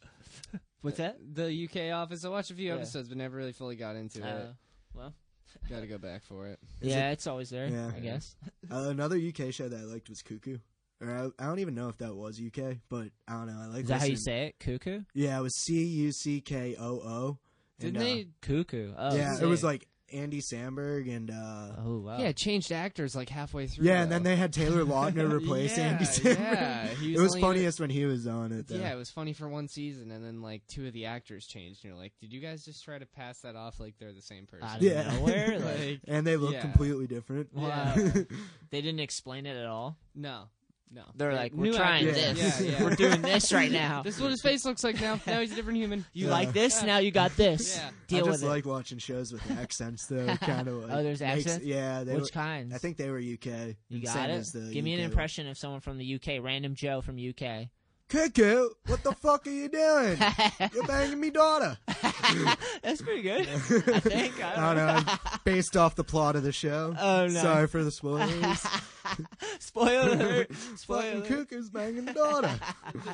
Speaker 4: What's that?
Speaker 1: The UK office. I watched a few
Speaker 4: Yeah.
Speaker 1: episodes, but never really fully got into it.
Speaker 6: Oh.
Speaker 4: Uh, well.
Speaker 1: Gotta go back for it.
Speaker 6: Is
Speaker 4: yeah,
Speaker 6: it-
Speaker 4: it's always there.
Speaker 6: Yeah.
Speaker 4: I guess.
Speaker 6: Uh, another UK show that I liked was Cuckoo. Or I, I don't even know if that was UK, but I don't know. I like
Speaker 4: Is that how you
Speaker 6: listening-
Speaker 4: say it? Cuckoo.
Speaker 6: Yeah, it was C U C K O O.
Speaker 1: Didn't
Speaker 6: and, uh,
Speaker 1: they?
Speaker 4: Cuckoo. Oh,
Speaker 6: yeah, it
Speaker 1: sick.
Speaker 6: was uh, like Andy Samberg and uh
Speaker 4: Oh wow.
Speaker 1: Yeah, it changed actors like halfway through.
Speaker 6: yeah, and then
Speaker 1: though.
Speaker 6: they had Taylor Lautner replace
Speaker 1: Yeah,
Speaker 6: Andy Samberg.
Speaker 1: yeah, he
Speaker 6: it
Speaker 1: was
Speaker 6: was
Speaker 1: only in it-
Speaker 6: funniest when he was on it. Though.
Speaker 1: Yeah, it was funny for one season, and then like two of the actors changed, and you're like, did you guys just try to pass that off like they're the same person?
Speaker 4: Out of
Speaker 6: Yeah.
Speaker 4: nowhere, like-
Speaker 6: and they look
Speaker 1: yeah.
Speaker 6: completely different.
Speaker 4: Wow. they didn't explain it at all.
Speaker 1: No, no.
Speaker 4: They're like, we're
Speaker 1: New
Speaker 4: trying
Speaker 1: actors.
Speaker 4: this.
Speaker 1: Yeah, yeah.
Speaker 4: We're doing this right now.
Speaker 1: This is what his face looks like now. Now he's a different human.
Speaker 4: You
Speaker 6: Yeah.
Speaker 4: like this? Now you got this.
Speaker 1: Yeah.
Speaker 4: Deal
Speaker 6: I
Speaker 4: with
Speaker 6: just
Speaker 4: it.
Speaker 6: like watching shows with accents, though. Kind of. Like
Speaker 4: Oh, there's
Speaker 6: makes-
Speaker 4: accents?
Speaker 6: Yeah, they
Speaker 4: Which
Speaker 6: were,
Speaker 4: kinds?
Speaker 6: I think they were UK.
Speaker 4: you
Speaker 6: and
Speaker 4: got
Speaker 6: same
Speaker 4: it.
Speaker 6: As the
Speaker 4: Give me an
Speaker 6: UK one.
Speaker 4: impression of someone from the UK. Random Joe from UK.
Speaker 6: Cuckoo, what the fuck are you doing? You're banging me daughter.
Speaker 4: That's pretty good. I think. I
Speaker 6: I
Speaker 4: don't,
Speaker 6: don't know. Based off the plot of the show.
Speaker 4: Oh, no.
Speaker 6: Sorry for the spoilers.
Speaker 4: Spoiler alert.
Speaker 6: Fucking
Speaker 4: Spoiler. alert.
Speaker 6: cuckoo's banging the daughter.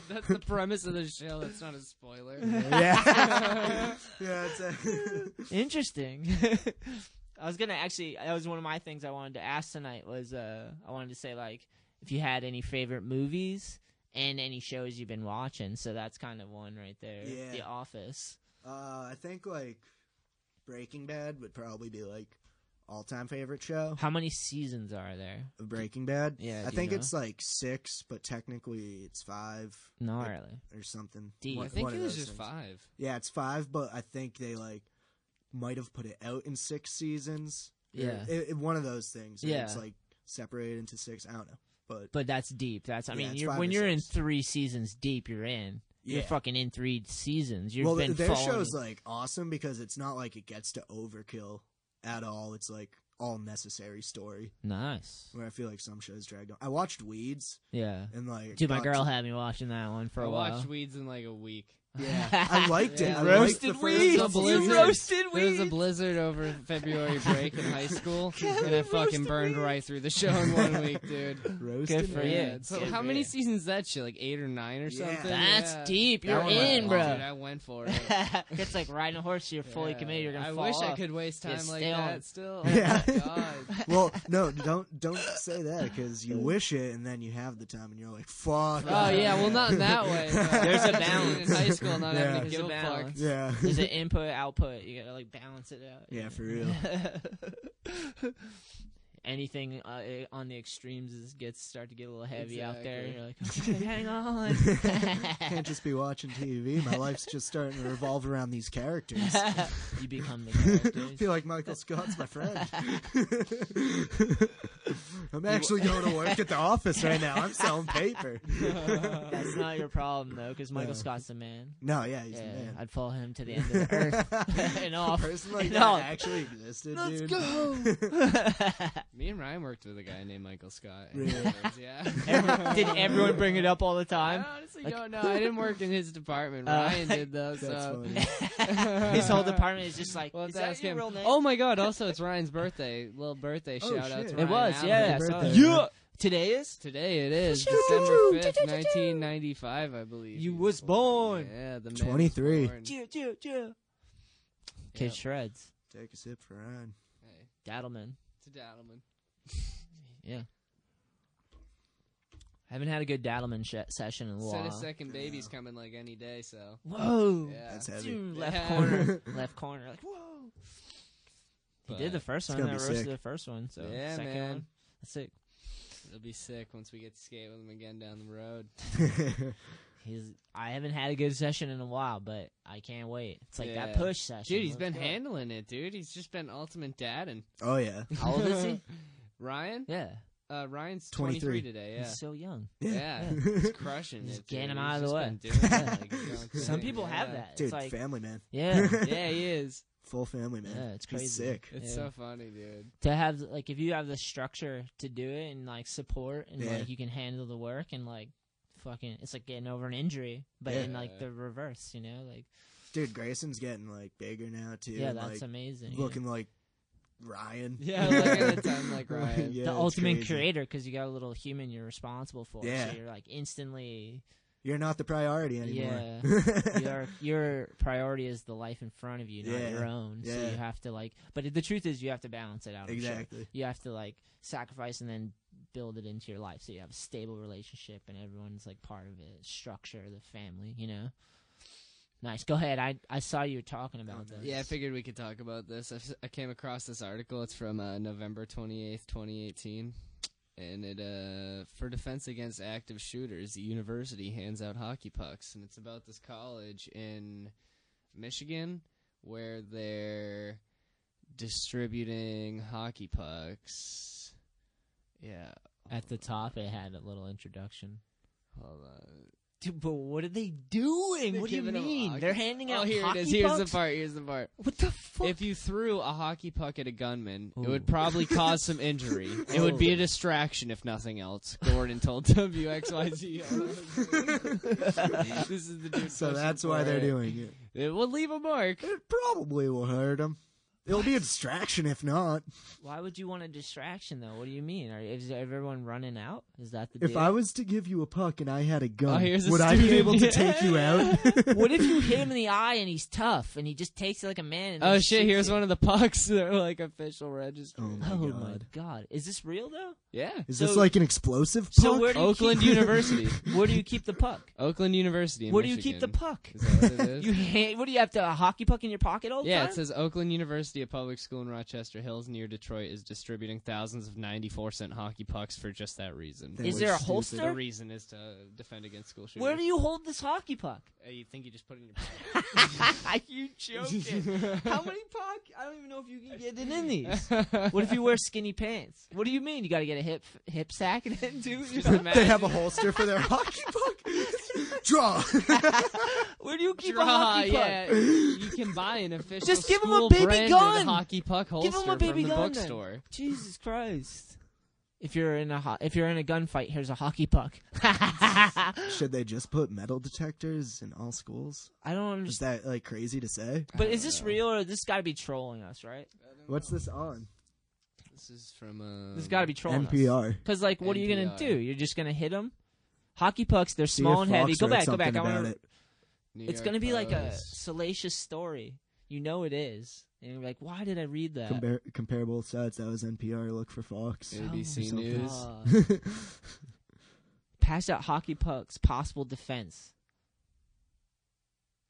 Speaker 1: That's the premise of the show. That's not a spoiler.
Speaker 6: yeah. yeah. It's a
Speaker 4: Interesting. I was gonna actually. That was one of my things I wanted to ask tonight. Was uh, I wanted to say like if you had any favorite movies and any shows you've been watching. So that's kind of one right there.
Speaker 6: Yeah.
Speaker 4: The Office.
Speaker 6: uh, I think like Breaking Bad would probably be like all time favorite show.
Speaker 4: How many seasons are there?
Speaker 6: of Breaking Bad.
Speaker 4: Yeah, do
Speaker 6: I
Speaker 4: you
Speaker 6: think
Speaker 4: know?
Speaker 6: it's like six, but technically it's five.
Speaker 4: Not
Speaker 6: like,
Speaker 4: really.
Speaker 6: or something.
Speaker 4: Deep.
Speaker 1: I think
Speaker 6: one
Speaker 1: it
Speaker 6: of
Speaker 1: was
Speaker 6: those
Speaker 1: just
Speaker 6: things.
Speaker 1: five.
Speaker 6: Yeah, it's five, but I think they like might have put it out in six seasons. Or
Speaker 4: Yeah.
Speaker 6: it, it- one of those things. where it's
Speaker 4: Yeah.
Speaker 6: like separated into six. I don't know, but
Speaker 4: But that's deep. That's I
Speaker 6: Yeah,
Speaker 4: mean,
Speaker 6: it's
Speaker 4: you're,
Speaker 6: five
Speaker 4: when
Speaker 6: or
Speaker 4: you're in
Speaker 6: six.
Speaker 4: three seasons deep, you're in. You're
Speaker 6: Yeah.
Speaker 4: fucking in three seasons. You've
Speaker 6: well,
Speaker 4: been
Speaker 6: th- their
Speaker 4: following-
Speaker 6: show's like awesome because it's not like it gets to overkill at all. It's like all necessary story.
Speaker 4: nice.
Speaker 6: Where I feel like some shows dragged on. I watched Weeds
Speaker 4: Yeah.
Speaker 6: and like
Speaker 4: Dude, my
Speaker 6: got
Speaker 4: girl
Speaker 6: to-
Speaker 4: had me watching that one for
Speaker 1: I
Speaker 4: a while.
Speaker 1: watched Weeds in like a week.
Speaker 6: Yeah, I liked it.
Speaker 1: Yeah,
Speaker 6: I
Speaker 1: like-
Speaker 6: liked
Speaker 4: Roasted
Speaker 6: the first
Speaker 4: Weeds!
Speaker 1: There was a
Speaker 6: couple
Speaker 4: You
Speaker 1: blizzard.
Speaker 6: seasons.
Speaker 4: roasted
Speaker 1: There was a
Speaker 4: weed.
Speaker 1: blizzard over February break in high school, and I fucking
Speaker 4: roasted
Speaker 1: burned
Speaker 4: weed.
Speaker 1: right through the show in one week, dude.
Speaker 6: Roasted
Speaker 4: Good for
Speaker 6: weed.
Speaker 4: you.
Speaker 1: Yeah. So
Speaker 4: Good
Speaker 1: how
Speaker 4: for
Speaker 1: many
Speaker 4: you.
Speaker 1: seasons is that shit? Like eight or nine or
Speaker 6: Yeah.
Speaker 1: something.
Speaker 4: That's
Speaker 1: Yeah.
Speaker 4: deep. You're
Speaker 6: one went
Speaker 4: in,
Speaker 1: Oh,
Speaker 6: long,
Speaker 4: bro.
Speaker 1: Dude, I went for it.
Speaker 4: it's like riding a horse. You're fully
Speaker 1: Yeah.
Speaker 4: committed. You're gonna
Speaker 1: I
Speaker 4: fall
Speaker 1: wish I
Speaker 4: off.
Speaker 1: could waste
Speaker 4: Yeah,
Speaker 1: time like
Speaker 4: stay on.
Speaker 1: that still. Oh
Speaker 6: Yeah.
Speaker 1: my God.
Speaker 6: well, no, don't don't say that because you wish it and then you have the time and you're like, fuck.
Speaker 1: Oh yeah, well not in that way. but-
Speaker 4: There's a balance.
Speaker 1: in high school, not
Speaker 6: Yeah.
Speaker 1: having to
Speaker 4: There's
Speaker 1: give
Speaker 4: a
Speaker 1: a fuck.
Speaker 4: balance.
Speaker 6: Yeah.
Speaker 4: There's an input output. You gotta like balance it out.
Speaker 6: Yeah, for real.
Speaker 4: Anything uh, eh, on the extremes is gets start to get a little heavy out there. and
Speaker 1: Exactly.
Speaker 4: You're like, okay, hang on.
Speaker 6: Can't just be watching TV. My life's just starting to revolve around these characters.
Speaker 4: you become the
Speaker 6: I
Speaker 4: characters.
Speaker 6: feel like Michael Scott's my friend. I'm actually going to work at the office right now. I'm selling paper.
Speaker 4: That's not your problem though, because Michael
Speaker 6: Yeah.
Speaker 4: Scott's the man.
Speaker 6: No, yeah, he's
Speaker 4: Yeah,
Speaker 6: the man.
Speaker 4: I'd follow him to the end of the earth and
Speaker 6: a
Speaker 4: off.
Speaker 6: person like
Speaker 4: and
Speaker 6: that
Speaker 4: off.
Speaker 6: actually existed,
Speaker 4: Let's
Speaker 6: dude.
Speaker 1: Me and Ryan worked with a guy named Michael Scott.
Speaker 6: Really?
Speaker 1: Yeah.
Speaker 4: Every- Did everyone bring it up all the
Speaker 1: I
Speaker 4: time?
Speaker 1: honestly
Speaker 4: Like-
Speaker 1: don't know. I didn't work in his department.
Speaker 4: Uh,
Speaker 1: Ryan did though.
Speaker 6: That's
Speaker 1: so.
Speaker 6: funny.
Speaker 4: His whole department is just like,
Speaker 1: Well,
Speaker 4: is
Speaker 1: let's
Speaker 4: that
Speaker 1: ask
Speaker 4: your
Speaker 1: him.
Speaker 4: real name?
Speaker 1: Oh my God! Also, it's Ryan's birthday. Little birthday
Speaker 6: Oh,
Speaker 1: shout out
Speaker 6: shit.
Speaker 1: to
Speaker 6: It
Speaker 1: Ryan
Speaker 4: it was,
Speaker 1: Allen.
Speaker 4: yeah.
Speaker 6: Happy
Speaker 4: I saw
Speaker 6: birthday.
Speaker 4: it.
Speaker 6: Yeah.
Speaker 4: Today is?
Speaker 1: Today it is
Speaker 4: Choo-choo.
Speaker 1: December fifth,
Speaker 4: Choo-choo-choo.
Speaker 1: nineteen ninety-five, I believe.
Speaker 4: You
Speaker 1: he
Speaker 4: was
Speaker 6: Oh,
Speaker 4: born.
Speaker 1: Yeah, the man was
Speaker 6: 23.
Speaker 1: born.
Speaker 4: Chew, chew, chew.
Speaker 1: Yep.
Speaker 4: Kid Shreds.
Speaker 6: Take a sip for Ryan.
Speaker 1: Hey,
Speaker 4: Dattleman.
Speaker 1: it's a gentleman.
Speaker 4: Yeah. I haven't had a good Dattleman sh- session in a
Speaker 1: Said
Speaker 4: while.
Speaker 1: his second baby's coming like any day, so
Speaker 4: Whoa.
Speaker 1: yeah.
Speaker 6: That's heavy.
Speaker 4: Dude, left
Speaker 1: Yeah.
Speaker 4: corner. left corner. Like, whoa. He
Speaker 1: But
Speaker 4: did the first one.
Speaker 6: gonna
Speaker 4: I
Speaker 6: be
Speaker 4: roasted
Speaker 6: sick.
Speaker 4: the first one. So
Speaker 1: Yeah,
Speaker 4: second
Speaker 1: man.
Speaker 4: one. That's sick.
Speaker 1: It'll be sick once we get to skate with him again down the road.
Speaker 4: He's. I haven't had a good session in a while, but I can't wait. It's like that
Speaker 1: Yeah.
Speaker 4: push session.
Speaker 1: Dude, he's
Speaker 4: Let's
Speaker 1: been
Speaker 4: go.
Speaker 1: handling it, dude. He's just been ultimate dad and
Speaker 6: oh yeah.
Speaker 4: How old is he?
Speaker 1: Ryan?
Speaker 4: Yeah.
Speaker 1: Uh, Ryan's 23,
Speaker 6: 23.
Speaker 1: today, yeah.
Speaker 4: He's so young.
Speaker 1: Yeah. He's crushing
Speaker 4: Just
Speaker 1: it.
Speaker 4: get
Speaker 1: dude.
Speaker 4: him
Speaker 1: He's
Speaker 4: out of the
Speaker 1: just
Speaker 4: way.
Speaker 1: been doing it
Speaker 4: Yeah.
Speaker 1: like his own
Speaker 4: Some
Speaker 1: thing,
Speaker 4: people have
Speaker 1: yeah.
Speaker 4: that.
Speaker 6: Dude,
Speaker 4: it's like,
Speaker 6: family man.
Speaker 4: yeah,
Speaker 1: Yeah, he is.
Speaker 6: Full family man.
Speaker 4: Yeah, it's
Speaker 6: He's
Speaker 4: crazy.
Speaker 6: sick.
Speaker 1: It's
Speaker 4: Yeah.
Speaker 1: so funny, dude.
Speaker 4: to have like if you have the structure to do it and like support and
Speaker 6: Yeah.
Speaker 4: like you can handle the work and like fucking it's like getting over an injury but in like
Speaker 1: Yeah.
Speaker 4: the reverse you know like
Speaker 6: Dude, Grayson's getting like bigger now too.
Speaker 4: yeah
Speaker 6: and,
Speaker 4: that's
Speaker 6: like,
Speaker 4: amazing yeah.
Speaker 6: looking like Ryan.
Speaker 7: Yeah, like at a time like Ryan.
Speaker 6: Yeah,
Speaker 4: the
Speaker 6: it's
Speaker 4: ultimate
Speaker 6: crazy.
Speaker 4: creator because you got a little human you're responsible for.
Speaker 6: Yeah.
Speaker 4: So you're like instantly.
Speaker 6: You're not the priority
Speaker 4: Yeah.
Speaker 6: anymore.
Speaker 4: your your priority is the life in front of you, not
Speaker 6: Yeah,
Speaker 4: your own. So
Speaker 6: yeah.
Speaker 4: you have to like. But the truth is, you have to balance it out. I'm sure.
Speaker 6: Exactly.
Speaker 4: You have to like sacrifice and then build it into your life, so you have a stable relationship and everyone's like part of it. Structure, the family, you know. Nice. Go ahead. I I saw you were talking about this.
Speaker 7: Uh, Yeah, I figured we could talk about this. I, s- I came across this article. It's from uh, November 28th, 2018. And it, uh, for defense against active shooters, the university hands out hockey pucks. And it's about this college in Michigan where they're distributing hockey pucks. Yeah.
Speaker 4: At the top, it had a little introduction.
Speaker 7: Hold on.
Speaker 4: Dude, but what are they doing?
Speaker 7: They're
Speaker 4: what do you
Speaker 7: giving 'em
Speaker 4: mean?
Speaker 7: hockey-
Speaker 4: They're handing
Speaker 7: Oh,
Speaker 4: out
Speaker 7: here
Speaker 4: hockey
Speaker 7: it is. Here's
Speaker 4: pucks?
Speaker 7: the part. Here's the part.
Speaker 4: What the fuck?
Speaker 7: If you threw a hockey puck at a gunman, it
Speaker 4: Ooh.
Speaker 7: would probably cause some injury. It would be a distraction, if nothing else. Gordon told WXYZ. this is the dude.
Speaker 6: so
Speaker 7: pushing
Speaker 6: that's why
Speaker 7: for
Speaker 6: they're
Speaker 7: it.
Speaker 6: doing it.
Speaker 7: It will leave a mark.
Speaker 6: It probably will hurt them. It'll be a distraction if not.
Speaker 4: Why would you want a distraction though? What do you mean? Are is everyone running out? Is that the
Speaker 6: If
Speaker 4: deal?
Speaker 6: I was to give you a puck and I had a gun,
Speaker 7: here's a
Speaker 6: would I be
Speaker 7: student.
Speaker 6: able to take you out?
Speaker 4: what if you hit him in the eye and he's tough and he just takes it like a man? And
Speaker 7: Oh
Speaker 4: then
Speaker 7: shit!
Speaker 4: shoots
Speaker 7: Here's
Speaker 4: it?
Speaker 7: one of the pucks that were like official registered.
Speaker 6: Oh my
Speaker 4: Oh
Speaker 6: god.
Speaker 4: my god! Is this real though?
Speaker 7: Yeah.
Speaker 6: Is
Speaker 4: So-
Speaker 6: this like an explosive puck?
Speaker 4: So where do you
Speaker 7: Oakland
Speaker 4: keep,
Speaker 7: University.
Speaker 4: Where do you keep the puck?
Speaker 7: Oakland University. in
Speaker 4: Where do you keep the
Speaker 7: Michigan.
Speaker 4: puck?
Speaker 7: Is that what it is?
Speaker 4: You ha- what do you have to a hockey puck in your pocket all the
Speaker 7: Yeah,
Speaker 4: time?
Speaker 7: it says Oakland University, a public school in Rochester Hills near Detroit, is distributing thousands of 94 cent hockey pucks for just that reason.
Speaker 6: That
Speaker 4: Is
Speaker 6: was
Speaker 4: there a
Speaker 6: stupid.
Speaker 4: holster?
Speaker 7: The reason is to defend against school shooters.
Speaker 4: Where do you hold this hockey puck?
Speaker 7: Uh, you think you just put it in your pocket?
Speaker 4: you joking? How many puck? I don't even know if you can get it in these. What if you wear skinny pants? What do you mean? You got to get a hip hip sack and then do? You know?
Speaker 6: they have a holster for their hockey puck. Draw.
Speaker 4: Where do you keep a
Speaker 7: Draw,
Speaker 4: hockey puck?
Speaker 7: yeah. You can buy an official
Speaker 4: Just give 'em a
Speaker 7: school
Speaker 4: baby
Speaker 7: branded
Speaker 4: gun.
Speaker 7: hockey puck holster
Speaker 4: Give him a baby
Speaker 7: from the
Speaker 4: gun. then.
Speaker 7: bookstore.
Speaker 4: Jesus Christ! If you're in a ho- if you're in a gunfight, here's a hockey puck. I
Speaker 6: Should they just put metal detectors in all schools?
Speaker 4: don't
Speaker 6: Is
Speaker 4: understand.
Speaker 6: that like crazy to say?
Speaker 4: But is this real or this got to be trolling us, right?
Speaker 6: What's this on?
Speaker 7: This is from uh
Speaker 6: Um,
Speaker 4: This got to be trolling us.
Speaker 6: NPR.
Speaker 4: Because like, what are you gonna
Speaker 7: NPR.
Speaker 4: do? You're just gonna hit them? Hockey pucks, they're
Speaker 6: See
Speaker 4: small
Speaker 6: if
Speaker 4: and heavy.
Speaker 6: Fox
Speaker 4: Go
Speaker 6: wrote
Speaker 4: back, go back.
Speaker 6: something
Speaker 4: I want
Speaker 6: about
Speaker 4: to
Speaker 6: it.
Speaker 7: New
Speaker 4: it's
Speaker 7: York
Speaker 4: going to be like a
Speaker 7: Post.
Speaker 4: salacious story. You know it is. And you're like, why did I read that?
Speaker 6: Compar- comparable sites. That was NPR. Look for Fox.
Speaker 4: Oh
Speaker 7: ABC
Speaker 6: my
Speaker 7: News.
Speaker 4: God. Pass out hockey pucks, possible defense.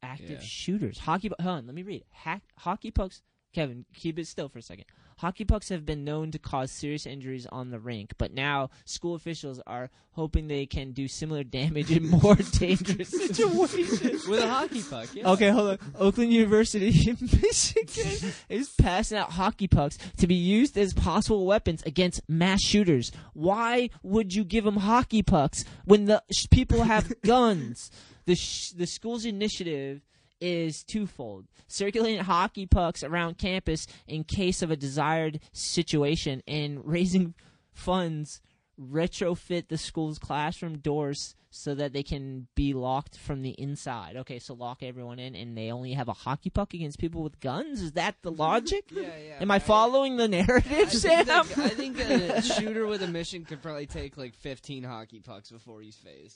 Speaker 4: Active
Speaker 7: Yeah.
Speaker 4: shooters. Hockey pu- Hold on, let me read. Hack, hockey pucks. Kevin, keep it still for a second. Hockey pucks have been known to cause serious injuries on the rink, but now school officials are hoping they can do similar damage in more dangerous situations.
Speaker 7: With a hockey puck, yeah.
Speaker 4: Okay, hold on. Oakland University in Michigan is passing out hockey pucks to be used as possible weapons against mass shooters. Why would you give them hockey pucks when the sh- people have guns? The sh- the school's initiative is twofold: circulating hockey pucks around campus in case of a desired situation, and raising funds retrofit the school's classroom doors so that they can be locked from the inside. Okay, so lock everyone in and they only have a hockey puck against people with guns? Is that the logic?
Speaker 7: Yeah, yeah.
Speaker 4: Am I following the narrative, Sam?
Speaker 7: I think, that, I think that a shooter with a mission could probably take like 15 hockey pucks before he's phased.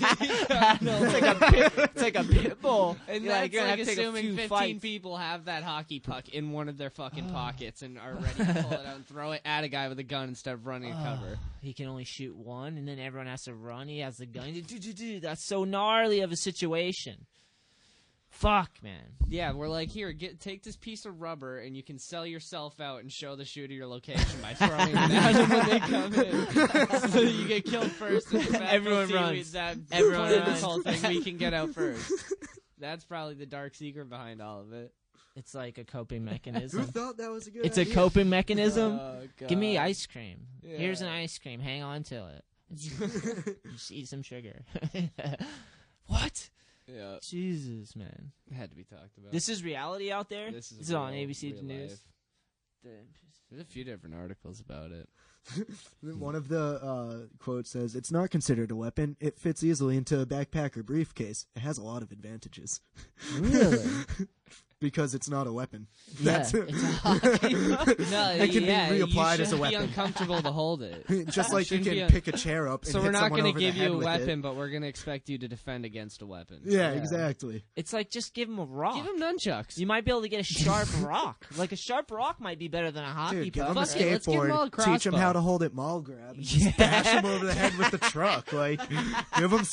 Speaker 4: it's like a pit, it's like a pit bull.
Speaker 7: And
Speaker 4: You're
Speaker 7: that's
Speaker 4: like,
Speaker 7: like,
Speaker 4: you're gonna have to take a
Speaker 7: assuming
Speaker 4: few
Speaker 7: 15
Speaker 4: fights.
Speaker 7: people have that hockey puck in one of their fucking pockets and are ready to pull it out and throw it at a guy with a gun instead of running a cover.
Speaker 4: He can only shoot one, and then everyone has to run. He has the gun. Do, do, do. That's so gnarly of a situation. Fuck, man.
Speaker 7: Yeah, we're like, here, get take this piece of rubber and you can sell yourself out and show the shooter your location by throwing it at them when they come in, so that you get killed first. And the fact
Speaker 4: Everyone
Speaker 7: we'll see
Speaker 4: runs.
Speaker 7: we- That
Speaker 4: Everyone
Speaker 7: part of
Speaker 4: runs.
Speaker 7: this whole thing, we can get out first. That's probably the dark secret behind all of it.
Speaker 4: It's like a coping
Speaker 6: Who
Speaker 4: mechanism.
Speaker 6: thought that was a good?
Speaker 4: it's a
Speaker 6: idea?
Speaker 4: coping mechanism.
Speaker 7: Oh,
Speaker 4: Give me
Speaker 7: God.
Speaker 4: ice cream. Here's an
Speaker 7: Yeah.
Speaker 4: ice cream. Hang on to it. Just eat some sugar. what?
Speaker 7: Yeah,
Speaker 4: Jesus, man.
Speaker 7: had to be talked about.
Speaker 4: This is reality out there.
Speaker 7: This is
Speaker 4: This is on
Speaker 7: real-
Speaker 4: ABC
Speaker 7: real
Speaker 4: News.
Speaker 7: life.
Speaker 4: The-
Speaker 7: There's a few different articles about it.
Speaker 6: One of the uh, quotes says, "It's not considered a weapon. It fits easily into a backpack or briefcase. It has a lot of advantages."
Speaker 4: Really?
Speaker 6: because it's not a weapon.
Speaker 4: Yeah,
Speaker 6: That's
Speaker 4: it's a hockey puck. No,
Speaker 6: it can
Speaker 7: yeah,
Speaker 6: be
Speaker 7: you
Speaker 6: reapplied as a
Speaker 7: shouldn't be
Speaker 6: weapon.
Speaker 7: uncomfortable to hold it.
Speaker 6: Just like you
Speaker 7: Shouldn't be
Speaker 6: can
Speaker 7: un-
Speaker 6: pick a chair up. And
Speaker 7: so we're
Speaker 6: hit
Speaker 7: not
Speaker 6: going to
Speaker 7: give you a weapon,
Speaker 6: With it.
Speaker 7: but we're gonna expect you to defend against a weapon.
Speaker 6: Yeah, exactly.
Speaker 4: It's like just give him a rock. Give
Speaker 7: him nunchucks.
Speaker 4: You might be able to get a sharp rock. Like a sharp rock might be better than a hockey
Speaker 6: Dude, give
Speaker 4: puck.
Speaker 6: him a
Speaker 4: Fuck it, let's give him all a
Speaker 6: skateboard. Teach him
Speaker 4: crossbow.
Speaker 6: how to hold it mall grab. And just bash him over the head with the truck. Like, give him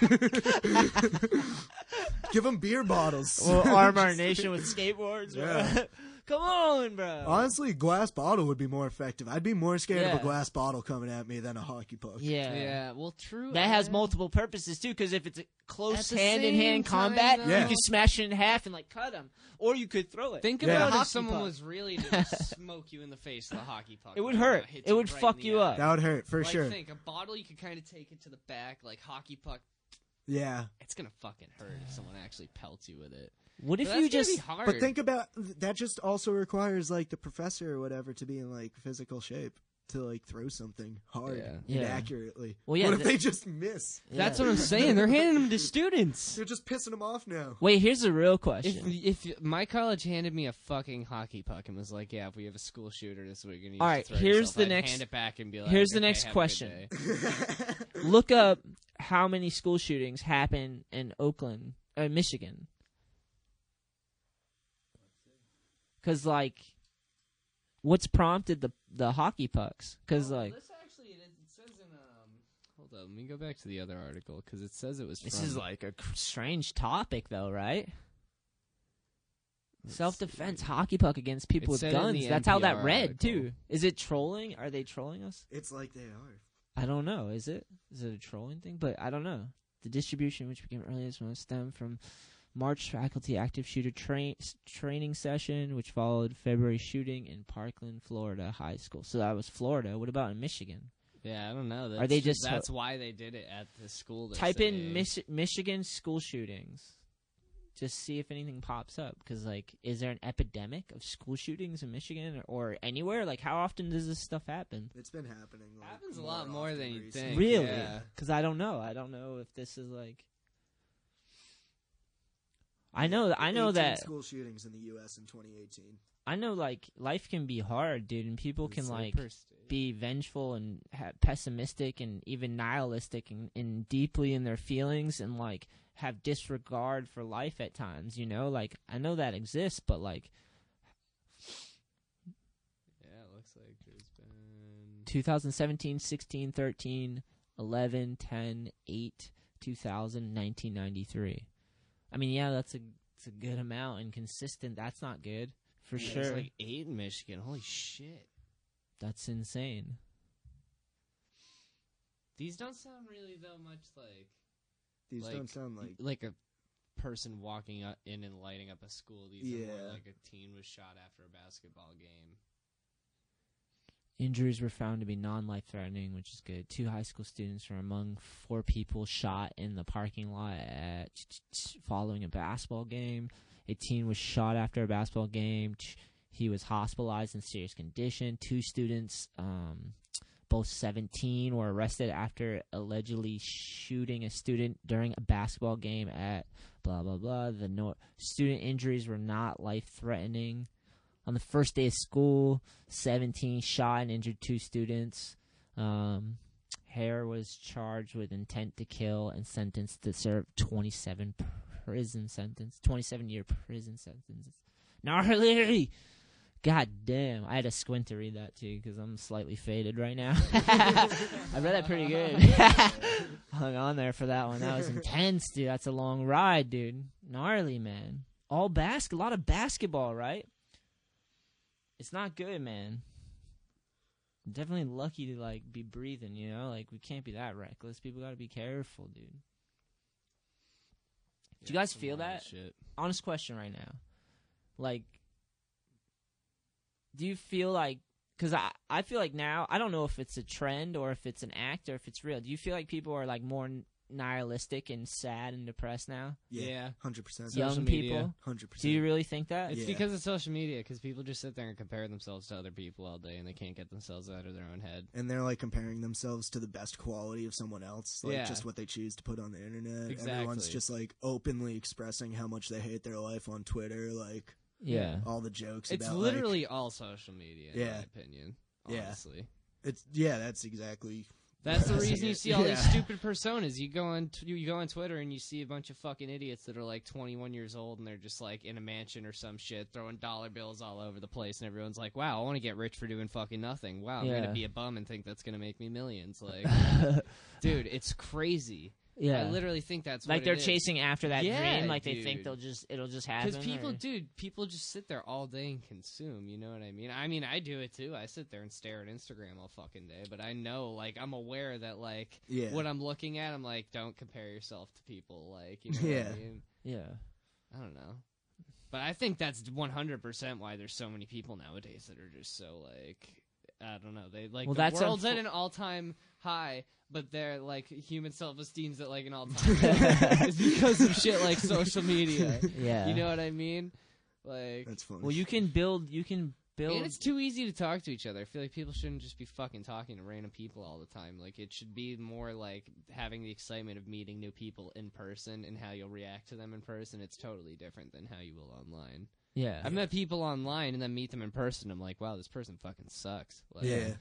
Speaker 6: skateboards. give him beer bottles.
Speaker 4: We'll arm our nation with skateboards. bro.
Speaker 6: Yeah.
Speaker 4: Come on, bro.
Speaker 6: Honestly, glass bottle would be more effective. I'd be more scared of
Speaker 4: Yeah.
Speaker 6: a glass bottle coming at me than a hockey puck.
Speaker 4: Yeah.
Speaker 7: Yeah, Uh, well, true.
Speaker 4: That has
Speaker 7: yeah.
Speaker 4: multiple purposes too, because if it's a close
Speaker 7: At the
Speaker 4: hand in
Speaker 7: same
Speaker 4: hand
Speaker 7: time,
Speaker 4: combat,
Speaker 6: though-
Speaker 4: you could smash it in half and like cut him, or you could throw it.
Speaker 7: Think
Speaker 6: Yeah.
Speaker 7: about
Speaker 4: Hockey
Speaker 7: if someone
Speaker 4: puck.
Speaker 7: was really to just smoke you in the face with a hockey puck.
Speaker 4: It would
Speaker 7: Like,
Speaker 4: hurt.
Speaker 7: hit
Speaker 4: It would
Speaker 7: right in
Speaker 4: fuck
Speaker 7: the
Speaker 4: you
Speaker 7: eye.
Speaker 4: up.
Speaker 6: That would hurt for
Speaker 7: like,
Speaker 6: sure.
Speaker 7: Think a bottle you could kind of take it to the back, like hockey puck.
Speaker 6: Yeah.
Speaker 7: It's gonna fucking hurt if someone actually pelts you with it.
Speaker 4: What if
Speaker 7: But
Speaker 4: you
Speaker 7: that's
Speaker 4: just?
Speaker 7: gonna be hard.
Speaker 6: But think about that. Just also requires like the professor or whatever to be in like physical shape to like throw something hard
Speaker 7: Yeah.
Speaker 6: and
Speaker 4: Yeah.
Speaker 6: accurately.
Speaker 4: Well, yeah,
Speaker 6: what if
Speaker 4: the-
Speaker 6: they just miss?
Speaker 7: that's what I'm saying. They're handing them to students.
Speaker 6: They're just pissing them off now.
Speaker 4: Wait, here's a real
Speaker 7: If,
Speaker 4: question.
Speaker 7: if my college handed me a fucking hockey puck and was like, "Yeah, if we have a school shooter this week, and you
Speaker 4: All
Speaker 7: have
Speaker 4: right,
Speaker 7: to throw
Speaker 4: here's
Speaker 7: yourself,"
Speaker 4: the
Speaker 7: I'd
Speaker 4: next-
Speaker 7: hand it back and be like,
Speaker 4: here's the
Speaker 7: "Okay,
Speaker 4: next
Speaker 7: have a good
Speaker 4: question.
Speaker 7: day."
Speaker 4: Look up how many school shootings happen in Oakland, uh, Michigan. Because like, what's prompted the the hockey pucks? Because like,
Speaker 7: this actually it, it says in um. Hold on, let me go back to the other article because it says it was.
Speaker 4: this
Speaker 7: from-
Speaker 4: is like a cr- strange topic though, right?
Speaker 7: Let's
Speaker 4: Self defense
Speaker 7: see.
Speaker 4: hockey puck against people
Speaker 7: It
Speaker 4: with
Speaker 7: said in
Speaker 4: guns.
Speaker 7: the
Speaker 4: That's how that
Speaker 7: NPR
Speaker 4: read
Speaker 7: article.
Speaker 4: too. Is it trolling? Are they trolling us?
Speaker 6: It's like they are.
Speaker 4: I don't know. Is it is it a trolling thing? But I don't know. The distribution, which became earlier this month, stemmed from March faculty active shooter train s- training session, which followed February shooting in Parkland, Florida high school. So that was Florida. What about in Michigan?
Speaker 7: Yeah, I don't know. That's,
Speaker 4: they just-
Speaker 7: That's why they did it at the school. they're
Speaker 4: Type
Speaker 7: saying.
Speaker 4: in Mich- Michigan school shootings. Just see if anything pops up. Because like, is there an epidemic of school shootings in Michigan or, or anywhere? Like, how often does this stuff happen?
Speaker 6: It's been happening. Like,
Speaker 7: Happens a lot more
Speaker 6: often
Speaker 7: than you'd
Speaker 6: recently.
Speaker 7: think,
Speaker 4: Really?
Speaker 7: yeah.
Speaker 4: Because I don't know. I don't know if this is like. I know. I know
Speaker 6: 18
Speaker 4: that.
Speaker 6: school shootings in the U.S. in 2018.
Speaker 4: I know. Like life can be hard, dude, and people can
Speaker 7: It's
Speaker 4: like
Speaker 7: first-
Speaker 4: be vengeful and ha- pessimistic and even nihilistic and, and deeply in their feelings and like have disregard for life at times. You know, like I know that exists, but like
Speaker 7: Yeah, it looks like there's been.
Speaker 4: 2017, 16, 13, 11, 10, 8, 2000, 1993. I mean, yeah, that's a it's a good amount and consistent. That's not good for
Speaker 7: Yeah,
Speaker 4: sure.
Speaker 7: There's like eight in Michigan. Holy shit!
Speaker 4: that's insane.
Speaker 7: These don't sound really though much like
Speaker 6: These
Speaker 7: Like,
Speaker 6: don't sound like.
Speaker 7: like a person walking up in and lighting up a school. These are
Speaker 6: Yeah.
Speaker 7: more like a teen was shot after a basketball game.
Speaker 4: Injuries were found to be non-life threatening, which is good. Two high school students were among four people shot in the parking lot at following a basketball game. A teen was shot after a basketball game. He was hospitalized in serious condition. Two students, um, both 17, were arrested after allegedly shooting a student during a basketball game at blah blah blah. The no- student injuries were not life threatening. On the first day of school, 17 shot and injured two students. Um, Hare was charged with intent to kill and sentenced to serve 27 prison sentence, 27 year prison sentences. Gnarly! God damn, I had to squint to read that too because I'm slightly faded right now. I read that pretty good. Hung on there for that one. That was intense, dude. That's a long ride, dude. Gnarly, man. All basket, a lot of basketball, right? It's not good, man. Definitely lucky to like be breathing, you know. Like we can't be that reckless. People got to be careful, dude. Do you guys
Speaker 7: some
Speaker 4: feel
Speaker 7: wild
Speaker 4: that?
Speaker 7: Shit.
Speaker 4: honest question right now. Like, do you feel like, because I, I feel like now, I don't know if it's a trend or if it's an act or if it's real. Do you feel like people are like more n- nihilistic and sad and depressed now?
Speaker 6: Yeah, hundred percent.
Speaker 4: Young people,
Speaker 6: hundred percent.
Speaker 4: Do you really think that?
Speaker 7: It's because of social media, because people just sit there and compare themselves to other people all day, and they can't get themselves out of their own head.
Speaker 6: and they're like comparing themselves to the best quality of someone else, like
Speaker 7: Yeah.
Speaker 6: just what they choose to put on the internet. Everyone's
Speaker 7: Exactly.
Speaker 6: just like openly expressing how much they hate their life on Twitter, like
Speaker 7: Yeah.
Speaker 6: all the jokes.
Speaker 7: It's
Speaker 6: about,
Speaker 7: literally all social media, in
Speaker 6: Yeah.
Speaker 7: my opinion.
Speaker 6: Yeah.
Speaker 7: Honestly.
Speaker 6: like, it's yeah, that's exactly.
Speaker 7: That's the
Speaker 6: what I
Speaker 7: reason
Speaker 6: see
Speaker 7: you
Speaker 6: it.
Speaker 7: see all
Speaker 6: Yeah.
Speaker 7: these stupid personas. You go on t- you go on Twitter and you see a bunch of fucking idiots that are like 21 years old and they're just like in a mansion or some shit, throwing dollar bills all over the place, and everyone's like, "Wow, I want to get rich for doing fucking nothing. Wow, I'm
Speaker 4: Yeah.
Speaker 7: gonna be a bum and think that's gonna make me millions. Like, dude, it's crazy.
Speaker 4: Yeah.
Speaker 7: I literally think that's
Speaker 4: Like
Speaker 7: what
Speaker 4: they're
Speaker 7: it is.
Speaker 4: chasing after that
Speaker 7: Yeah,
Speaker 4: dream, like they think
Speaker 7: dude.
Speaker 4: they'll just it'll just happen.
Speaker 7: Because people,
Speaker 4: or-
Speaker 7: dude, people just sit there all day and consume. You know what I mean? I mean, I do it too. I sit there and stare at Instagram all fucking day. But I know, like, I'm aware that, like,
Speaker 6: Yeah.
Speaker 7: what I'm looking at, I'm like, don't compare yourself to people. Like, you know what
Speaker 6: Yeah.
Speaker 7: I mean?
Speaker 4: Yeah.
Speaker 7: I don't know. But I think that's 100% why there's so many people nowadays that are just so, like, I don't know. They, like,
Speaker 4: Well,
Speaker 7: the
Speaker 4: that's
Speaker 7: world's
Speaker 4: unfo-
Speaker 7: at an all time high, but their, like, human self esteem's at, like, an all time low. It's because of shit like social media.
Speaker 4: Yeah.
Speaker 7: You know what I mean? Like,
Speaker 6: That's funny.
Speaker 4: Well, you can build. You can build.
Speaker 7: and it's too easy to talk to each other. I feel like people shouldn't just be fucking talking to random people all the time. Like it should be more like having the excitement of meeting new people in person and how you'll react to them in person. It's totally different than how you will online.
Speaker 4: Yeah.
Speaker 7: I've met people online and then meet them in person. I'm like, wow, this person fucking sucks. Like,
Speaker 6: Yeah.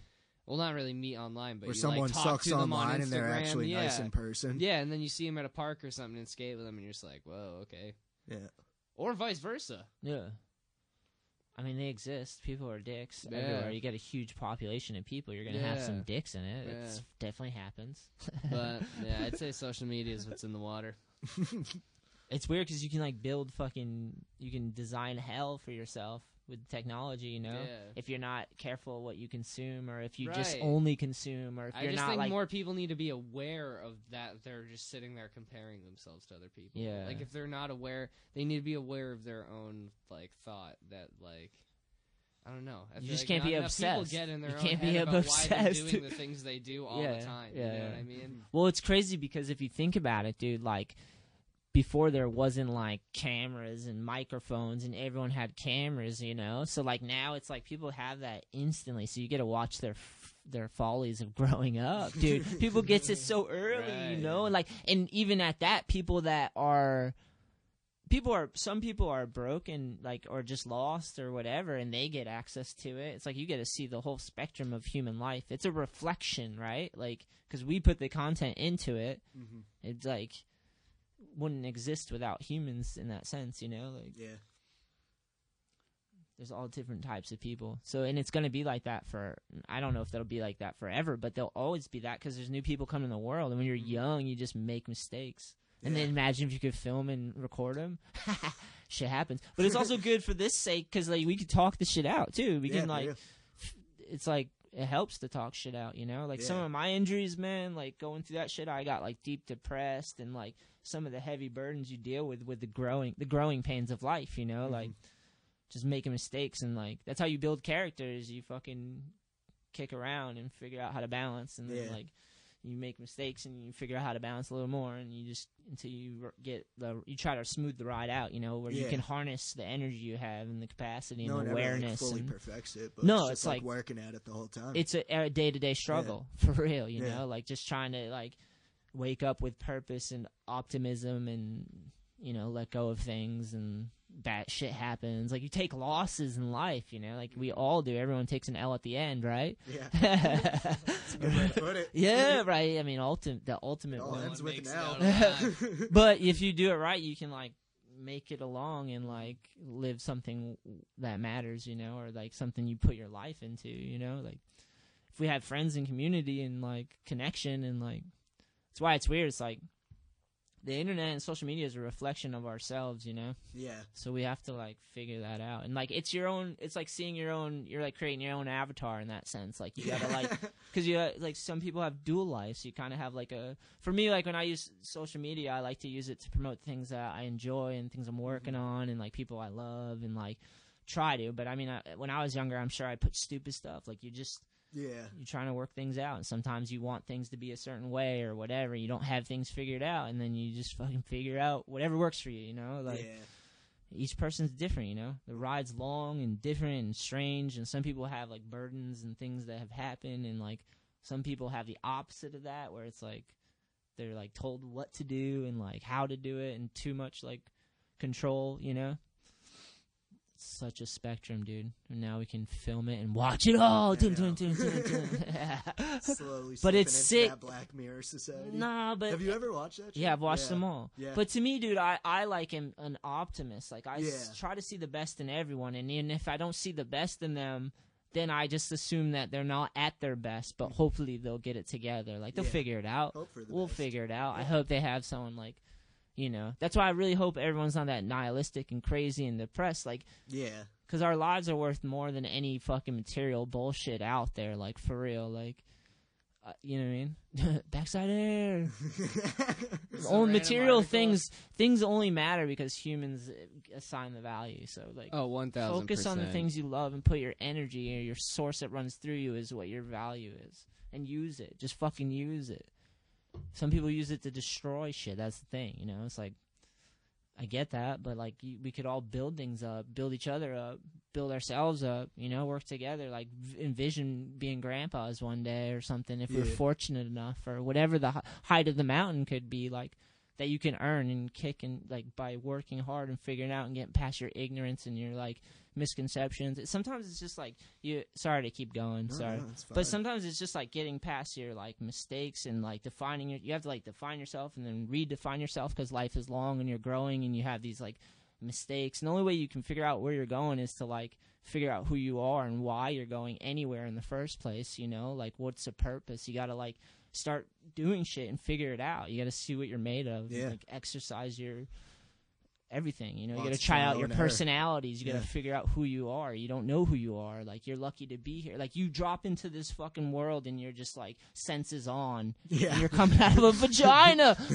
Speaker 7: Well, not really meet online, but
Speaker 6: Or
Speaker 7: you,
Speaker 6: someone
Speaker 7: like, talk
Speaker 6: sucks
Speaker 7: to them
Speaker 6: online
Speaker 7: on
Speaker 6: and they're
Speaker 7: Instagram.
Speaker 6: actually
Speaker 7: yeah.
Speaker 6: nice in person.
Speaker 7: Yeah, and then you see them at a park or something and skate with them, and you're just like, whoa, okay.
Speaker 6: Yeah.
Speaker 7: Or vice versa.
Speaker 4: Yeah. I mean, they exist. People are dicks
Speaker 7: Yeah.
Speaker 4: everywhere. You get a huge population of people. You're gonna have some
Speaker 7: Yeah.
Speaker 4: dicks in it.
Speaker 7: Yeah.
Speaker 4: It definitely happens.
Speaker 7: But yeah, I'd say social media is what's in the water.
Speaker 4: it's weird because you can like build fucking. You can design hell for yourself with technology. You know,
Speaker 7: Yeah.
Speaker 4: if you're not careful what you consume, or if you just
Speaker 7: Right.
Speaker 4: only consume, or if
Speaker 7: I
Speaker 4: you're
Speaker 7: just
Speaker 4: not
Speaker 7: think
Speaker 4: like
Speaker 7: more people need to be aware of that. They're just sitting there comparing themselves to other people.
Speaker 4: Yeah.
Speaker 7: Like if they're not aware, they need to be aware of their own like thought that like. I don't know. I
Speaker 4: You
Speaker 7: feel
Speaker 4: just
Speaker 7: like
Speaker 4: can't
Speaker 7: not
Speaker 4: be
Speaker 7: enough
Speaker 4: obsessed.
Speaker 7: People get in their
Speaker 4: You
Speaker 7: own
Speaker 4: can't be
Speaker 7: head about why they're
Speaker 4: obsessed.
Speaker 7: doing the things they do all the time. you know what I mean?
Speaker 4: Well, it's crazy because if you think about it, dude, like before there wasn't like cameras and microphones and everyone had cameras, you know? So like now it's like people have that instantly. So you get to watch their f- their follies of growing up, dude. people gets it so early, you know? Like and even at that people that are people are some people are broken like or just lost or whatever and they get access to it it's like you get to see the whole spectrum of human life it's a reflection right like because we put the content into it
Speaker 6: Mhm.
Speaker 4: it's like wouldn't exist without humans in that sense you know like
Speaker 6: yeah
Speaker 4: there's all different types of people so and it's going to be like that for i don't know if that'll be like that forever but they'll always be that because there's new people coming in the world and when you're young you just make mistakes and then imagine if you could film and record them shit happens but it's also good for this sake because like we could talk the shit out too we
Speaker 6: Yeah,
Speaker 4: can
Speaker 6: for
Speaker 4: like
Speaker 6: real.
Speaker 4: f- it's like it helps to talk shit out you know like some
Speaker 6: Yeah.
Speaker 4: of my injuries man like going through that shit i got like deep depressed and like some of the heavy burdens you deal with with the growing the growing pains of life you know like
Speaker 6: Mm-hmm.
Speaker 4: just making mistakes and like that's how you build characters you fucking kick around and figure out how to balance and then
Speaker 6: Yeah.
Speaker 4: like you make mistakes and you figure out how to balance a little more and you just until you r- get the you try to smooth the ride out you know where you
Speaker 6: Yeah.
Speaker 4: can harness the energy you have and the capacity and
Speaker 6: no one
Speaker 4: the
Speaker 6: ever like,
Speaker 4: awareness
Speaker 6: fully
Speaker 4: and-
Speaker 6: perfects it, but
Speaker 4: no
Speaker 6: it's, just,
Speaker 4: it's like,
Speaker 6: working at it the whole time.
Speaker 4: it's a, a day-to-day struggle for real you
Speaker 6: Yeah.
Speaker 4: know like just trying to like wake up with purpose and optimism and you know let go of things and bad shit happens like you take losses in life you know like we all do everyone takes an l at the end right
Speaker 6: Yeah.
Speaker 4: That's
Speaker 6: a good way to put it.
Speaker 4: yeah right i mean ultimate the ultimate
Speaker 6: all
Speaker 4: one.
Speaker 6: ends with an L.
Speaker 4: but if you do it right you can like make it along and like live something that matters you know or like something you put your life into you know like if we have friends and community and like connection and like that's why it's weird it's like the internet and social media is a reflection of ourselves you know
Speaker 6: Yeah.
Speaker 4: so we have to like figure that out and like it's your own it's like seeing your own you're like creating your own avatar in that sense like you gotta like because you like some people have dual lives you kind of have like a for me like when i use social media i like to use it to promote things that i enjoy and things i'm working on and like people i love and like try to but i mean I, when i was younger i'm sure i put stupid stuff like you just
Speaker 6: Yeah.
Speaker 4: You're trying to work things out, and sometimes you want things to be a certain way or whatever. You don't have things figured out, and then you just fucking figure out whatever works for you. You know, like
Speaker 6: Yeah.
Speaker 4: each person's different. You know, the ride's long and different and strange, and some people have like burdens and things that have happened, and like some people have the opposite of that, where it's like they're like told what to do and like how to do it, and too much like control. You know. Such a spectrum, dude. And now we can film it and watch it all. Dun, dun, dun, dun, dun.
Speaker 6: Slowly
Speaker 4: but
Speaker 6: slipping
Speaker 4: it's
Speaker 6: into
Speaker 4: sick.
Speaker 6: That Black Mirror society.
Speaker 4: Nah, but
Speaker 6: have you ever watched that? Show?
Speaker 4: Yeah, I've watched them all.
Speaker 6: Yeah,
Speaker 4: But to me, dude, I, I like am an optimist. Like I s-
Speaker 6: Yeah.
Speaker 4: try to see the best in everyone, and even if I don't see the best in them, then I just assume that they're not at their best. But hopefully, they'll get it together. Like they'll
Speaker 6: Mm-hmm. Yeah.
Speaker 4: figure it out.
Speaker 6: Hope for the
Speaker 4: we'll
Speaker 6: best.
Speaker 4: figure it out. I hope they have someone like, you know. That's why I really hope everyone's not that nihilistic and crazy and depressed. Like
Speaker 6: yeah,
Speaker 4: because our lives are worth more than any fucking material bullshit out there. Like for real, like uh, you know what I mean. Backside air. All
Speaker 1: random
Speaker 4: material
Speaker 1: article.
Speaker 4: things things only matter because humans uh, assign the value. So like,
Speaker 7: Oh, 1000%.
Speaker 4: Focus on the things you love and put your energy or your source that runs through you is what your value is, and use it. Just fucking use it. Some people use it to destroy shit. That's the thing, you know. It's like I get that, but like you, we could all build things up, build each other up, build ourselves up, you know, work together. Like v- envision being grandpas one day or something if we're
Speaker 1: Yeah.
Speaker 4: fortunate enough, or whatever the hi- height of the mountain could be, like that you can earn and kick and like by working hard and figuring out and getting past your ignorance and your like misconceptions. It, sometimes it's just like you. Sorry to keep going,
Speaker 1: No,
Speaker 4: sorry,
Speaker 1: no, it's fine.
Speaker 4: but sometimes it's just like getting past your like mistakes and like defining your you have to like define yourself and then redefine yourself because life is long and you're growing and you have these like mistakes and the only way you can figure out where you're going is to like figure out who you are and why you're going anywhere in the first place you know like what's the purpose you gotta like start doing shit and figure it out you gotta see what you're made of
Speaker 1: Yeah.
Speaker 4: and, like exercise your everything you know you
Speaker 1: Lots
Speaker 4: gotta
Speaker 1: of
Speaker 4: try out
Speaker 1: trial
Speaker 4: your
Speaker 1: and error.
Speaker 4: personalities you gotta
Speaker 1: Yeah.
Speaker 4: figure out who you are you don't know who you are like you're lucky to be here like you drop into this fucking world and you're just like senses on
Speaker 1: Yeah.
Speaker 4: and you're coming out of a vagina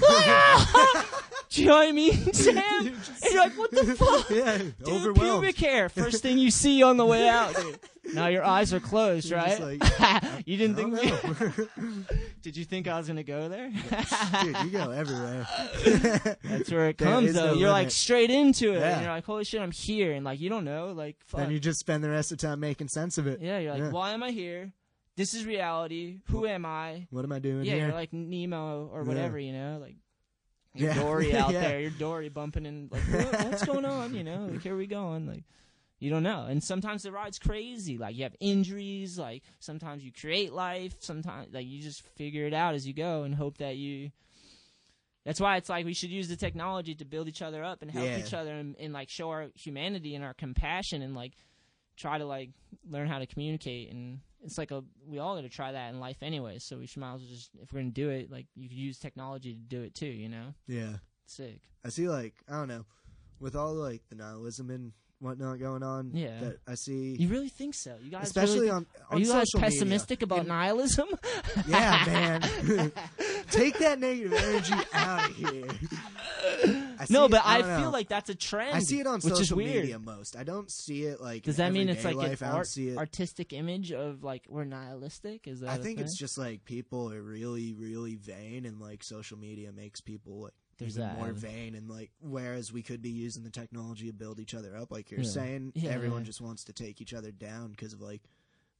Speaker 4: do you know what i mean sam and you're like what the fuck
Speaker 6: yeah
Speaker 4: dude pubic hair first thing you see on the way out dude. now your eyes are closed
Speaker 1: You're
Speaker 4: right
Speaker 1: just
Speaker 4: you didn't think did you think i was gonna go there
Speaker 6: dude, you go everywhere.
Speaker 4: That's where it
Speaker 6: There
Speaker 4: comes
Speaker 6: is
Speaker 4: though.
Speaker 6: no
Speaker 4: you're like
Speaker 6: limit.
Speaker 4: straight into it.
Speaker 6: Yeah.
Speaker 4: And you're like, holy shit, I'm here. And like, you don't know. Like, fuck.
Speaker 6: Then you just spend the rest of time making sense of it.
Speaker 4: yeah, you're like, why am I here? This is reality. Who am I?
Speaker 6: What am I doing
Speaker 4: yeah,
Speaker 6: here?
Speaker 4: you're like Nemo or
Speaker 6: Yeah.
Speaker 4: whatever, you know? Like, you're
Speaker 6: Yeah.
Speaker 4: Dory out
Speaker 6: Yeah.
Speaker 4: there. You're Dory bumping in. Like, what, what's going on? You know? Like, here we going. Like, you don't know. And sometimes the ride's crazy. Like, you have injuries. Like, sometimes you create life. Sometimes, like, you just figure it out as you go and hope that you. That's why it's like we should use the technology to build each other up and help
Speaker 1: Yeah.
Speaker 4: each other and, and like show our humanity and our compassion and like try to like learn how to communicate and it's like a we all got to try that in life anyway. So we should might as well just if we're gonna do it, like you could use technology to do it too. You know,
Speaker 6: Yeah.
Speaker 4: sick.
Speaker 6: I see, like, I don't know, with all like the nihilism and whatnot going on.
Speaker 4: Yeah.
Speaker 6: That I see.
Speaker 4: You really think so? You guys,
Speaker 6: Especially
Speaker 4: really
Speaker 6: on-
Speaker 4: are
Speaker 6: on
Speaker 4: you guys
Speaker 6: social media.
Speaker 4: pessimistic about nihilism?
Speaker 6: yeah, man. Take that negative energy out of here. I
Speaker 4: no,
Speaker 6: see
Speaker 4: but
Speaker 6: it-
Speaker 4: I,
Speaker 6: don't
Speaker 4: feel
Speaker 6: know.
Speaker 4: like that's a trend.
Speaker 6: I see it on
Speaker 4: which is
Speaker 6: social
Speaker 4: weird.
Speaker 6: media most. I don't see it like.
Speaker 4: Does
Speaker 6: in
Speaker 4: that mean it's
Speaker 6: everyday
Speaker 4: like
Speaker 6: life.
Speaker 4: an
Speaker 6: I don't
Speaker 4: art,
Speaker 6: see it.
Speaker 4: artistic image of like we're nihilistic? Is that?
Speaker 6: I
Speaker 4: a
Speaker 6: think it's
Speaker 4: thing?
Speaker 6: just like people are really, really vain, and like social media makes people like
Speaker 4: There's
Speaker 6: even
Speaker 4: that
Speaker 6: more
Speaker 4: element.
Speaker 6: vain. And like, whereas we could be using the technology to build each other up, like you're
Speaker 4: Yeah.
Speaker 6: saying,
Speaker 4: Yeah,
Speaker 6: everyone
Speaker 4: yeah.
Speaker 6: just wants to take each other down because of like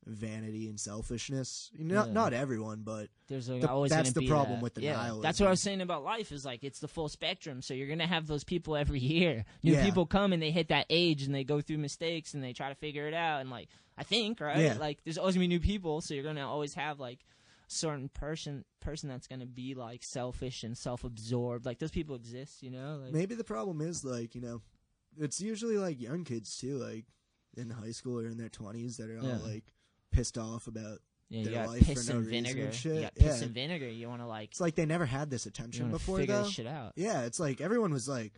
Speaker 6: vanity and selfishness. Not
Speaker 4: Yeah.
Speaker 6: not everyone, but
Speaker 4: There's
Speaker 6: the-
Speaker 4: always
Speaker 6: that's
Speaker 4: gonna
Speaker 6: the
Speaker 4: be
Speaker 6: problem
Speaker 4: that.
Speaker 6: with the
Speaker 4: yeah,
Speaker 6: nihilism.
Speaker 4: That's what I was saying about life is like it's the full spectrum. So you're gonna have those people every year. New
Speaker 6: Yeah.
Speaker 4: people come and they hit that age and they go through mistakes and they try to figure it out. And like I think right,
Speaker 6: Yeah.
Speaker 4: like there's always gonna be new people. So you're gonna always have like certain person person that's gonna be like selfish and self absorbed. Like those people exist, you know. Like,
Speaker 6: Maybe the problem is like you know, it's usually like young kids too, like in high school or in their twenties that are all
Speaker 4: Yeah.
Speaker 6: like pissed off about
Speaker 4: Yeah, you
Speaker 6: their
Speaker 4: got
Speaker 6: life
Speaker 4: piss
Speaker 6: for no
Speaker 4: and
Speaker 6: reason
Speaker 4: vinegar.
Speaker 6: and shit.
Speaker 4: You got
Speaker 6: yeah.
Speaker 4: piss and vinegar. You want to like
Speaker 6: It's like they never had this attention
Speaker 4: wanna
Speaker 6: before.
Speaker 4: figure
Speaker 6: though.
Speaker 4: this shit out.
Speaker 6: Yeah, it's like everyone was like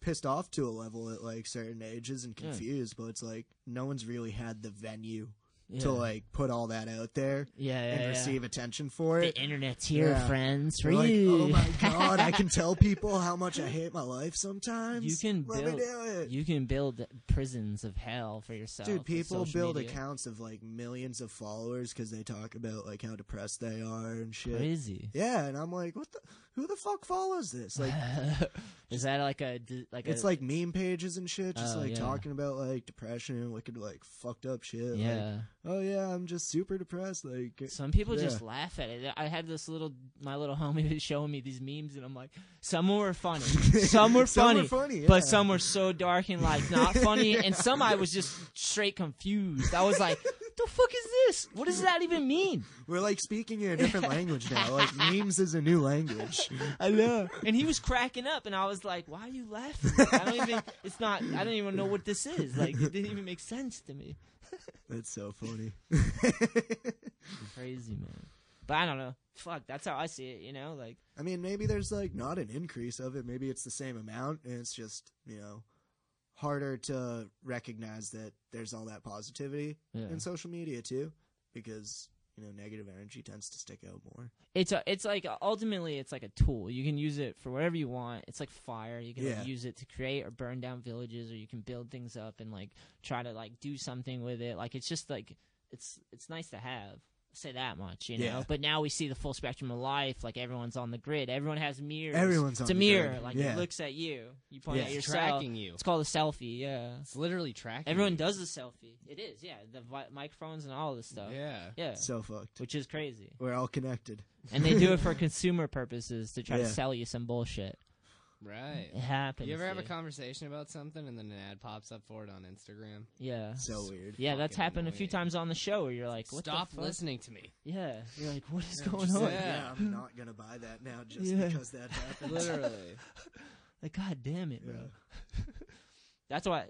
Speaker 6: pissed off to a level at like certain ages and
Speaker 4: Yeah.
Speaker 6: confused, but it's like no one's really had the venue
Speaker 4: Yeah.
Speaker 6: to like put all that out there
Speaker 4: Yeah, yeah,
Speaker 6: and
Speaker 4: yeah.
Speaker 6: receive attention for
Speaker 4: The
Speaker 6: it.
Speaker 4: internet's here, friends, for
Speaker 6: You're like,
Speaker 4: you.
Speaker 6: Oh my god, I can tell people how much I hate my life sometimes.
Speaker 4: You can
Speaker 6: Let
Speaker 4: build.
Speaker 6: me do it.
Speaker 4: You can build prisons of hell for yourself.
Speaker 6: Dude,
Speaker 4: with
Speaker 6: people
Speaker 4: social
Speaker 6: build
Speaker 4: media.
Speaker 6: accounts of like millions of followers because they talk about like how depressed they are and shit.
Speaker 4: Crazy.
Speaker 6: Yeah, and I'm like, what the? Who the fuck follows this? Like,
Speaker 4: Is that like a d- like?
Speaker 6: it's
Speaker 4: a,
Speaker 6: like meme pages and shit, just
Speaker 4: Oh,
Speaker 6: like
Speaker 4: yeah.
Speaker 6: talking about like depression and wicked like fucked up shit.
Speaker 4: Yeah.
Speaker 6: Like, oh yeah, I'm just super depressed. Like
Speaker 4: Some people
Speaker 6: yeah.
Speaker 4: just laugh at it. I had this little, my little homie was showing me these memes, and I'm like, some were funny, some were
Speaker 6: Some
Speaker 4: funny,
Speaker 6: were funny, yeah.
Speaker 4: but some were so dark and like not funny, and some I was just straight confused. I was like, the fuck is this? What does that even mean?
Speaker 6: We're like speaking in a different language now. Like memes is a new language.
Speaker 4: I know. And he was cracking up, and I was like, why are you laughing? Like, I don't even. It's not. I don't even know what this is. Like, it didn't even make sense to me.
Speaker 6: That's so funny.
Speaker 4: Crazy man. But I don't know. Fuck, that's how I see it. You know, like.
Speaker 6: I mean, maybe there's like not an increase of it. Maybe it's the same amount, and it's just you know harder to recognize that there's all that positivity
Speaker 4: Yeah.
Speaker 6: in social media too, because you know negative energy tends to stick out more.
Speaker 4: It's a, it's like ultimately it's like a tool. You can use it for whatever you want. It's like fire. You can like,
Speaker 6: Yeah.
Speaker 4: use it to create or burn down villages, or you can build things up and like try to like do something with it. Like it's just like it's it's nice to have. Say that much, you know.
Speaker 6: Yeah.
Speaker 4: But now we see the full spectrum of life. Like everyone's on the grid. Everyone has mirrors. it's
Speaker 6: Everyone's on
Speaker 4: a
Speaker 6: the
Speaker 4: mirror.
Speaker 6: grid.
Speaker 4: Like
Speaker 6: Yeah.
Speaker 4: it looks at you. You point
Speaker 7: Yeah.
Speaker 4: at
Speaker 7: It's
Speaker 4: yourself.
Speaker 7: tracking you.
Speaker 4: It's called a selfie. Yeah.
Speaker 7: It's literally tracking.
Speaker 4: Everyone
Speaker 7: you.
Speaker 4: does a selfie. It is. Yeah. The vi- microphones and all this stuff.
Speaker 7: Yeah.
Speaker 4: Yeah.
Speaker 6: So fucked.
Speaker 4: Which is crazy
Speaker 6: We're all connected.
Speaker 4: and they do it for consumer purposes to try
Speaker 6: Yeah.
Speaker 4: to sell you some bullshit.
Speaker 7: Right.
Speaker 4: It happens,
Speaker 7: You ever have a
Speaker 4: dude.
Speaker 7: conversation about something and then an ad pops up for it on Instagram?
Speaker 4: Yeah.
Speaker 6: So weird.
Speaker 4: Yeah, that's
Speaker 7: Fucking
Speaker 4: happened a few
Speaker 7: annoying.
Speaker 4: times on the show where you're like, what the
Speaker 7: Stop
Speaker 4: fuck?
Speaker 7: listening to me.
Speaker 4: Yeah, you're like, what is
Speaker 6: Yeah,
Speaker 4: going
Speaker 6: just
Speaker 4: on?
Speaker 6: like, yeah, I'm not gonna buy that now just
Speaker 4: Yeah.
Speaker 6: because that happened.
Speaker 7: Literally.
Speaker 4: Like, god damn it, bro. that's why.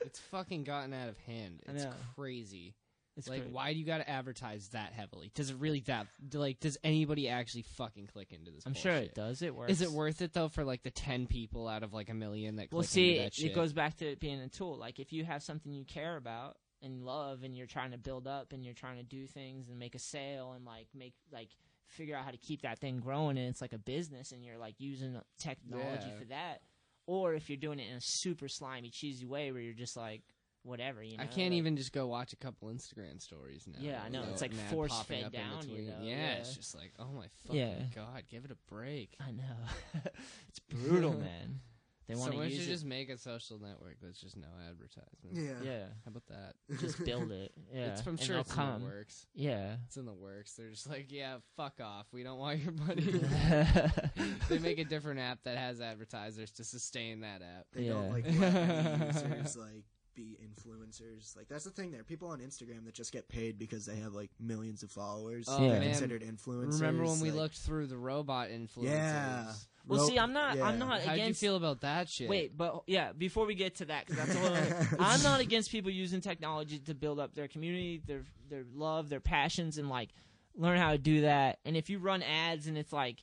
Speaker 7: it's fucking gotten out of hand.
Speaker 4: I
Speaker 7: It's
Speaker 4: know.
Speaker 7: crazy.
Speaker 4: It's
Speaker 7: like,
Speaker 4: crazy.
Speaker 7: why do you got to advertise that heavily? Does it really that do, like? Does anybody actually fucking click into this?
Speaker 4: I'm sure
Speaker 7: bullshit?
Speaker 4: it does. It works.
Speaker 7: Is it worth it though for like the ten people out of like a million that?
Speaker 4: Well,
Speaker 7: click
Speaker 4: see,
Speaker 7: into that
Speaker 4: it,
Speaker 7: shit?
Speaker 4: it goes back to it being a tool. Like, if you have something you care about and love, and you're trying to build up, and you're trying to do things and make a sale, and like make like figure out how to keep that thing growing, and it's like a business, and you're like using technology
Speaker 7: Yeah.
Speaker 4: for that. Or if you're doing it in a super slimy, cheesy way where you're just like, whatever, you know.
Speaker 7: I can't
Speaker 4: like-
Speaker 7: even just go watch a couple Instagram stories now.
Speaker 4: Yeah, I know,
Speaker 7: without
Speaker 4: it's like
Speaker 7: an ad
Speaker 4: force
Speaker 7: popping
Speaker 4: fed
Speaker 7: up in
Speaker 4: down you,
Speaker 7: between.
Speaker 4: though,
Speaker 7: Yeah,
Speaker 4: yeah.
Speaker 7: it's just like, oh my fucking
Speaker 4: Yeah.
Speaker 7: god, give it a break.
Speaker 4: I know. it's brutal, man. They want to
Speaker 7: Someone
Speaker 4: use
Speaker 7: should
Speaker 4: it.
Speaker 7: just make a social network that's just no advertisements.
Speaker 6: Yeah.
Speaker 4: yeah.
Speaker 7: How about that?
Speaker 4: Just build it. Yeah.
Speaker 7: It's, I'm
Speaker 4: and
Speaker 7: sure
Speaker 4: they'll
Speaker 7: it's
Speaker 4: come.
Speaker 7: in the works.
Speaker 4: Yeah.
Speaker 7: It's in the works. They're just like, yeah, fuck off. We don't want your money. they make a different app that has advertisers to sustain that app.
Speaker 6: They don't
Speaker 4: Yeah.
Speaker 6: like let users like be influencers. Like that's the thing. There are people on Instagram that just get paid because they have like millions of followers.
Speaker 7: Oh,
Speaker 6: They're
Speaker 7: man.
Speaker 6: considered influencers.
Speaker 7: Remember when we
Speaker 6: like-
Speaker 7: looked through the robot influencers?
Speaker 6: Yeah.
Speaker 4: Well,
Speaker 6: Ro-
Speaker 4: see, I'm not. I'm
Speaker 6: yeah.
Speaker 4: not
Speaker 7: How'd you
Speaker 4: against.
Speaker 7: feel about that shit?
Speaker 4: Wait, but yeah, before we get to that, because that's a little, I'm not against people using technology to build up their community, their their love, their passions, and like learn how to do that. And if you run ads and it's like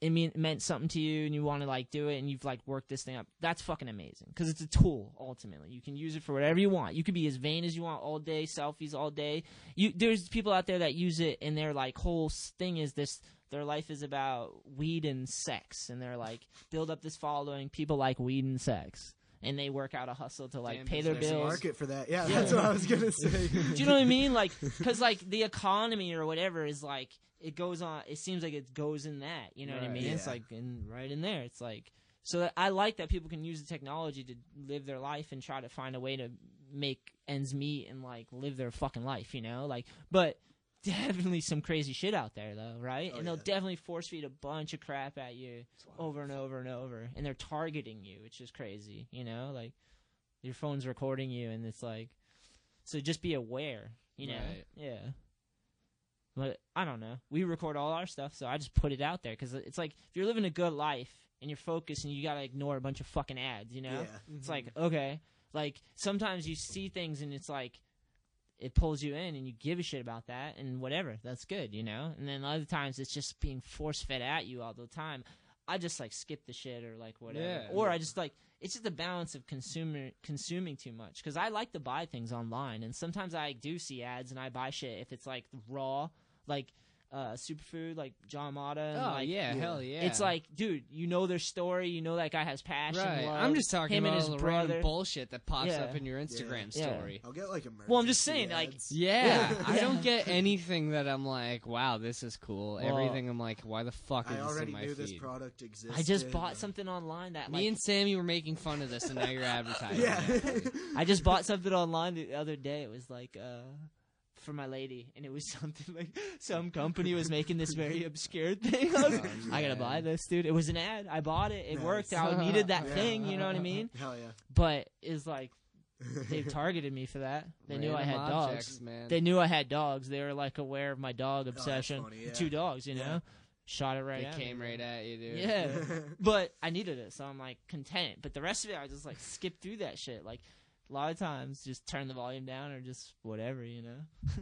Speaker 4: it mean, meant something to you and you want to like do it and you've like worked this thing up, that's fucking amazing because it's a tool. Ultimately, you can use it for whatever you want. You can be as vain as you want all day, selfies all day. You there's people out there that use it and their like whole s- thing is this. Their life is about weed and sex, and they're like build up this following. People like weed and sex, and they work out a hustle to like
Speaker 7: Damn,
Speaker 4: pay
Speaker 7: is
Speaker 4: their
Speaker 7: there some
Speaker 6: There's a
Speaker 4: bills.
Speaker 6: market for that. Yeah,
Speaker 4: Yeah.
Speaker 6: that's what I was gonna say.
Speaker 4: Do you know what I mean? Like, because like the economy or whatever is like it goes on. It seems like it goes in that. You know what I
Speaker 7: Right.
Speaker 4: mean? It's
Speaker 6: Yeah.
Speaker 4: like in right in there. It's like so that I like that people can use the technology to live their life and try to find a way to make ends meet and like live their fucking life. You know, like but. Definitely some crazy shit out there though, right?
Speaker 6: Oh,
Speaker 4: and they'll
Speaker 6: yeah.
Speaker 4: definitely force feed a bunch of crap at you over and over and over, and they're targeting you, which is crazy. You know, like your phone's recording you, and it's like so just be aware, you know.
Speaker 7: Right.
Speaker 4: Yeah. But I don't know. We record all our stuff, so I just put it out there because it's like if you're living a good life and you're focused and you gotta ignore a bunch of fucking ads, you know.
Speaker 6: Yeah.
Speaker 4: It's like okay, like sometimes you see things and it's like it pulls you in and you give a shit about that and whatever that's good you know and then other times it's just being force fed at you all the time i just like skip the shit or like whatever
Speaker 7: Yeah.
Speaker 4: or i just like it's just a balance of consumer consuming too much because I like to buy things online, and sometimes I do see ads and I buy shit if it's like raw, like uh, superfood, like John Mata. and,
Speaker 1: Oh,
Speaker 4: like,
Speaker 1: yeah, hell yeah.
Speaker 4: It's like, dude, you know their story, you know that guy has passion.
Speaker 1: Right.
Speaker 4: love,
Speaker 1: I'm just talking
Speaker 4: him
Speaker 1: about
Speaker 4: and his
Speaker 1: all the random
Speaker 4: brother.
Speaker 1: bullshit that pops
Speaker 4: Yeah.
Speaker 1: up in your Instagram
Speaker 4: Yeah.
Speaker 1: story.
Speaker 6: I'll get like a
Speaker 4: Well, I'm just saying, like,
Speaker 1: Yeah,
Speaker 4: Yeah.
Speaker 1: I don't get anything that I'm like, wow, this is cool.
Speaker 4: Well,
Speaker 1: Everything I'm like, why the fuck is
Speaker 6: I
Speaker 1: this in
Speaker 6: already
Speaker 1: my
Speaker 6: knew
Speaker 1: feed?
Speaker 6: this product existed.
Speaker 4: I just bought something online that
Speaker 1: Me
Speaker 4: like,
Speaker 1: and Sammy were making fun of this, and now you're advertising.
Speaker 6: Yeah.
Speaker 1: it.
Speaker 4: I just bought something online the other day. It was like uh for my lady, and it was something like some company was making this very obscure thing. I, was like,
Speaker 6: Oh,
Speaker 4: I gotta
Speaker 6: man.
Speaker 4: buy this, dude. It was an ad. I bought it. It
Speaker 6: Nice.
Speaker 4: worked. I needed that
Speaker 6: Yeah.
Speaker 4: thing. You know what I mean?
Speaker 6: Hell yeah.
Speaker 4: But it's like they targeted me for that. They knew I had
Speaker 7: Random objects,
Speaker 4: dogs.
Speaker 7: man. Oh,
Speaker 4: They knew I had dogs. They were like aware of my dog obsession.
Speaker 7: funny, yeah.
Speaker 4: Two dogs, you
Speaker 7: Yeah.
Speaker 4: know. Shot it right
Speaker 7: They
Speaker 4: at me.
Speaker 7: came right at you, dude.
Speaker 4: Yeah. but I needed it, so I'm like content. But the rest of it, I just like skip through that shit. Like a lot of times, just turn the volume down or just whatever, you know.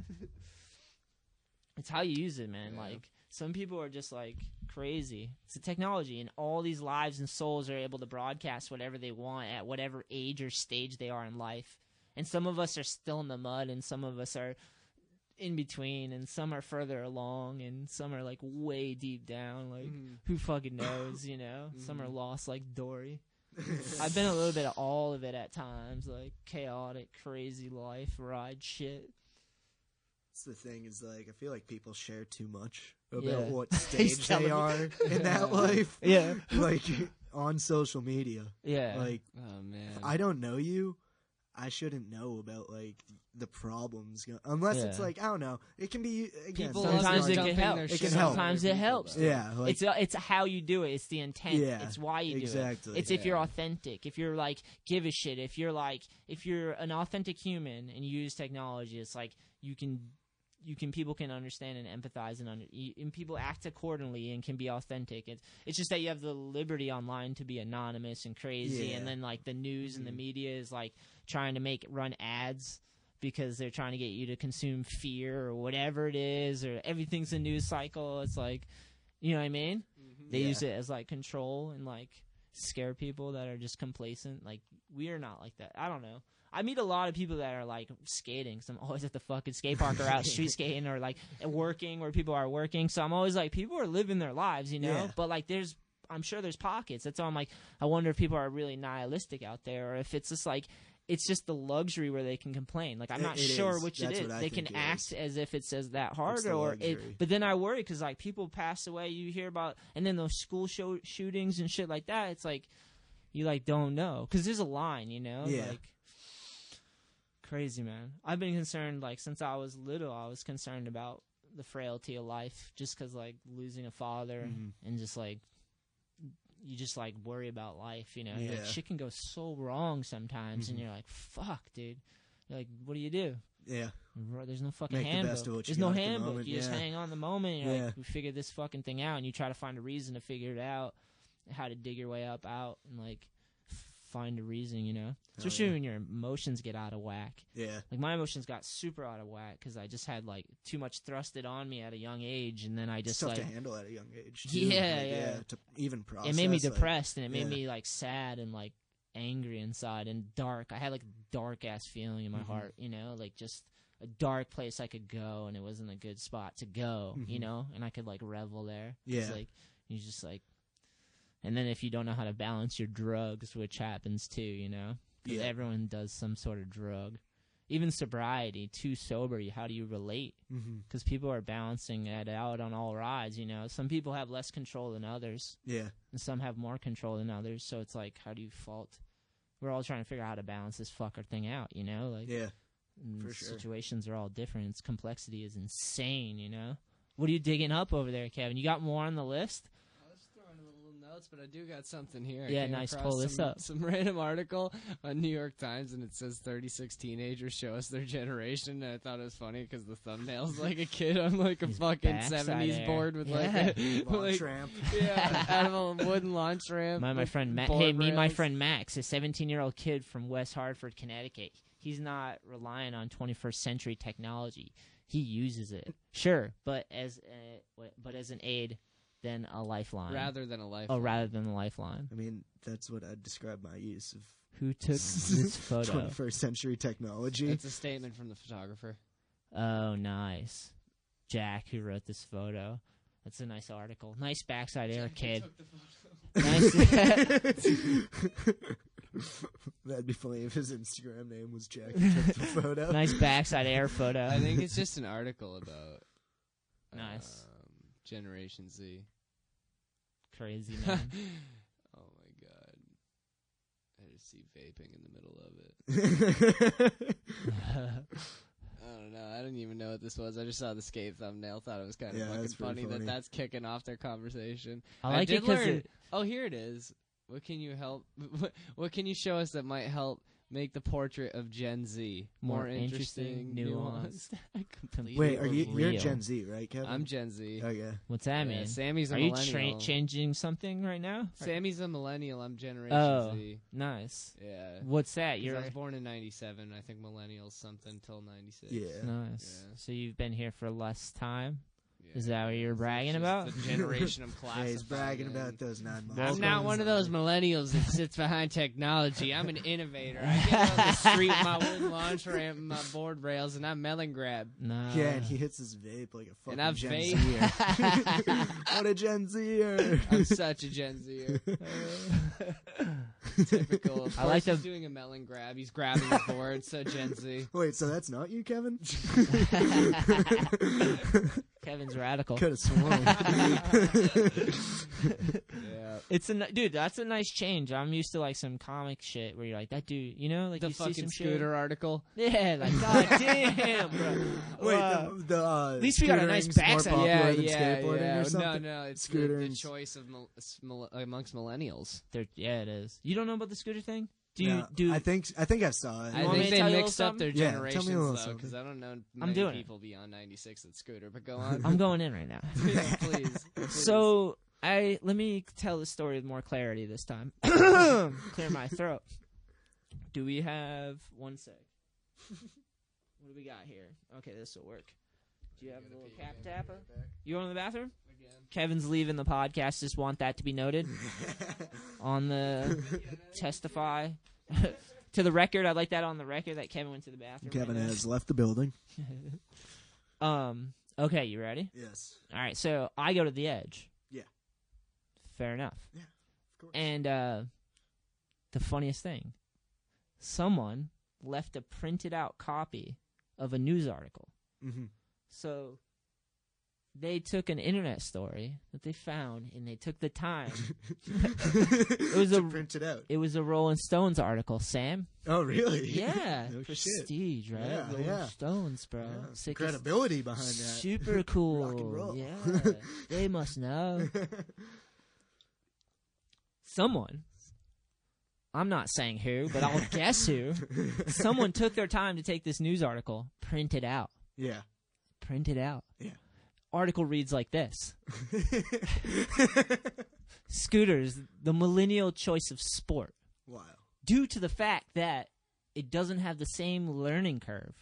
Speaker 4: it's how you use it, man. Like some people are just like crazy. It's a technology, and all these lives and souls are able to broadcast whatever they want at whatever age or stage they are in life. And some of us are still in the mud, and some of us are in between and some are further along and some are like way deep down like
Speaker 6: Mm.
Speaker 7: Mhm.
Speaker 4: who fucking knows you know some
Speaker 6: Mm-hmm.
Speaker 4: are
Speaker 7: Mhm.
Speaker 4: lost like dory i've been a little bit of all of it at times like chaotic crazy life ride shit
Speaker 6: That's the thing is like I feel like people share too much about
Speaker 4: Yeah.
Speaker 6: what
Speaker 4: He's
Speaker 6: stage
Speaker 4: telling
Speaker 6: they
Speaker 4: me.
Speaker 6: are in that
Speaker 4: Yeah.
Speaker 6: life.
Speaker 4: Yeah.
Speaker 6: like on social media.
Speaker 4: Yeah.
Speaker 6: like
Speaker 7: Oh, man.
Speaker 6: I don't know you. I shouldn't know about like the problems, go- unless it's
Speaker 4: Yeah.
Speaker 6: like I don't know. It can be again,
Speaker 1: People
Speaker 4: sometimes
Speaker 6: it's
Speaker 4: it
Speaker 6: not-
Speaker 4: can help it can help. sometimes it helps
Speaker 6: though. Yeah, like-
Speaker 4: it's uh, it's how you do it it's the intent
Speaker 6: Yeah,
Speaker 4: it's why you do
Speaker 6: exactly.
Speaker 4: it it's if you're
Speaker 6: Yeah.
Speaker 4: authentic if you're like give a shit if you're like if you're an authentic human and you use technology it's like you can you can people can understand and empathize and under, you- and people act accordingly and can be authentic it's it's just that you have the liberty online to be anonymous and crazy
Speaker 7: Yeah.
Speaker 4: and then like the news and the media is like trying to make run ads because they're trying to get you to consume fear or whatever it is or everything's a news cycle it's like you know what i mean they
Speaker 7: Yeah.
Speaker 4: use it as like control and like scare people that are just complacent like we are not like that i don't know I meet a lot of people that are like skating. So I'm always at the fucking skate park or out street skating or like working where people are working. So I'm always like, people are living their lives, you know.
Speaker 7: Yeah.
Speaker 4: But like, there's, I'm sure there's pockets. That's all I'm like. I wonder if people are really nihilistic out there, or if it's just like, it's just the luxury where they can complain. Like I'm
Speaker 7: It-
Speaker 4: not
Speaker 7: it
Speaker 4: sure
Speaker 7: is.
Speaker 4: which
Speaker 7: That's
Speaker 4: it
Speaker 7: what
Speaker 4: is.
Speaker 7: I
Speaker 4: They can
Speaker 7: think it
Speaker 4: act as if it's as that harder,
Speaker 7: the
Speaker 4: or
Speaker 7: luxury.
Speaker 4: it. But then I worry because like people pass away. You hear about, and then those school show, shootings and shit like that. It's like, you like don't know because there's a line, you know.
Speaker 7: Yeah.
Speaker 4: Like, crazy man i've been concerned like since i was little i was concerned about the frailty of life just because like losing a father
Speaker 7: Mhm.
Speaker 4: and just like you just like worry about life you know You're like,
Speaker 7: Yeah.
Speaker 4: shit can go so wrong sometimes and
Speaker 7: Mhm.
Speaker 4: you're like fuck dude You're like what do you do
Speaker 6: Yeah.
Speaker 4: Ru- there's no fucking
Speaker 6: Make the
Speaker 4: handbook
Speaker 6: best of what you
Speaker 4: there's no
Speaker 6: got at the
Speaker 4: handbook
Speaker 6: moment,
Speaker 4: you just
Speaker 6: yeah.
Speaker 4: hang on the moment and you're
Speaker 6: Yeah.
Speaker 4: like we figure this fucking thing out and you try to find a reason to figure it out how to dig your way up out and like f- find a reason you know especially when your emotions get out of whack
Speaker 6: Yeah.
Speaker 4: like my emotions got super out of whack because I just had like too much thrusted on me at a young age, and then I
Speaker 6: It's
Speaker 4: just
Speaker 6: tough
Speaker 4: like
Speaker 6: to handle at a young age. too,
Speaker 4: Yeah,
Speaker 6: like,
Speaker 4: yeah.
Speaker 6: To even process.
Speaker 4: it made me
Speaker 6: Oh, like-
Speaker 4: depressed, and it made
Speaker 6: Yeah.
Speaker 4: me like sad and like angry inside and dark. I had like dark ass feeling in my
Speaker 7: Mhm.
Speaker 4: heart, you know, like just a dark place I could go, and it wasn't a good spot to go, you
Speaker 7: Mhm.
Speaker 4: know, and I could like revel there.
Speaker 7: Yeah.
Speaker 4: it's like you just like, and then if you don't know how to balance your drugs, which happens too, you know, 'Cause
Speaker 7: Yeah.
Speaker 4: everyone does some sort of drug. Even sobriety, too sober, you- how do you relate?
Speaker 6: mm-hmm.
Speaker 7: Mhm.
Speaker 4: Because people are balancing it out on all rides, you know. Some people have less control than others.
Speaker 6: Yeah.
Speaker 4: And some have more control than others. So it's like, how do you fault? We're all trying to figure out how to balance this fucker thing out, you know? Like,
Speaker 6: Yeah.
Speaker 4: and
Speaker 6: For sure.
Speaker 4: Situations are all different. Its complexity is insane, you know? What are you digging up over there, Kevin? You got more on the list?
Speaker 7: notes, but I do got something here. I
Speaker 4: Yeah,
Speaker 7: came
Speaker 4: nice.
Speaker 7: across
Speaker 4: Pull this
Speaker 7: some-
Speaker 4: up.
Speaker 7: Some random article on New York Times, and it says 36 teenagers show us their generation. And I thought it was funny because the thumbnail's like a kid on like a fucking
Speaker 4: backside
Speaker 7: 70s
Speaker 4: air.
Speaker 7: board with like
Speaker 4: Yeah.
Speaker 7: a
Speaker 4: Launch
Speaker 7: like,
Speaker 4: ramp.
Speaker 7: Yeah, out of a wooden launch ramp.
Speaker 4: My, my
Speaker 7: with
Speaker 4: friend Matt.
Speaker 7: board
Speaker 4: Hey, meet my
Speaker 7: rails.
Speaker 4: friend Max, a 17 year old kid from West Hartford, Connecticut. He's not relying on 21st century technology. He uses it, sure, but as a, but as an aid than a lifeline.
Speaker 7: Rather than a
Speaker 4: Oh,
Speaker 7: lifeline.
Speaker 4: rather than a lifeline.
Speaker 6: I mean, that's what I'd describe my use of
Speaker 4: Who took this photo?
Speaker 6: 21st century technology.
Speaker 7: That's a statement from the photographer.
Speaker 4: Oh, nice. Jack, who wrote this photo. That's a nice article. Nice backside air, kid. Nice.
Speaker 6: That'd be funny if his Instagram name was Jack who took the photo.
Speaker 4: Nice backside air photo.
Speaker 7: I think it's just an article about
Speaker 4: Nice.
Speaker 7: um, Generation Z.
Speaker 4: Crazy man.
Speaker 7: Oh my god. I just see vaping in the middle of it. I don't know. I didn't even know what this was. I just saw the skate thumbnail. Thought it was kind of
Speaker 6: Yeah,
Speaker 7: fucking
Speaker 6: that's pretty
Speaker 7: funny,
Speaker 6: funny.
Speaker 7: that that's kicking off their conversation.
Speaker 4: I like it
Speaker 7: did
Speaker 4: 'cause
Speaker 7: learn-
Speaker 4: it-
Speaker 7: Oh, here it is. What can you help? What, what can you show us that might help make the portrait of Gen Z more,
Speaker 4: More interesting, nuanced.
Speaker 7: I completely
Speaker 6: Wait, are you you're
Speaker 4: real.
Speaker 6: Gen Z, right, Kevin?
Speaker 7: I'm Gen Z.
Speaker 6: Oh yeah.
Speaker 4: What's that
Speaker 7: Yeah,
Speaker 4: mean?
Speaker 7: Sammy's a
Speaker 4: Are you
Speaker 7: millennial.
Speaker 4: changing something right now?
Speaker 7: Sammy's a millennial. I'm Generation
Speaker 4: Oh,
Speaker 7: Z.
Speaker 4: nice.
Speaker 7: Yeah.
Speaker 4: What's that?
Speaker 7: 'Cause
Speaker 4: You're
Speaker 7: I was born in '97. I think millennials something till '96.
Speaker 4: nice.
Speaker 7: Yeah.
Speaker 4: So you've been here for less time. Is that what you're bragging
Speaker 7: just
Speaker 4: about?
Speaker 7: the generation I'm
Speaker 6: Hey, he's
Speaker 7: classifying
Speaker 6: bragging
Speaker 7: in.
Speaker 6: about those nine months.
Speaker 7: I'm not one of those millennials that sits behind technology. I'm an innovator. I get on the street with my wood launch ramp and my board rails, and I melon grab.
Speaker 4: Nah.
Speaker 6: Yeah, and he hits his vape like a fucking
Speaker 7: And I
Speaker 6: Gen
Speaker 7: vape.
Speaker 6: Zer. what a Gen Zer.
Speaker 7: I'm such a Gen Zer. Typical. Of
Speaker 4: I like
Speaker 7: course he's
Speaker 4: the-
Speaker 7: doing a melon grab. He's grabbing the board, so Gen Z.
Speaker 6: Wait, so that's not you, Kevin?
Speaker 4: Kevin's radical.
Speaker 6: Could have sworn.
Speaker 7: Yeah.
Speaker 4: It's a ni- dude. That's a nice change. I'm used to like some comic shit where you're like that dude. You know, like
Speaker 7: The
Speaker 4: you see
Speaker 7: fucking
Speaker 4: some
Speaker 7: scooter
Speaker 4: Shit.
Speaker 7: article.
Speaker 4: Yeah, like god damn, bro.
Speaker 6: Wait,
Speaker 4: Wow.
Speaker 6: the, the uh,
Speaker 4: At least we got a nice
Speaker 6: scootering's
Speaker 4: backside.
Speaker 6: More popular
Speaker 7: Yeah,
Speaker 6: than
Speaker 7: yeah,
Speaker 6: skateboarding
Speaker 7: yeah.
Speaker 6: or something.
Speaker 7: No, no, it's the, the
Speaker 6: Scooters.
Speaker 7: choice of mil- s- mil- amongst millennials.
Speaker 4: They're- yeah, it is. You don't know about the scooter thing? Do you?
Speaker 6: No,
Speaker 4: do
Speaker 6: I think I think I saw it.
Speaker 7: I
Speaker 4: want me
Speaker 7: think
Speaker 4: to
Speaker 7: they
Speaker 4: tell you a
Speaker 7: mixed
Speaker 4: little
Speaker 7: up their
Speaker 6: something? Yeah, tell me a
Speaker 7: generations
Speaker 6: little
Speaker 7: though,
Speaker 6: something.
Speaker 7: because I don't know many
Speaker 4: doing it.
Speaker 7: people beyond '96 that scooter. But go on,
Speaker 4: I'm going in right now.
Speaker 7: please, please.
Speaker 4: So I let me tell the story with more clarity this time. Clear my throat. Do we have one sec? What do we got here? Okay, this will work. Do you have a little cap tapper? You going to the bathroom? Kevin's leaving the podcast. Just want that to be noted on the testify to the record. I'd like that on the record that Kevin went to the bathroom. right
Speaker 6: Kevin
Speaker 4: now.
Speaker 6: has left the building.
Speaker 4: Um. Okay, you ready?
Speaker 6: Yes.
Speaker 4: All right. So I go to the edge.
Speaker 6: Yeah.
Speaker 4: Fair enough.
Speaker 6: Yeah, of course.
Speaker 4: And uh, the funniest thing, someone left a printed out copy of a news article.
Speaker 6: Mm-hmm.
Speaker 4: So they took an internet story that they found and they took the time.
Speaker 6: it
Speaker 4: was
Speaker 6: to
Speaker 4: a-
Speaker 6: print it out.
Speaker 4: it was a Rolling Stones article, Sam.
Speaker 6: Oh, really?
Speaker 4: Yeah.
Speaker 6: No shit.
Speaker 4: Prestige, right?
Speaker 6: Yeah,
Speaker 4: Rolling
Speaker 6: yeah.
Speaker 4: Stones, bro.
Speaker 6: Yeah, some
Speaker 4: Sickest-
Speaker 6: credibility behind that.
Speaker 4: Super cool.
Speaker 6: Rock and roll.
Speaker 4: Yeah. they must know. Someone. I'm not saying who, but I'll guess who. Someone took their time to take this news article, print it out.
Speaker 6: Yeah.
Speaker 4: Print it out.
Speaker 6: Yeah.
Speaker 4: Article reads like this. Scooters, the millennial choice of sport.
Speaker 6: Wow.
Speaker 4: due to the fact that it doesn't have the same learning curve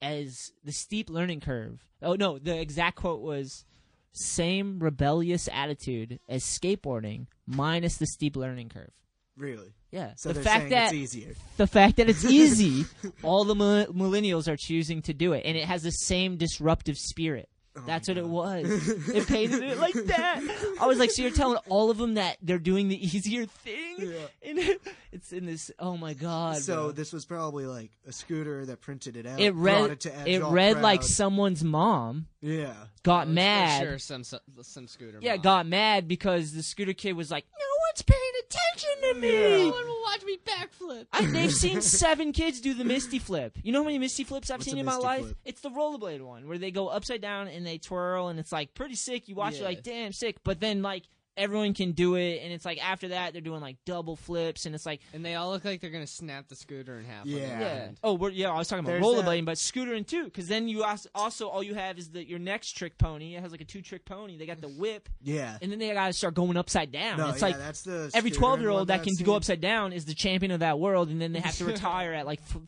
Speaker 4: as the steep learning curve. Oh no, the exact quote was same rebellious attitude as skateboarding minus the steep learning curve.
Speaker 6: Really?
Speaker 4: Yeah.
Speaker 6: So
Speaker 4: the
Speaker 6: they're
Speaker 4: fact
Speaker 6: saying
Speaker 4: that
Speaker 6: it's easier.
Speaker 4: the fact that it's easy, all the mil- millennials are choosing to do it and it has the same disruptive spirit.
Speaker 6: Oh
Speaker 4: That's what it was. It painted it like that. I was like, so you're telling all of them that they're doing the easier thing? And it- it's in this. Oh my god!
Speaker 6: So
Speaker 4: bro.
Speaker 6: this was probably like a scooter that printed it out.
Speaker 4: it
Speaker 6: brought
Speaker 4: read
Speaker 6: it to Edge.
Speaker 4: it
Speaker 6: all
Speaker 4: read
Speaker 6: proud.
Speaker 4: like someone's mom
Speaker 6: Yeah.
Speaker 4: got
Speaker 7: It's Oh, for
Speaker 4: mad.
Speaker 7: Sure, some some- some scooter.
Speaker 4: Yeah,
Speaker 7: mom.
Speaker 4: got mad because the scooter kid was like, "No one's paying attention to me.
Speaker 7: No one will watch me backflip.
Speaker 4: I, they've seen seven kids do the Misty Flip. You know how many Misty Flips I've
Speaker 6: What's
Speaker 4: seen
Speaker 6: a
Speaker 4: in my
Speaker 6: Misty
Speaker 4: life?
Speaker 6: Flip?
Speaker 4: It's the rollerblade one where they go upside down and they twirl, and it's like pretty sick. You watch it,
Speaker 7: Yeah.
Speaker 4: like damn sick, but then like everyone can do it, and it's like after that they're doing like double flips, and it's like
Speaker 7: And they all look like they're gonna snap the scooter in half. on the
Speaker 6: Yeah.
Speaker 7: other
Speaker 4: Yeah.
Speaker 7: end.
Speaker 4: Oh, we're, yeah. I was talking about
Speaker 6: There's
Speaker 4: rollerblading, but scootering too, because then you als- also all you have is the your next trick pony. It has like a two trick pony. They got the whip,
Speaker 6: Yeah.
Speaker 4: and then they gotta start going upside down.
Speaker 6: No,
Speaker 4: it's
Speaker 6: yeah,
Speaker 4: like
Speaker 6: that's the
Speaker 4: every
Speaker 6: scooter
Speaker 4: twelve year
Speaker 6: one
Speaker 4: old that
Speaker 6: I've
Speaker 4: can
Speaker 6: seen.
Speaker 4: go upside down is the champion of that world, and then they have to retire at like f-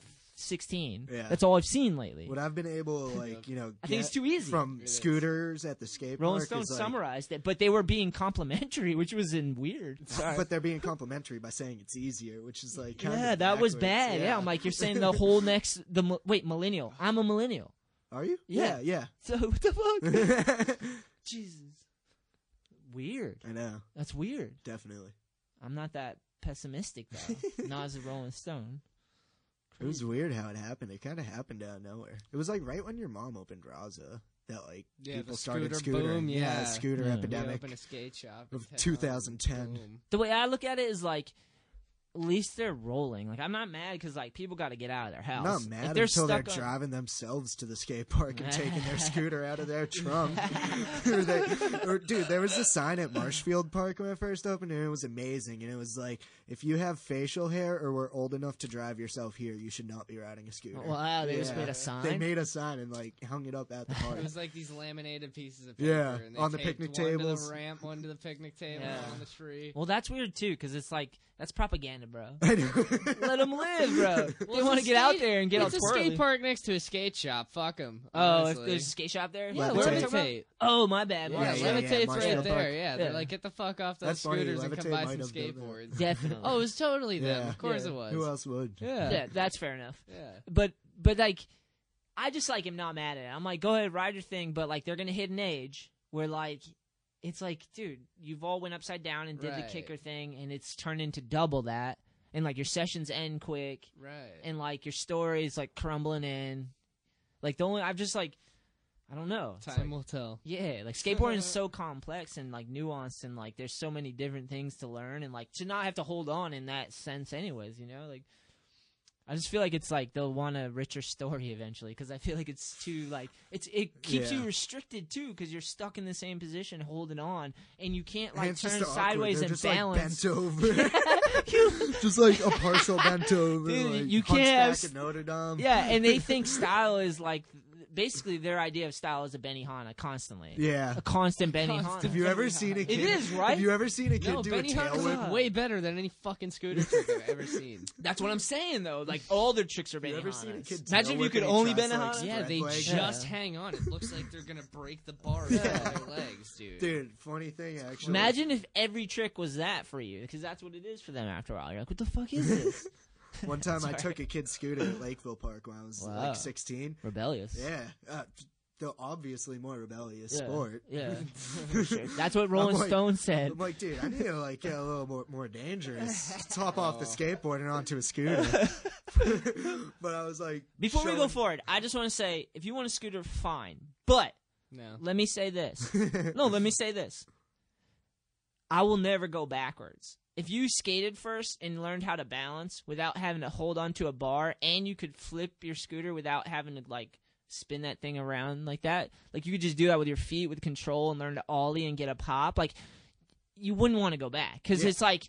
Speaker 4: 16.
Speaker 6: Yeah.
Speaker 4: That's all I've seen lately.
Speaker 6: What I've been able to like, you know,
Speaker 4: I
Speaker 6: get
Speaker 4: think it's too easy.
Speaker 6: from
Speaker 4: It is.
Speaker 6: scooters at the skate
Speaker 4: Rolling
Speaker 6: park
Speaker 4: Stone
Speaker 6: is, like-
Speaker 4: summarized it, but they were being complimentary, which was in weird. Sorry.
Speaker 6: but they're being complimentary by saying it's easier, which is like kind
Speaker 4: yeah,
Speaker 6: of
Speaker 4: that was
Speaker 6: backwards.
Speaker 4: bad. Yeah. I'm like, you're saying the whole next the mi- wait millennial. I'm a millennial.
Speaker 6: Are you?
Speaker 4: Yeah.
Speaker 6: Yeah, yeah.
Speaker 4: So what the fuck? Jesus, weird.
Speaker 6: I know.
Speaker 4: That's weird.
Speaker 6: Definitely.
Speaker 4: I'm not that pessimistic though. Nas a Rolling Stone.
Speaker 6: It was weird how it happened. It kind of happened out of nowhere. It was like right when your mom opened Raza that like
Speaker 7: Yeah, the
Speaker 6: people started
Speaker 7: scooter
Speaker 6: scootering.
Speaker 7: boom, yeah.
Speaker 6: scooter
Speaker 7: Yeah. We
Speaker 6: epidemic
Speaker 7: opened a skate shop in
Speaker 6: of
Speaker 7: town,
Speaker 6: 2010.
Speaker 4: The way I look at it is like, at least they're rolling. Like I'm not mad because like people got to get out of their
Speaker 6: I'm
Speaker 4: house.
Speaker 6: not
Speaker 4: If
Speaker 6: mad
Speaker 4: they're
Speaker 6: until they're
Speaker 4: stuck on-
Speaker 6: driving themselves to the skate park and taking their scooter out of their trunk. or they, or, dude, there was a sign at Marshfield Park when I first opened, and it was amazing. And it was like, if you have facial hair or were old enough to drive yourself here, you should not be riding a scooter.
Speaker 4: Wow, oh, they just made a
Speaker 6: They
Speaker 4: sign?
Speaker 6: made a sign and like hung it up at the park.
Speaker 7: It was like these laminated pieces of paper.
Speaker 6: Yeah,
Speaker 7: and they
Speaker 6: on the
Speaker 7: taped
Speaker 6: picnic
Speaker 7: one To
Speaker 6: tables.
Speaker 7: the ramp, one to the picnic table,
Speaker 4: Yeah.
Speaker 7: one on the tree.
Speaker 4: Well, that's weird too, because it's like that's propaganda, bro.
Speaker 6: I know.
Speaker 4: Let them live, bro.
Speaker 7: Well,
Speaker 4: they
Speaker 7: it's
Speaker 4: want
Speaker 7: a
Speaker 4: to get out
Speaker 7: skate-
Speaker 4: there and get
Speaker 7: It's
Speaker 4: all
Speaker 7: a skate
Speaker 4: twirly.
Speaker 7: park next to a skate shop. Fuck them.
Speaker 4: Oh, if there's a skate shop there,
Speaker 7: Yeah,
Speaker 4: what am I
Speaker 7: levitate.
Speaker 4: talking about? Oh, my bad.
Speaker 7: Yeah,
Speaker 4: my bad.
Speaker 7: levitate's right there. Yeah, they're like, get the fuck off those
Speaker 6: That's funny,
Speaker 7: scooters and
Speaker 6: Levitate
Speaker 7: come buy
Speaker 6: might
Speaker 7: some
Speaker 6: have done that.
Speaker 7: skateboards.
Speaker 4: Definitely.
Speaker 7: Oh, it was totally them.
Speaker 6: Yeah.
Speaker 7: Of course
Speaker 6: Yeah.
Speaker 7: it was.
Speaker 6: Who else would?
Speaker 7: Yeah.
Speaker 4: yeah, that's fair enough.
Speaker 7: Yeah.
Speaker 4: But but like, I just like am not mad at it. I'm like, go ahead, ride your thing. But like, they're gonna hit an age where like, it's like, dude, you've all went upside down and did the
Speaker 7: Right.
Speaker 4: kicker thing, and it's turned into double that, and like your sessions end quick,
Speaker 7: Right.
Speaker 4: and like your story is like crumbling in. Like the only I've just like, I don't know. It's,
Speaker 7: Time
Speaker 4: like-
Speaker 7: will tell.
Speaker 4: Yeah, like skateboarding is so complex and like nuanced, and like there's so many different things to learn, and like to not have to hold on in that sense, anyways. You know, like I just feel like it's like they'll want a richer story eventually because I feel like it's too like it's it keeps
Speaker 6: Yeah.
Speaker 4: you restricted too because you're stuck in the same position holding on, and you can't
Speaker 6: And
Speaker 4: like
Speaker 6: it's
Speaker 4: turn
Speaker 6: just awkward.
Speaker 4: sideways
Speaker 6: They're
Speaker 4: and
Speaker 6: just,
Speaker 4: balance.
Speaker 6: Like bent over. just like a partial bent over.
Speaker 4: Dude,
Speaker 6: like,
Speaker 4: you can't have
Speaker 6: hunchback
Speaker 4: s-
Speaker 6: of Notre Dame.
Speaker 4: yeah, and they think style is like basically their idea of style is a Benihana constantly.
Speaker 6: Yeah.
Speaker 4: a constant Benihana.
Speaker 6: Have you ever seen a
Speaker 4: It
Speaker 6: kid?
Speaker 4: is, right?
Speaker 6: Have you ever seen a kid
Speaker 7: No,
Speaker 6: do
Speaker 7: Benny
Speaker 6: a tailwhip?
Speaker 7: Hunter's way better than any fucking scooter trick I've ever seen.
Speaker 4: That's what I'm saying though. Like all their tricks are Benihana.
Speaker 6: ever seen a kid
Speaker 4: Imagine if
Speaker 6: tailwhip
Speaker 4: you could
Speaker 6: and he
Speaker 4: only
Speaker 6: tries to,
Speaker 4: Benihana.
Speaker 6: like,
Speaker 7: Yeah,
Speaker 6: Spread
Speaker 7: they
Speaker 6: legs.
Speaker 7: just
Speaker 6: Yeah.
Speaker 7: hang on. It looks like they're gonna break the bars out of their legs, dude.
Speaker 6: Dude, funny thing actually.
Speaker 4: Imagine if every trick was that for you, because that's what it is for them after a while. You're like, what the fuck is this?
Speaker 6: One time I took a kid's scooter at Lakeville Park when I was
Speaker 4: Wow.
Speaker 6: like 16.
Speaker 4: Rebellious.
Speaker 6: Yeah. Uh, the obviously more rebellious
Speaker 4: Yeah,
Speaker 6: sport.
Speaker 4: yeah. For sure. That's what Rolling
Speaker 6: I'm like-
Speaker 4: Stone said.
Speaker 6: I'm like, dude, I need to like get a little more, more dangerous. Let's hop off
Speaker 4: Oh.
Speaker 6: the skateboard and onto a scooter. but I was like,
Speaker 4: Before we go
Speaker 6: showing-
Speaker 4: forward, I just want to say, if you want a scooter, fine. But
Speaker 7: No.
Speaker 4: let me say this. no, let me say this. I will never go backwards. If you skated first and learned how to balance without having to hold onto a bar, and you could flip your scooter without having to like spin that thing around like that, like you could just do that with your feet with control and learn to ollie and get a pop, like you wouldn't want to go back because
Speaker 6: Yeah.
Speaker 4: it's like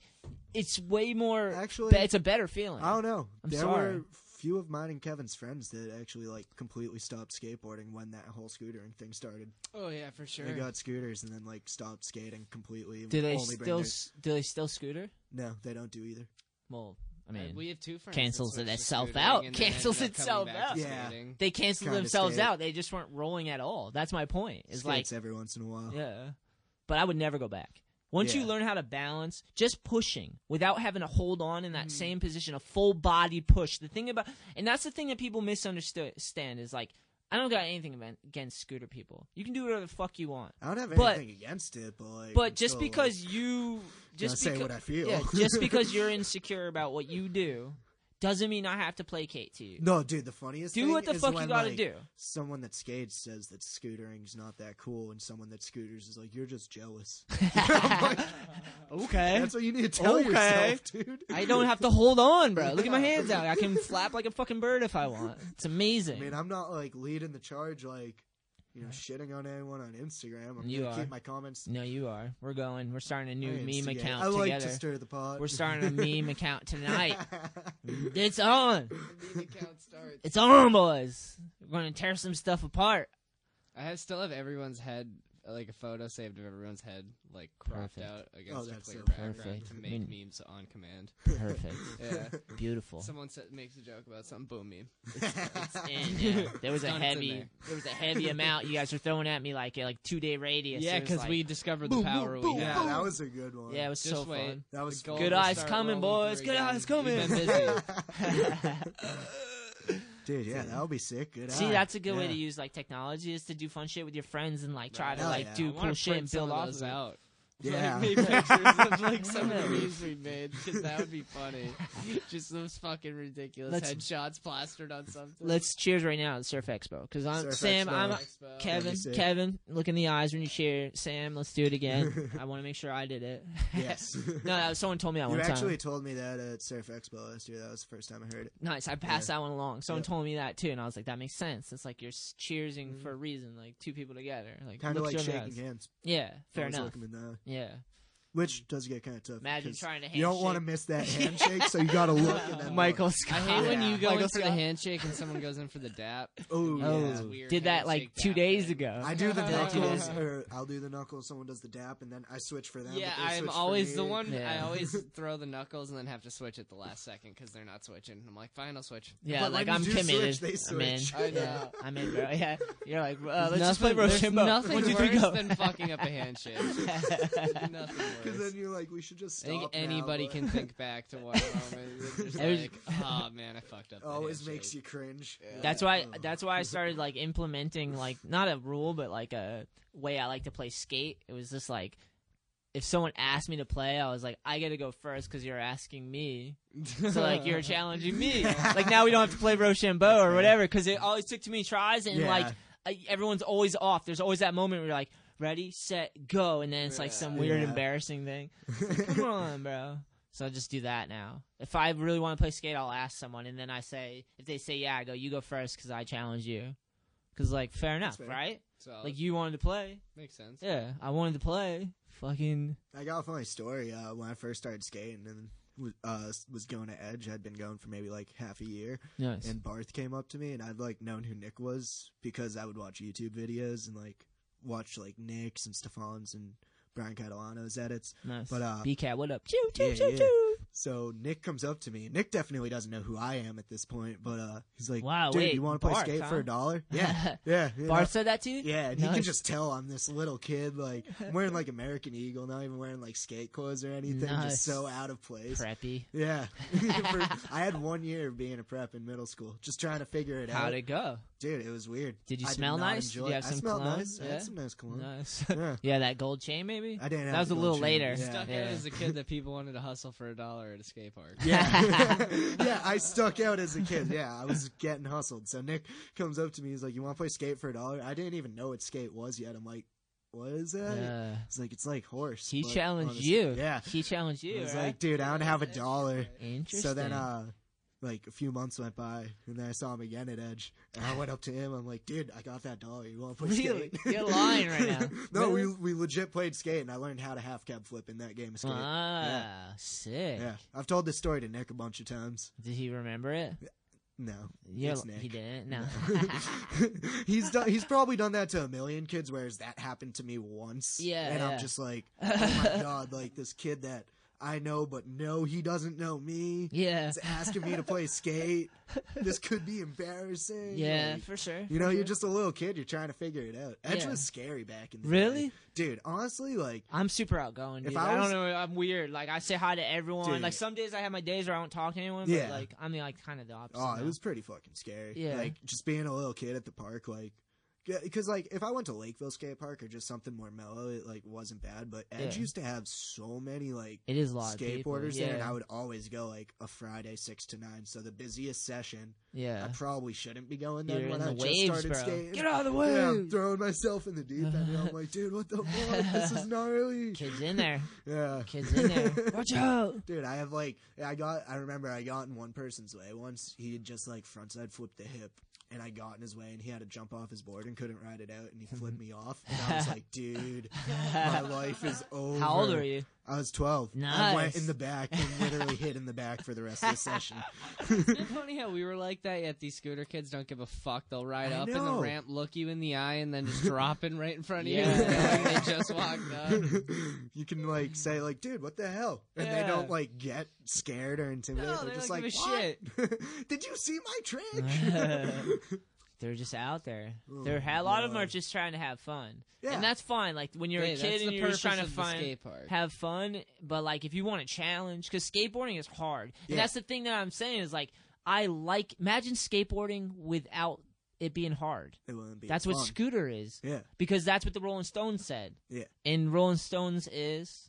Speaker 4: it's way more.
Speaker 6: Actually-
Speaker 4: be- it's a better feeling.
Speaker 6: I don't know.
Speaker 4: I'm
Speaker 6: there
Speaker 4: sorry.
Speaker 6: were few of mine and Kevin's friends that actually like completely stopped skateboarding when that whole scootering thing started.
Speaker 7: Oh yeah, for sure.
Speaker 6: They got scooters and then like stopped skating completely.
Speaker 4: do they
Speaker 6: only bring
Speaker 4: still
Speaker 6: their-
Speaker 4: s- do they still scooter?
Speaker 6: No, they don't do either.
Speaker 4: Well, I
Speaker 7: Uh,
Speaker 4: mean,
Speaker 7: we have two friends.
Speaker 4: cancels
Speaker 7: that switched to
Speaker 4: itself
Speaker 7: scootering
Speaker 4: out,
Speaker 7: and then ended
Speaker 4: cancels
Speaker 7: up coming
Speaker 4: itself
Speaker 7: back to
Speaker 6: out. Yeah.
Speaker 7: skating.
Speaker 4: they canceled
Speaker 6: Kinda
Speaker 4: themselves
Speaker 6: skated.
Speaker 4: out. They just weren't rolling at all. That's my point. It's like
Speaker 6: Skates every once in a while.
Speaker 4: Yeah. But I would never go back. Once you
Speaker 6: Yeah.
Speaker 4: learn how to balance, just pushing without having to hold on in that
Speaker 6: Mm-hmm.
Speaker 4: same position, a full body push. The thing about, and that's the thing that people misunderstand is like, I don't got anything aban- against scooter people. You can do whatever the fuck you want.
Speaker 6: I don't have
Speaker 4: But-
Speaker 6: anything against it, but like, I'm
Speaker 4: But just
Speaker 6: still, like-
Speaker 4: because you just
Speaker 6: say
Speaker 4: becau-
Speaker 6: what I feel.
Speaker 4: yeah, just because you're insecure about what you do, doesn't mean I have to placate to you.
Speaker 6: no, dude, the funniest
Speaker 4: Do
Speaker 6: thing
Speaker 4: what the
Speaker 6: is
Speaker 4: fuck you
Speaker 6: when,
Speaker 4: gotta
Speaker 6: like,
Speaker 4: do.
Speaker 6: Someone that skates says that scootering's not that cool, and someone that scooters is like, "You're just jealous."
Speaker 4: okay.
Speaker 6: That's what you need to tell
Speaker 4: Okay.
Speaker 6: yourself, dude.
Speaker 4: I don't have to hold on, bro. Look at my hands out. I can flap like a fucking bird if I want. It's amazing.
Speaker 6: I mean, I'm not like leading the charge, like you know, shitting on anyone on Instagram. I'm
Speaker 4: You
Speaker 6: gonna
Speaker 4: are.
Speaker 6: keep my comments.
Speaker 4: no, you are. We're going. We're starting a new
Speaker 6: I
Speaker 4: meme
Speaker 6: instigate.
Speaker 4: account
Speaker 6: I like
Speaker 4: together.
Speaker 6: to stir the pot.
Speaker 4: We're starting a meme account tonight. It's on.
Speaker 7: The meme account starts.
Speaker 4: It's on, boys. We're gonna tear some stuff apart.
Speaker 7: I have, still have everyone's head like a photo saved of everyone's head like cropped
Speaker 4: Perfect.
Speaker 7: out
Speaker 4: Oh,
Speaker 7: against a
Speaker 4: that's
Speaker 7: clear
Speaker 4: so
Speaker 7: background
Speaker 4: perfect.
Speaker 7: to
Speaker 4: I
Speaker 7: make
Speaker 4: mean-
Speaker 7: memes on command.
Speaker 4: Perfect.
Speaker 7: yeah.
Speaker 4: Beautiful.
Speaker 7: Someone sa makes a joke about something, boom meme.
Speaker 4: It's in, yeah. There was a
Speaker 7: Done, it's in
Speaker 4: heavy, there.
Speaker 7: there.
Speaker 4: was a heavy amount you guys were throwing at me like like two day radius.
Speaker 7: Yeah,
Speaker 4: It was
Speaker 7: 'cause
Speaker 4: like,
Speaker 7: we discovered the Boom, power boom, we boom, had.
Speaker 6: Yeah, that was a good one.
Speaker 4: Yeah, it was
Speaker 6: Just
Speaker 4: so
Speaker 6: wait.
Speaker 4: fun.
Speaker 6: That was
Speaker 4: The
Speaker 6: goal
Speaker 4: good
Speaker 6: to
Speaker 4: eyes
Speaker 6: start
Speaker 4: coming,
Speaker 6: rolling
Speaker 4: boys.
Speaker 6: through
Speaker 4: Good
Speaker 6: again.
Speaker 4: eyes coming.
Speaker 6: We've been Dude, yeah, that would be sick. Good
Speaker 4: See,
Speaker 6: eye.
Speaker 4: that's a good way
Speaker 6: Yeah.
Speaker 4: to use like technology is to do fun shit with your friends and like try to
Speaker 7: Oh,
Speaker 6: Hell
Speaker 4: like
Speaker 6: yeah. I
Speaker 4: do
Speaker 6: wanna
Speaker 4: cool shit
Speaker 7: print
Speaker 4: and
Speaker 7: some
Speaker 4: build
Speaker 7: of
Speaker 4: off
Speaker 7: those
Speaker 4: of it.
Speaker 7: out.
Speaker 6: Yeah.
Speaker 7: Like, make pictures of like some of
Speaker 4: Yeah.
Speaker 7: the memes we made. 'cause that would be funny. Just those fucking ridiculous
Speaker 4: Let's-
Speaker 7: headshots plastered on something.
Speaker 4: Let's cheers right now at Surf Expo because I'm
Speaker 7: Surf
Speaker 4: Sam.
Speaker 7: Expo.
Speaker 4: I'm
Speaker 7: Expo.
Speaker 4: Kevin.
Speaker 7: That'd be sick.
Speaker 4: Kevin, look in the eyes when you cheer. Sam, let's do it again. I want to make sure I did it.
Speaker 6: Yes.
Speaker 4: no, that was- someone told me that
Speaker 6: you
Speaker 4: one time.
Speaker 6: actually told me that at Surf Expo last year. That was the first time I heard it.
Speaker 4: Nice. I passed that one along. Someone
Speaker 6: Yep.
Speaker 4: told me that too, and I was like, "That makes sense. It's like you're s- cheersing for a reason, like two people together, like
Speaker 6: Kind of
Speaker 4: look
Speaker 6: like
Speaker 4: each other in
Speaker 6: shaking
Speaker 4: the eyes.
Speaker 6: hands.
Speaker 4: Yeah, fair
Speaker 6: Always
Speaker 4: enough.
Speaker 6: look 'em in the eye.
Speaker 4: Yeah.
Speaker 6: Which does get kind of tough.
Speaker 4: Imagine
Speaker 6: because
Speaker 4: trying to
Speaker 6: You don't want to
Speaker 4: handshake.
Speaker 6: miss that handshake, so you got to look. And then
Speaker 4: Michael
Speaker 6: look.
Speaker 4: Scott.
Speaker 7: I hate when
Speaker 4: Yeah.
Speaker 7: you go
Speaker 4: Michael
Speaker 7: in for the
Speaker 4: Scott.
Speaker 7: handshake and someone goes in for the dap.
Speaker 6: Oh, yeah.
Speaker 7: It's weird
Speaker 4: Did that like
Speaker 7: handshake
Speaker 4: two
Speaker 7: dap
Speaker 4: days
Speaker 7: thing.
Speaker 4: ago.
Speaker 6: I do the
Speaker 4: Did that two days
Speaker 6: knuckles,
Speaker 4: ago.
Speaker 6: or I'll do the knuckles. Someone does the dap, and then I switch for them.
Speaker 7: Yeah,
Speaker 6: but they
Speaker 7: I'm
Speaker 6: switch for
Speaker 7: always
Speaker 6: me.
Speaker 7: the one. I
Speaker 4: Yeah.
Speaker 7: always throw the knuckles and then have to switch at the last second because they're not switching. I'm like, fine, I'll switch.
Speaker 4: Yeah,
Speaker 7: But
Speaker 4: like
Speaker 7: when
Speaker 4: I'm
Speaker 7: you
Speaker 4: committed.
Speaker 7: switch, they
Speaker 4: I'm in.
Speaker 7: switch. I know.
Speaker 4: I'm in, bro. Yeah, you're like, uh, let's
Speaker 7: There's
Speaker 4: just play
Speaker 7: nothing- there's
Speaker 4: Rochambeau.
Speaker 7: nothing
Speaker 4: One, two, three,
Speaker 7: worse
Speaker 4: go.
Speaker 7: than fucking up a handshake. Nothing
Speaker 6: Because
Speaker 7: worse.
Speaker 6: then you're like, we should just
Speaker 7: I
Speaker 6: stop.
Speaker 7: think
Speaker 6: now,
Speaker 7: anybody
Speaker 6: but-
Speaker 7: can think back to one moment. They're just
Speaker 4: There's-
Speaker 7: like, oh man, I fucked up. the
Speaker 6: always
Speaker 7: handshake."
Speaker 6: makes you cringe.
Speaker 4: That's why. That's why I started like implementing like not a rule, but like a way I like to play skate. It was just like if someone asked me to play, I was like, I got to go first because you're asking me. So like you're challenging me. Like now we don't have to play Rochambeau or whatever because it always took too many tries and
Speaker 6: Yeah.
Speaker 4: like I, everyone's always off. There's always that moment where you're like, ready, set, go, and then it's like some weird
Speaker 6: Yeah.
Speaker 4: embarrassing thing. It's like, Come on, bro. So I just do that now. If I really want to play skate, I'll ask someone, and then I say, if they say yeah, I go, you go first because I challenge you. Because like, fair enough,
Speaker 6: fair. Uh,
Speaker 4: right?
Speaker 7: Solid.
Speaker 4: Like you wanted to play.
Speaker 7: Makes sense.
Speaker 4: Yeah, I wanted to play. Fucking
Speaker 6: I got a funny story. Uh, when I first started skating and w- uh, was going to Edge, I'd been going for maybe like half a year.
Speaker 4: Nice.
Speaker 6: And Barth came up to me, and I'd like known who Nick was because I would watch YouTube videos and like watch like Nick's and Stefan's and Brian Catalano's edits.
Speaker 4: nice.
Speaker 6: But uh,
Speaker 4: B cat, what up? Choo choo
Speaker 6: yeah,
Speaker 4: choo
Speaker 6: yeah.
Speaker 4: choo.
Speaker 6: So Nick comes up to me. Nick definitely doesn't know who I am at this point, but uh, he's like,
Speaker 4: Wow,
Speaker 6: dude,
Speaker 4: wait,
Speaker 6: you want to play
Speaker 4: Barth,
Speaker 6: skate
Speaker 4: huh?"
Speaker 6: for a dollar?" Yeah, yeah. you
Speaker 4: Barth
Speaker 6: know.
Speaker 4: said that to you?
Speaker 6: uh, Yeah, and he can
Speaker 4: Nice.
Speaker 6: just tell I'm this little kid. Like I'm wearing like American Eagle, not even wearing like skate clothes or anything.
Speaker 4: Nice.
Speaker 6: Just so out of place.
Speaker 4: Preppy.
Speaker 6: Yeah, For- I had one year of being a prep in middle school, just trying to figure it out.
Speaker 4: How'd it go?
Speaker 6: Dude, it was weird.
Speaker 4: Did you
Speaker 6: I did
Speaker 4: smell
Speaker 6: not
Speaker 4: nice?
Speaker 6: enjoy
Speaker 4: did you
Speaker 6: it.
Speaker 4: have
Speaker 6: I
Speaker 4: some
Speaker 6: smelled
Speaker 4: cologne?
Speaker 6: nice. I
Speaker 4: Yeah?
Speaker 6: had some nice cologne.
Speaker 4: Nice.
Speaker 6: Yeah.
Speaker 4: yeah, that gold chain maybe.
Speaker 6: I didn't
Speaker 4: That
Speaker 6: have
Speaker 4: was a
Speaker 6: the gold
Speaker 4: little
Speaker 6: chain.
Speaker 4: later.
Speaker 6: Yeah.
Speaker 7: Stuck
Speaker 4: Yeah.
Speaker 7: out as a kid that people wanted to hustle for a dollar at a skate park.
Speaker 6: Yeah. yeah, I stuck out as a kid. Yeah, I was getting hustled. So Nick comes up to me. He's like, You want to play skate for a dollar? I didn't even know what skate was yet. I'm like, What is that?
Speaker 4: Yeah.
Speaker 6: He's like, It's like horse.
Speaker 4: He
Speaker 6: but
Speaker 4: challenged
Speaker 6: on a-
Speaker 4: you.
Speaker 6: Yeah.
Speaker 4: He challenged you.
Speaker 6: I was
Speaker 4: right?
Speaker 6: like, Dude, I don't have a dollar.
Speaker 4: Interesting.
Speaker 6: So then, uh, like a few months went by, and then I saw him again at Edge, and I went up to him. I'm like, "Dude, I got that dollar. You want to play
Speaker 4: Really?
Speaker 6: skate?"
Speaker 4: You're lying right now.
Speaker 6: no,
Speaker 4: Really?
Speaker 6: we we legit played skate, and I learned how to half cab flip in that game of skate.
Speaker 4: ah,
Speaker 6: Yeah.
Speaker 4: sick.
Speaker 6: Yeah, I've told this story to Nick a bunch of times.
Speaker 4: Did he remember it?
Speaker 6: No,
Speaker 4: Yeah,
Speaker 6: it's
Speaker 4: he
Speaker 6: Nick.
Speaker 4: didn't? No.
Speaker 6: he's done, he's probably done that to a million kids. Whereas that happened to me once.
Speaker 4: Yeah,
Speaker 6: and
Speaker 4: yeah.
Speaker 6: I'm just like, oh my god, like this kid that I know, but no, he doesn't know me.
Speaker 4: Yeah.
Speaker 6: is asking me to play skate. This could be embarrassing.
Speaker 4: Yeah,
Speaker 6: like,
Speaker 4: for sure.
Speaker 6: You know, you're just a little kid. You're trying to figure it out. Edge
Speaker 4: Yeah.
Speaker 6: was scary back in the
Speaker 4: Really?
Speaker 6: day. dude. Honestly, like
Speaker 4: I'm super outgoing.
Speaker 6: If
Speaker 4: Dude.
Speaker 6: I
Speaker 4: I,
Speaker 6: was-
Speaker 4: don't know. I'm weird. Like I say hi to everyone.
Speaker 6: Dude.
Speaker 4: Like some days I have my days where I don't talk to anyone.
Speaker 6: Yeah.
Speaker 4: But like I'm like kind of the opposite.
Speaker 6: Oh, it
Speaker 4: now.
Speaker 6: was pretty fucking scary.
Speaker 4: Yeah.
Speaker 6: Like just being a little kid at the park, like, because like if I went to Lakeville skate park or just something more mellow, it like wasn't bad. But Edge
Speaker 4: Yeah.
Speaker 6: used to have so many like
Speaker 4: It is a lot of people,
Speaker 6: skateboarders there, and
Speaker 4: yeah.
Speaker 6: I would always go like a Friday six to nine, so the busiest session.
Speaker 4: Yeah.
Speaker 6: I probably shouldn't be going then
Speaker 4: You're
Speaker 6: when
Speaker 4: in
Speaker 6: I
Speaker 4: the
Speaker 6: just
Speaker 4: waves,
Speaker 6: started
Speaker 4: bro.
Speaker 6: skating.
Speaker 4: Get out of the
Speaker 6: Yeah, I'm
Speaker 4: waves.
Speaker 6: throwing myself in the deep end. and I'm like, dude, what the fuck? This is gnarly.
Speaker 4: Kids in there.
Speaker 6: Yeah.
Speaker 4: Kids in there. Watch out.
Speaker 6: Dude, I have like I got I remember I got in one person's way once. He had just like frontside flipped the hip and I got in his way and he had to jump off his board and couldn't ride it out and he flipped me off and I was like, dude, my life is over.
Speaker 4: How old are you?
Speaker 6: I was 12. I went
Speaker 7: Nice.
Speaker 6: in the back and literally hit in the back for the rest of the session.
Speaker 7: Isn't it funny how we were like that? Yet these scooter kids don't give a fuck. They'll ride
Speaker 6: I
Speaker 7: up in the
Speaker 6: know.
Speaker 7: ramp, look you in the eye, and then just drop in right in front of
Speaker 6: Yeah.
Speaker 7: you. knowing they just walked up.
Speaker 6: you can like say like, dude, what the hell? And
Speaker 7: Yeah.
Speaker 6: they don't like get scared or intimidated.
Speaker 7: No,
Speaker 6: They're
Speaker 7: they
Speaker 6: just
Speaker 7: don't
Speaker 6: like,
Speaker 7: give a
Speaker 6: "What? Did you see my trick?
Speaker 4: They're just out there.
Speaker 6: Oh,
Speaker 4: There ha- a lot of them
Speaker 6: God.
Speaker 4: are just trying to have fun,
Speaker 6: Yeah.
Speaker 4: and that's fine. Like when you're
Speaker 7: Hey,
Speaker 4: a
Speaker 7: that's
Speaker 4: kid and
Speaker 7: the
Speaker 4: you're just
Speaker 7: purpose
Speaker 4: trying to
Speaker 7: of the
Speaker 4: find
Speaker 7: skate park.
Speaker 4: have fun. But like if you want a challenge, because skateboarding is hard,
Speaker 7: Yeah.
Speaker 4: and that's the thing that I'm saying is like I like imagine skateboarding without it being hard.
Speaker 6: It wouldn't be
Speaker 4: That's what
Speaker 6: fun.
Speaker 4: scooter is.
Speaker 6: Yeah.
Speaker 4: because that's what the Rolling Stones said.
Speaker 6: Yeah.
Speaker 4: and Rolling Stones is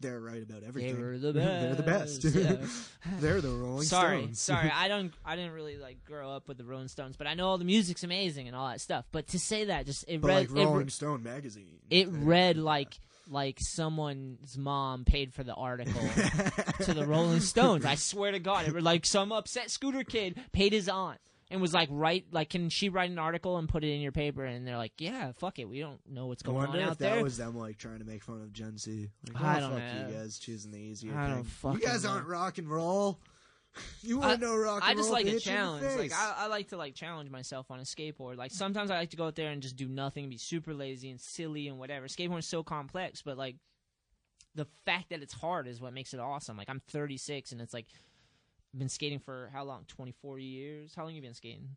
Speaker 6: They're right about everything.
Speaker 4: They were the
Speaker 6: They're the
Speaker 4: best.
Speaker 6: best.
Speaker 4: Yeah.
Speaker 6: They're the Rolling
Speaker 4: sorry,
Speaker 6: Stones.
Speaker 4: sorry. I don't. I didn't really like grow up with the Rolling Stones, but I know all the music's amazing and all that stuff. But to say that just it
Speaker 6: but
Speaker 4: read
Speaker 6: like Rolling
Speaker 4: it, re-
Speaker 6: Stone magazine.
Speaker 4: it read like like someone's mom paid for the article to the Rolling Stones. I swear to God, it was like some upset scooter kid paid his aunt. And was like, write like, can she write an article and put it in your paper? And they're like, yeah, fuck it, we don't know what's
Speaker 6: I
Speaker 4: going
Speaker 6: wonder
Speaker 4: on
Speaker 6: if
Speaker 4: out
Speaker 6: that
Speaker 4: there.
Speaker 6: was them like trying to make fun of Gen Z. Like,
Speaker 4: I
Speaker 6: "Oh,
Speaker 4: don't
Speaker 6: fuck
Speaker 4: know.
Speaker 6: You guys choosing the easier
Speaker 4: I don't
Speaker 6: thing.
Speaker 4: fucking
Speaker 6: you guys
Speaker 4: know.
Speaker 6: aren't rock and roll. You want to know rock and roll?
Speaker 4: I just like
Speaker 6: hit you
Speaker 4: a
Speaker 6: in the
Speaker 4: challenge. Like
Speaker 6: face.
Speaker 4: I, I like to like challenge myself on a skateboard. Like sometimes I like to go out there and just do nothing, be super lazy and silly and whatever. Skateboarding's so complex, but like the fact that it's hard is what makes it awesome. Like I'm 36 and it's like I've been skating for how long? 24 years. How long you been skating?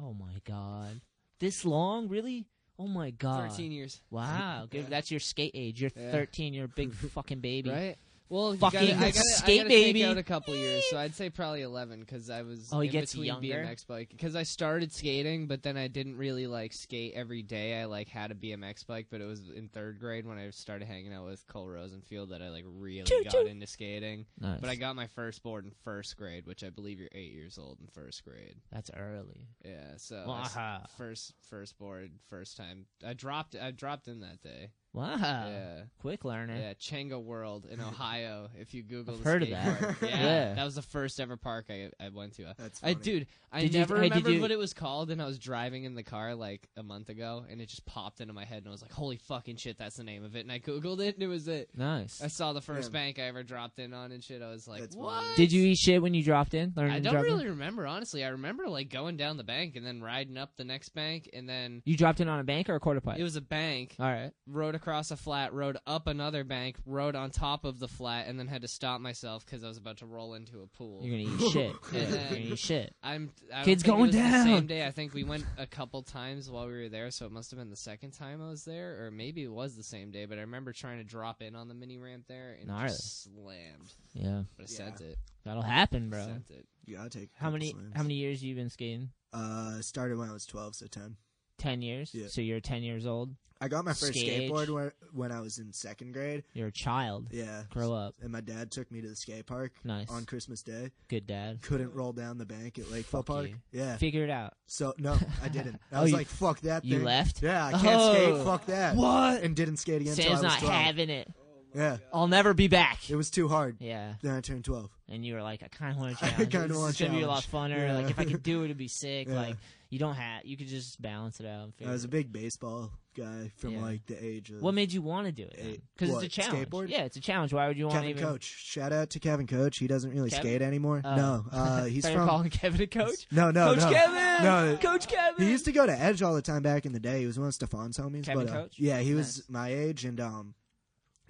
Speaker 4: Oh my god, this long, really? Oh my god,
Speaker 7: 13 years.
Speaker 4: Wow, good.
Speaker 7: Yeah.
Speaker 4: That's your skate age. You're
Speaker 7: Yeah.
Speaker 4: 13. You're a big fucking baby.
Speaker 7: Right? Well, you
Speaker 4: fucking
Speaker 7: gotta, I gotta,
Speaker 4: skate
Speaker 7: I gotta
Speaker 4: baby.
Speaker 7: Take out a couple years, so I'd say probably eleven because I was.
Speaker 4: Oh, he
Speaker 7: in
Speaker 4: gets
Speaker 7: between
Speaker 4: younger?
Speaker 7: BMX bike because I started skating, but then I didn't really like skate every day. I like had a BMX bike, but it was in third grade when I started hanging out with Cole Rosenfield that I like really got into skating.
Speaker 4: Nice.
Speaker 7: But I got my first board in first grade, which I believe you're eight years old in first grade.
Speaker 4: That's early.
Speaker 7: Yeah, so
Speaker 4: Wow.
Speaker 7: I s- first first board, first time. I dropped I dropped in that day.
Speaker 4: Wow.
Speaker 7: Yeah.
Speaker 4: Quick learner.
Speaker 7: Yeah, Changa World in Ohio. If you Google,
Speaker 4: I've
Speaker 7: the
Speaker 4: heard of
Speaker 7: skate
Speaker 4: that.
Speaker 7: park. Yeah,
Speaker 4: Yeah.
Speaker 7: that was the first ever park I, I went to.
Speaker 6: That's
Speaker 7: I,
Speaker 6: funny.
Speaker 7: dude, I
Speaker 4: Did you-
Speaker 7: never
Speaker 4: hey, did
Speaker 7: remembered
Speaker 4: you-
Speaker 7: what it was called, and I was driving in the car like a month ago, and it just popped into my head, and I was like, "Holy fucking shit, that's the name of it!" And I Googled it, and it was it.
Speaker 4: Nice.
Speaker 7: I saw the first
Speaker 6: Yeah.
Speaker 7: bank I ever dropped in on and shit. I was like, "What?"
Speaker 4: Did you eat shit when you dropped in? Learning
Speaker 7: I
Speaker 4: to
Speaker 7: don't
Speaker 4: drop in?
Speaker 7: really remember, honestly. I remember like going down the bank and then riding up the next bank, and then
Speaker 4: You dropped in on a bank or a quarter pipe?
Speaker 7: it was a bank.
Speaker 4: All right.
Speaker 7: Rode across a flat, rode up another bank, rode on top of the flat, and then had to stop myself because I was about to roll into a pool.
Speaker 4: You're gonna eat shit. Yeah,
Speaker 7: And
Speaker 4: you're gonna eat shit.
Speaker 7: I'm I don't
Speaker 4: Kids
Speaker 7: think it
Speaker 4: going
Speaker 7: was the
Speaker 4: down.
Speaker 7: same day. I think we went a couple times while we were there, so it must have been the second time I was there, or maybe it was the same day. But I remember trying to drop in on the mini ramp there and
Speaker 4: Gnarly.
Speaker 7: just slammed.
Speaker 4: Yeah.
Speaker 7: but I
Speaker 6: Yeah.
Speaker 7: sent it.
Speaker 4: That'll happen, bro.
Speaker 7: Sent it.
Speaker 6: you gotta take. a
Speaker 4: How
Speaker 6: couple
Speaker 4: many
Speaker 6: slams.
Speaker 4: how many years you been skating?
Speaker 6: Uh, started when I was 12, so 10.
Speaker 4: Ten years.
Speaker 6: Yeah.
Speaker 4: So you're ten years old.
Speaker 6: I got my first
Speaker 4: Skate
Speaker 6: skateboard
Speaker 4: age.
Speaker 6: when, when I was in second grade.
Speaker 4: You're a child.
Speaker 6: Yeah.
Speaker 4: Grow up.
Speaker 6: And my dad took me to the skate park
Speaker 4: Nice.
Speaker 6: on Christmas Day.
Speaker 4: Good dad.
Speaker 6: Couldn't roll down the bank at Lakeville
Speaker 4: Fuck
Speaker 6: Park.
Speaker 4: you.
Speaker 6: Yeah.
Speaker 4: Figure it out.
Speaker 6: So no, I didn't. I
Speaker 4: Oh,
Speaker 6: was
Speaker 4: you-
Speaker 6: like, "Fuck that!"
Speaker 4: you
Speaker 6: thing.
Speaker 4: left?
Speaker 6: Yeah, I can't
Speaker 4: Oh.
Speaker 6: skate. Fuck that.
Speaker 4: What?
Speaker 6: And didn't skate again. until I
Speaker 4: Sam's
Speaker 6: was
Speaker 4: not
Speaker 6: 12.
Speaker 4: having it.
Speaker 6: Yeah,
Speaker 4: I'll never be back.
Speaker 6: it was too hard.
Speaker 4: Yeah.
Speaker 6: Then I turned twelve.
Speaker 4: And you were like, I kind of want to
Speaker 6: I
Speaker 4: challenge. it.
Speaker 6: kinda
Speaker 4: This
Speaker 6: wanna
Speaker 4: is gonna be a lot
Speaker 6: challenge.
Speaker 4: funner. Like if I
Speaker 6: Yeah.
Speaker 4: could do it, it'd be sick.
Speaker 6: Yeah.
Speaker 4: Like you don't have. You could just balance it out. And figure
Speaker 6: I was
Speaker 4: it
Speaker 6: a big baseball guy from
Speaker 4: Yeah.
Speaker 6: like the age of
Speaker 4: What made you want to do it?
Speaker 6: Eight.
Speaker 4: Because it's
Speaker 6: What,
Speaker 4: a challenge.
Speaker 6: skateboard?
Speaker 4: Yeah, it's a challenge. Why would you want
Speaker 6: Kevin
Speaker 4: to even?
Speaker 6: Coach. Shout out to Kevin Coach. He doesn't really
Speaker 4: Kevin?
Speaker 6: skate anymore.
Speaker 4: Oh.
Speaker 6: no, uh, he's
Speaker 4: Thought you were
Speaker 6: from.
Speaker 4: calling Kevin a coach.
Speaker 6: No, no,
Speaker 4: coach
Speaker 6: no.
Speaker 4: Kevin.
Speaker 6: No.
Speaker 4: coach Kevin.
Speaker 6: He used to go to Edge all the time back in the day. He was one of Stefan's homies.
Speaker 4: Kevin
Speaker 6: but, uh,
Speaker 4: Coach?
Speaker 6: Yeah, he was my age, and um,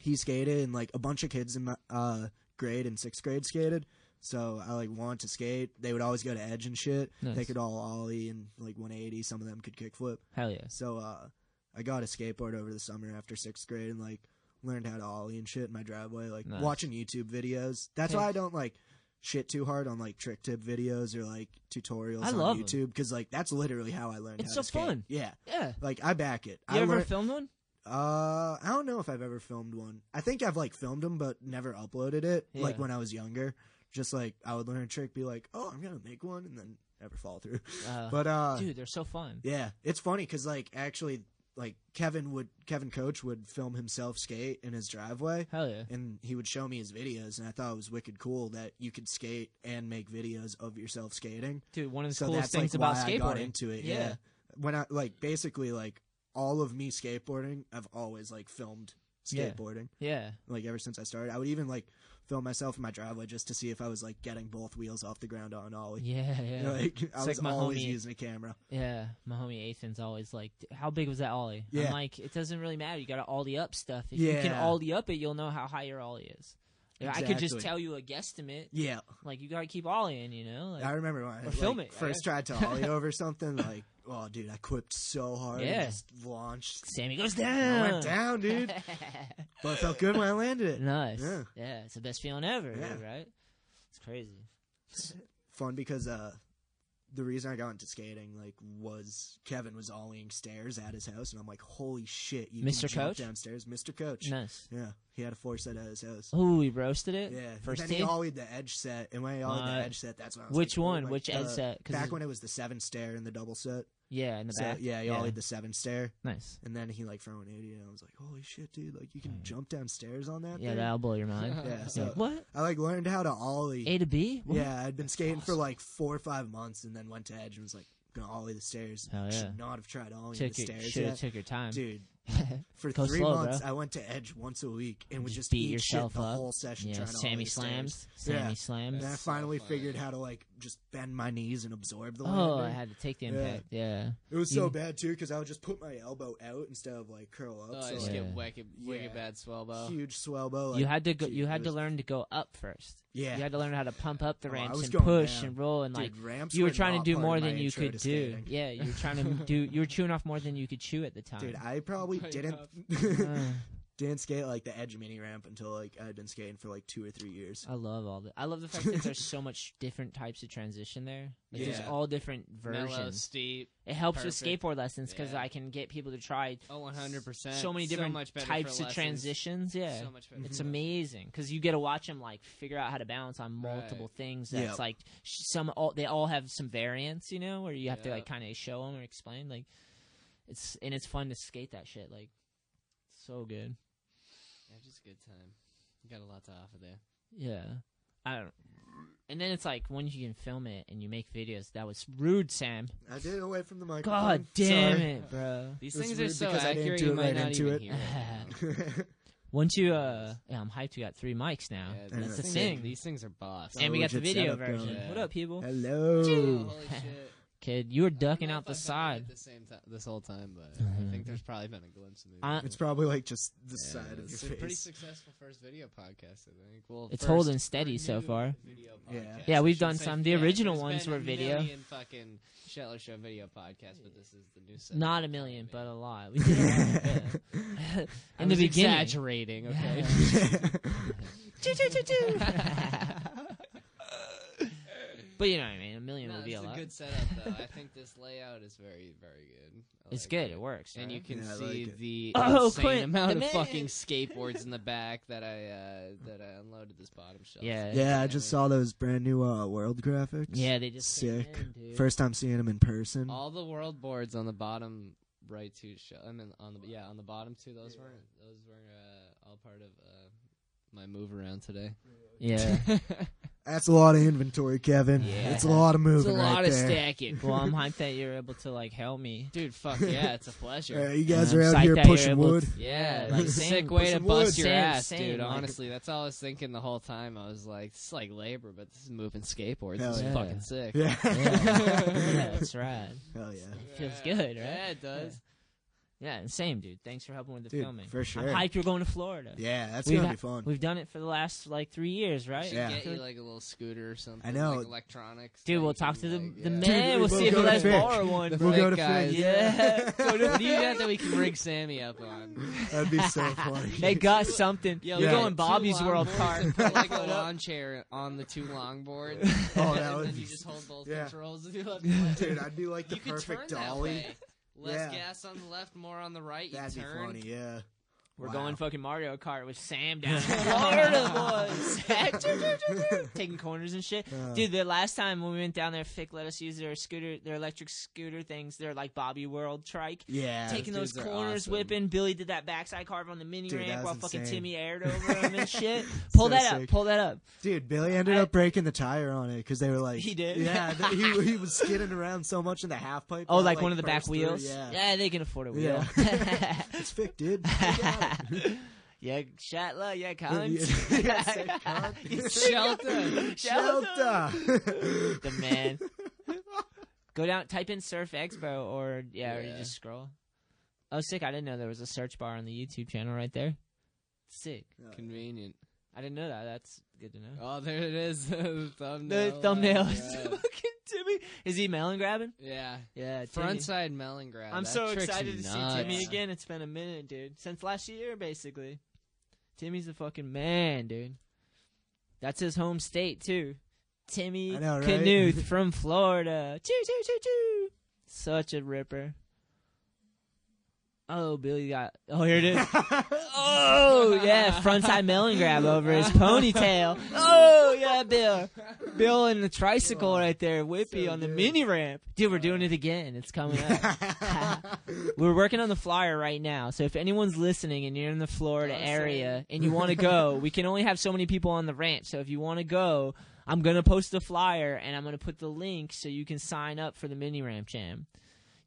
Speaker 6: he skated, and like a bunch of kids in my uh grade and sixth grade skated. So I like wanted to skate. They would always go to Edge and shit.
Speaker 4: Nice.
Speaker 6: They could all ollie and like 180. Some of them could kickflip.
Speaker 4: Hell yeah.
Speaker 6: So uh, I got a skateboard over the summer after sixth grade and like learned how to ollie and shit in my driveway. Like
Speaker 4: Nice.
Speaker 6: watching YouTube videos. That's why I don't like shit too hard on like trick tip videos or like tutorials
Speaker 4: I
Speaker 6: on
Speaker 4: love 'em.
Speaker 6: YouTube because like that's literally how I learned.
Speaker 4: It's
Speaker 6: how
Speaker 4: so
Speaker 6: to skate.
Speaker 4: fun.
Speaker 6: Yeah,
Speaker 4: Yeah.
Speaker 6: like I back it.
Speaker 4: You
Speaker 6: I
Speaker 4: ever
Speaker 6: learn-
Speaker 4: filmed one?
Speaker 6: uh, I don't know if I've ever filmed one. I think I've like filmed them, but never uploaded it. Like
Speaker 4: Yeah.
Speaker 6: when I was younger, just like I would learn a trick, be like, "Oh, I'm gonna make one," and then never fall through.
Speaker 4: Uh,
Speaker 6: but uh,
Speaker 4: Dude, they're so fun.
Speaker 6: yeah, it's funny because like actually, like Kevin would Kevin Coach would film himself skate in his driveway,
Speaker 4: Hell yeah.
Speaker 6: and he would show me his videos, and I thought it was wicked cool that you could skate and make videos of yourself skating.
Speaker 4: Dude, one of the
Speaker 6: so
Speaker 4: coolest
Speaker 6: that's like
Speaker 4: things about
Speaker 6: why I got
Speaker 4: skateboarding.
Speaker 6: into it. Yeah.
Speaker 4: Yeah.
Speaker 6: when I like basically like all of me skateboarding, I've always like filmed
Speaker 4: Yeah.
Speaker 6: skateboarding.
Speaker 4: Yeah.
Speaker 6: Like ever since I started, I would even like film myself in my driveway just to see if I was like getting both wheels off the ground on ollie.
Speaker 4: Yeah, yeah.
Speaker 6: Like I
Speaker 4: It's
Speaker 6: was
Speaker 4: my
Speaker 6: always
Speaker 4: homie-
Speaker 6: using a camera.
Speaker 4: Yeah, my homie Ethan's always like, "D- "How big was that ollie?"
Speaker 6: Yeah.
Speaker 4: I'm like, "It doesn't really matter. You got to ollie up stuff. If you can
Speaker 6: Yeah.
Speaker 4: ollie up it, you'll know how high your ollie is." Like, I could just
Speaker 6: Exactly.
Speaker 4: tell you a guesstimate.
Speaker 6: Yeah.
Speaker 4: like you got to keep ollieing. You know, like,
Speaker 6: I remember when I
Speaker 4: or
Speaker 6: like,
Speaker 4: film it I
Speaker 6: first
Speaker 4: guess.
Speaker 6: tried to ollie over something. Like, oh dude, I quipped so hard. and
Speaker 4: Yeah.
Speaker 6: just launched.
Speaker 4: Sammy goes
Speaker 6: I
Speaker 4: down.
Speaker 6: went down, dude. but it felt good when I landed it.
Speaker 4: Nice.
Speaker 6: Yeah.
Speaker 4: Yeah. it's the best feeling ever.
Speaker 6: Yeah.
Speaker 4: dude, right? It's crazy.
Speaker 6: fun because uh the reason I got into skating like was Kevin was ollieing stairs at his house and I'm like, holy shit, you can
Speaker 4: Mr.
Speaker 6: jump
Speaker 4: Coach?
Speaker 6: downstairs, Mr. Coach.
Speaker 4: Nice.
Speaker 6: Yeah. He had a four set at his house.
Speaker 4: Ooh, he roasted it.
Speaker 6: Yeah.
Speaker 4: first
Speaker 6: and then
Speaker 4: tee?
Speaker 6: he ollied the edge set and when he ollied
Speaker 4: Nice.
Speaker 6: the edge set, that's when I was
Speaker 4: Which
Speaker 6: like, oh
Speaker 4: one?
Speaker 6: my
Speaker 4: Which edge
Speaker 6: God.
Speaker 4: set? 'Cause
Speaker 6: Back
Speaker 4: it's-
Speaker 6: when it was the seven stair and the double set.
Speaker 4: Yeah, in the
Speaker 6: So,
Speaker 4: back.
Speaker 6: Yeah, he
Speaker 4: Yeah.
Speaker 6: ollied the seven stair.
Speaker 4: Nice.
Speaker 6: And then he like threw an eighty and I was like, Holy shit, dude, like you can jump downstairs on that
Speaker 4: Mm. Yeah,
Speaker 6: thing?
Speaker 4: that'll blow your mind.
Speaker 6: yeah.
Speaker 4: Like,
Speaker 6: So
Speaker 4: what?
Speaker 6: I like learned how to ollie.
Speaker 4: A to B? What?
Speaker 6: Yeah, I'd been skating for like four or five months, and then went to edge and was like, gonna ollie the stairs.
Speaker 4: Hell yeah.
Speaker 6: Should not have tried ollieing
Speaker 4: Took
Speaker 6: the
Speaker 4: your-
Speaker 6: stairs.
Speaker 4: shoulda
Speaker 6: yet.
Speaker 4: took your time.
Speaker 6: dude. For
Speaker 4: Go
Speaker 6: three
Speaker 4: slow,
Speaker 6: months,
Speaker 4: bro.
Speaker 6: I went to edge once a week and would just,
Speaker 4: beat
Speaker 6: eat
Speaker 4: yourself
Speaker 6: shit the
Speaker 4: up.
Speaker 6: whole session
Speaker 4: Yeah,
Speaker 6: trying to
Speaker 4: Sammy
Speaker 6: ollie the
Speaker 4: slams.
Speaker 6: stairs.
Speaker 4: Sammy
Speaker 6: yeah.
Speaker 4: slams.
Speaker 6: And I
Speaker 4: That's
Speaker 6: finally figured how to like just bend my knees and absorb the.
Speaker 4: Oh, I
Speaker 6: landing.
Speaker 4: had to take the
Speaker 6: Yeah.
Speaker 4: impact. Yeah.
Speaker 6: It was so
Speaker 4: You-
Speaker 6: bad too because I would just put my elbow out instead of like curl up.
Speaker 7: Oh, I
Speaker 6: so
Speaker 7: just
Speaker 6: like,
Speaker 7: get wicked, wicked
Speaker 6: Yeah.
Speaker 7: bad swellbow.
Speaker 6: huge swellbow.
Speaker 4: you
Speaker 6: like,
Speaker 4: had to go,
Speaker 6: dude,
Speaker 4: you
Speaker 6: it
Speaker 4: had to
Speaker 6: was-
Speaker 4: learn to go up first.
Speaker 6: Yeah.
Speaker 4: you had to learn how to pump up the
Speaker 6: Oh, I
Speaker 4: ramps
Speaker 6: was
Speaker 4: and
Speaker 6: going
Speaker 4: push
Speaker 6: down.
Speaker 4: and roll and
Speaker 6: Dude,
Speaker 4: like
Speaker 6: ramps
Speaker 4: you were
Speaker 6: were
Speaker 4: trying to
Speaker 6: not
Speaker 4: do
Speaker 6: part of
Speaker 4: more
Speaker 6: my
Speaker 4: than you
Speaker 6: intro
Speaker 4: could
Speaker 6: to
Speaker 4: do.
Speaker 6: skating.
Speaker 4: Yeah, you were trying to do you were chewing off more than you could chew at the time.
Speaker 6: Dude, I probably
Speaker 7: Tighten
Speaker 6: didn't
Speaker 7: up.
Speaker 6: didn't skate like the edge mini ramp until like I'd been skating for like two or three years.
Speaker 4: I love all the I love the fact that there's so much different types of transition there. Like, There's
Speaker 7: Yeah.
Speaker 4: all different versions.
Speaker 7: Mellow, steep.
Speaker 4: it helps with
Speaker 7: perfect.
Speaker 4: skateboard lessons because
Speaker 7: Yeah.
Speaker 4: I can get people to try
Speaker 7: Oh, 100%.
Speaker 4: so many different
Speaker 7: much better for
Speaker 4: types of
Speaker 7: lessons.
Speaker 4: transitions. Yeah,
Speaker 7: So much better
Speaker 4: it's
Speaker 7: for
Speaker 4: amazing because you get to watch them like figure out how to balance on multiple
Speaker 7: Right.
Speaker 4: things.
Speaker 6: Yep.
Speaker 4: That's like sh- some all they all have some variants, you know, where you have to like
Speaker 7: Yep.
Speaker 4: kind of show them or explain. Like it's and it's fun to skate that shit. Like so good.
Speaker 7: Yeah, just a good time. You got a lot to offer there.
Speaker 4: Yeah, I don't. And then it's like when you can film it and you make videos. That was rude, Sam.
Speaker 6: I did it away from the microphone.
Speaker 4: God damn
Speaker 6: Sorry.
Speaker 4: it, bro.
Speaker 7: These
Speaker 6: It was
Speaker 7: things are
Speaker 6: rude
Speaker 7: so
Speaker 6: because I didn't
Speaker 7: accurate,
Speaker 6: do
Speaker 7: you
Speaker 6: it
Speaker 7: might
Speaker 6: right
Speaker 7: not
Speaker 6: into
Speaker 7: even
Speaker 6: it.
Speaker 7: hear it.
Speaker 4: Once you, uh, yeah, I'm hyped. We got three mics now.
Speaker 7: Yeah,
Speaker 4: That's the
Speaker 6: these
Speaker 4: thing.
Speaker 7: These things are boss.
Speaker 6: Yeah.
Speaker 4: and we got the
Speaker 6: Legit
Speaker 4: video
Speaker 6: setup going.
Speaker 4: version.
Speaker 7: Yeah.
Speaker 4: What up, people?
Speaker 6: Hello.
Speaker 7: Holy shit.
Speaker 4: Kid, you were
Speaker 7: I
Speaker 4: ducking
Speaker 7: don't know
Speaker 4: out the
Speaker 7: if I've done it
Speaker 4: side.
Speaker 7: At the same time, this whole time, but
Speaker 4: Mhm.
Speaker 7: I think there's probably been a glimpse of me.
Speaker 4: Uh,
Speaker 6: It's probably like just the
Speaker 7: Yeah,
Speaker 6: side of
Speaker 7: it's
Speaker 6: your
Speaker 7: a pretty
Speaker 6: face.
Speaker 7: successful first video podcast, I think. Well,
Speaker 4: It's
Speaker 7: first
Speaker 4: holding steady so
Speaker 7: renewed
Speaker 4: far.
Speaker 7: video
Speaker 6: Yeah.
Speaker 7: podcast.
Speaker 4: Yeah, we've
Speaker 7: I should
Speaker 4: done
Speaker 7: say
Speaker 4: some. The
Speaker 7: yet.
Speaker 4: original
Speaker 7: There's
Speaker 4: ones
Speaker 7: been
Speaker 4: were
Speaker 7: a
Speaker 4: video.
Speaker 7: million fucking Shetler Show video podcasts, but this is the new. set.
Speaker 4: Not a million, but a lot. We did a lot, yeah.
Speaker 7: I
Speaker 4: In the
Speaker 7: was
Speaker 4: beginning.
Speaker 7: exaggerating. Okay.
Speaker 4: Choo-choo-choo-choo. but you know what I mean? A million
Speaker 7: No, this
Speaker 4: would be
Speaker 7: is
Speaker 4: a
Speaker 7: a
Speaker 4: lot.
Speaker 7: good setup, though. I think this layout is very, very good. I
Speaker 4: it's
Speaker 7: like
Speaker 4: good.
Speaker 7: it.
Speaker 4: It works.
Speaker 7: and you
Speaker 4: right?
Speaker 7: can
Speaker 6: Yeah, I
Speaker 7: see
Speaker 6: like it.
Speaker 7: the
Speaker 4: Oh,
Speaker 7: insane
Speaker 4: Quint,
Speaker 7: amount
Speaker 4: the
Speaker 7: of
Speaker 4: man.
Speaker 7: fucking skateboards in the back that I uh, that I unloaded this bottom shelf.
Speaker 4: Yeah.
Speaker 6: Yeah, I just saw those brand new uh, world graphics.
Speaker 4: Yeah, they just came
Speaker 6: sick.
Speaker 4: in, dude.
Speaker 6: First time seeing them in person.
Speaker 7: all the world boards on the bottom right two shell. I mean, on the yeah, on the bottom two. Those weren't those were uh, all part of uh, my move around today.
Speaker 4: Yeah.
Speaker 6: That's a lot of inventory, Kevin.
Speaker 4: Yeah.
Speaker 6: It's a lot of
Speaker 7: It's
Speaker 6: moving
Speaker 7: a lot
Speaker 6: right
Speaker 7: of
Speaker 6: there.
Speaker 7: stacking,
Speaker 4: well, I'm hyped that you're able to like help me.
Speaker 7: dude. Fuck yeah, it's a pleasure.
Speaker 6: Uh, you guys
Speaker 4: I'm
Speaker 6: are out
Speaker 4: psyched
Speaker 6: here
Speaker 4: that you're
Speaker 6: pushing
Speaker 4: able to-
Speaker 6: wood.
Speaker 7: Yeah,
Speaker 4: Yeah, like,
Speaker 7: like sick
Speaker 4: same-
Speaker 7: way to
Speaker 6: Some
Speaker 7: bust
Speaker 6: wood.
Speaker 7: your
Speaker 4: Same,
Speaker 7: ass,
Speaker 4: same,
Speaker 7: dude.
Speaker 4: like-
Speaker 7: Honestly, that's all I was thinking the whole time. I was like, this is like labor, but this is moving skateboards.
Speaker 6: Hell
Speaker 7: This is
Speaker 4: yeah.
Speaker 7: fucking sick.
Speaker 6: Yeah.
Speaker 4: yeah, that's right.
Speaker 6: Hell yeah.
Speaker 4: Feels good, right?
Speaker 7: Yeah, it does.
Speaker 4: Yeah, and same, dude. Thanks for helping with the
Speaker 6: Dude,
Speaker 4: filming.
Speaker 6: for sure.
Speaker 4: I'm hyped you're going to Florida.
Speaker 6: Yeah, that's
Speaker 4: We've
Speaker 6: gonna
Speaker 4: ha-
Speaker 6: be fun.
Speaker 4: We've done it for the last like three years, right?
Speaker 7: Should
Speaker 6: Yeah.
Speaker 7: get you like a little scooter or something.
Speaker 6: I know.
Speaker 7: Like electronics.
Speaker 4: Dude,
Speaker 7: that
Speaker 4: we'll
Speaker 7: you
Speaker 4: talk
Speaker 7: can,
Speaker 4: to the,
Speaker 7: like,
Speaker 4: the
Speaker 7: yeah.
Speaker 4: man. We'll
Speaker 6: we'll
Speaker 4: see if
Speaker 6: go
Speaker 4: he'll
Speaker 6: to
Speaker 4: let us
Speaker 6: Fitch.
Speaker 4: borrow one.
Speaker 7: The
Speaker 6: We'll
Speaker 7: fake
Speaker 6: go to
Speaker 7: guys.
Speaker 6: Fig.
Speaker 4: Yeah.
Speaker 7: What do you got that we can rig Sammy up on?
Speaker 6: That'd be so funny.
Speaker 4: They got something.
Speaker 7: Yeah,
Speaker 4: You're
Speaker 6: like
Speaker 4: going
Speaker 7: two
Speaker 4: Bobby's
Speaker 7: long
Speaker 4: World
Speaker 7: boards
Speaker 4: car.
Speaker 7: and Put like a lawn chair on the two long boards.
Speaker 6: Oh, that
Speaker 7: and
Speaker 6: would
Speaker 7: then
Speaker 6: be
Speaker 7: you just hold both
Speaker 6: yeah.
Speaker 7: controls. And you left and right.
Speaker 6: Dude, I'd be like the
Speaker 7: you could
Speaker 6: perfect
Speaker 7: turn
Speaker 6: dolly.
Speaker 7: That way. Less
Speaker 6: Yeah.
Speaker 7: gas on the left, more on the right. You
Speaker 6: That'd be
Speaker 7: turn.
Speaker 6: funny, yeah.
Speaker 4: We're
Speaker 6: Wow.
Speaker 4: going fucking Mario Kart with Sam down in Florida, boys. Choo, choo, choo, choo. Taking corners and shit.
Speaker 6: Uh.
Speaker 4: Dude, the last time when we went down there, Fick let us use their scooter, their electric scooter things. They're like Bobby World trike.
Speaker 6: Yeah.
Speaker 4: Taking those
Speaker 7: dudes are
Speaker 4: corners,
Speaker 7: awesome.
Speaker 4: whipping. Billy did that backside carve on the mini
Speaker 6: Dude, that
Speaker 4: ramp
Speaker 6: was
Speaker 4: while fucking
Speaker 6: insane.
Speaker 4: Timmy aired over him and shit. Pull
Speaker 6: So
Speaker 4: that up.
Speaker 6: sick.
Speaker 4: Pull that up.
Speaker 6: Dude, Billy ended
Speaker 4: I-
Speaker 6: up breaking the tire on it because they were like,
Speaker 4: He did?
Speaker 6: Yeah, th- he he was skidding around so much in the half pipe.
Speaker 4: Oh,
Speaker 6: that,
Speaker 4: like, one of the back
Speaker 6: burst through,
Speaker 4: wheels.
Speaker 6: Yeah,
Speaker 4: they can afford a wheel.
Speaker 6: Yeah. it's thick, dude. We got it.
Speaker 4: Yeah, Shatla, yeah, Collins.
Speaker 6: Shelter. Shelter.
Speaker 4: the man. Go down, type in Surf Expo, or yeah, or you just scroll. Oh, sick! I didn't know there was a search bar on the YouTube channel right there. Sick.
Speaker 7: Convenient.
Speaker 4: I didn't know that. That's good to know.
Speaker 7: Oh, there it is. the thumbnail.
Speaker 4: The thumbnail
Speaker 7: Oh,
Speaker 4: is
Speaker 7: yeah.
Speaker 4: looking Timmy. Is he melon grabbing?
Speaker 7: Yeah.
Speaker 4: Yeah, Timmy.
Speaker 7: Frontside melon grab.
Speaker 4: I'm
Speaker 7: That
Speaker 4: so
Speaker 7: trick's
Speaker 4: excited to
Speaker 7: nuts.
Speaker 4: see Timmy again. It's been a minute, dude. Since last year, basically. Timmy's the fucking man, dude. That's his home state too. Timmy
Speaker 6: I know, right?
Speaker 4: Knuth from Florida. Choo choo choo choo. Such a ripper. Oh, Billy got. Oh, here it is. oh yeah, frontside melon grab over his ponytail. Oh yeah, Bill. Bill and the tricycle right there, Whippy on the mini ramp. Dude, we're doing it again. It's coming up. we're working on the flyer right now. So if anyone's listening and you're in the Florida area and you want to go, we can only have so many people on the ranch. So if you want to go, I'm gonna post the flyer and I'm gonna put the link so you can sign up for the mini ramp jam.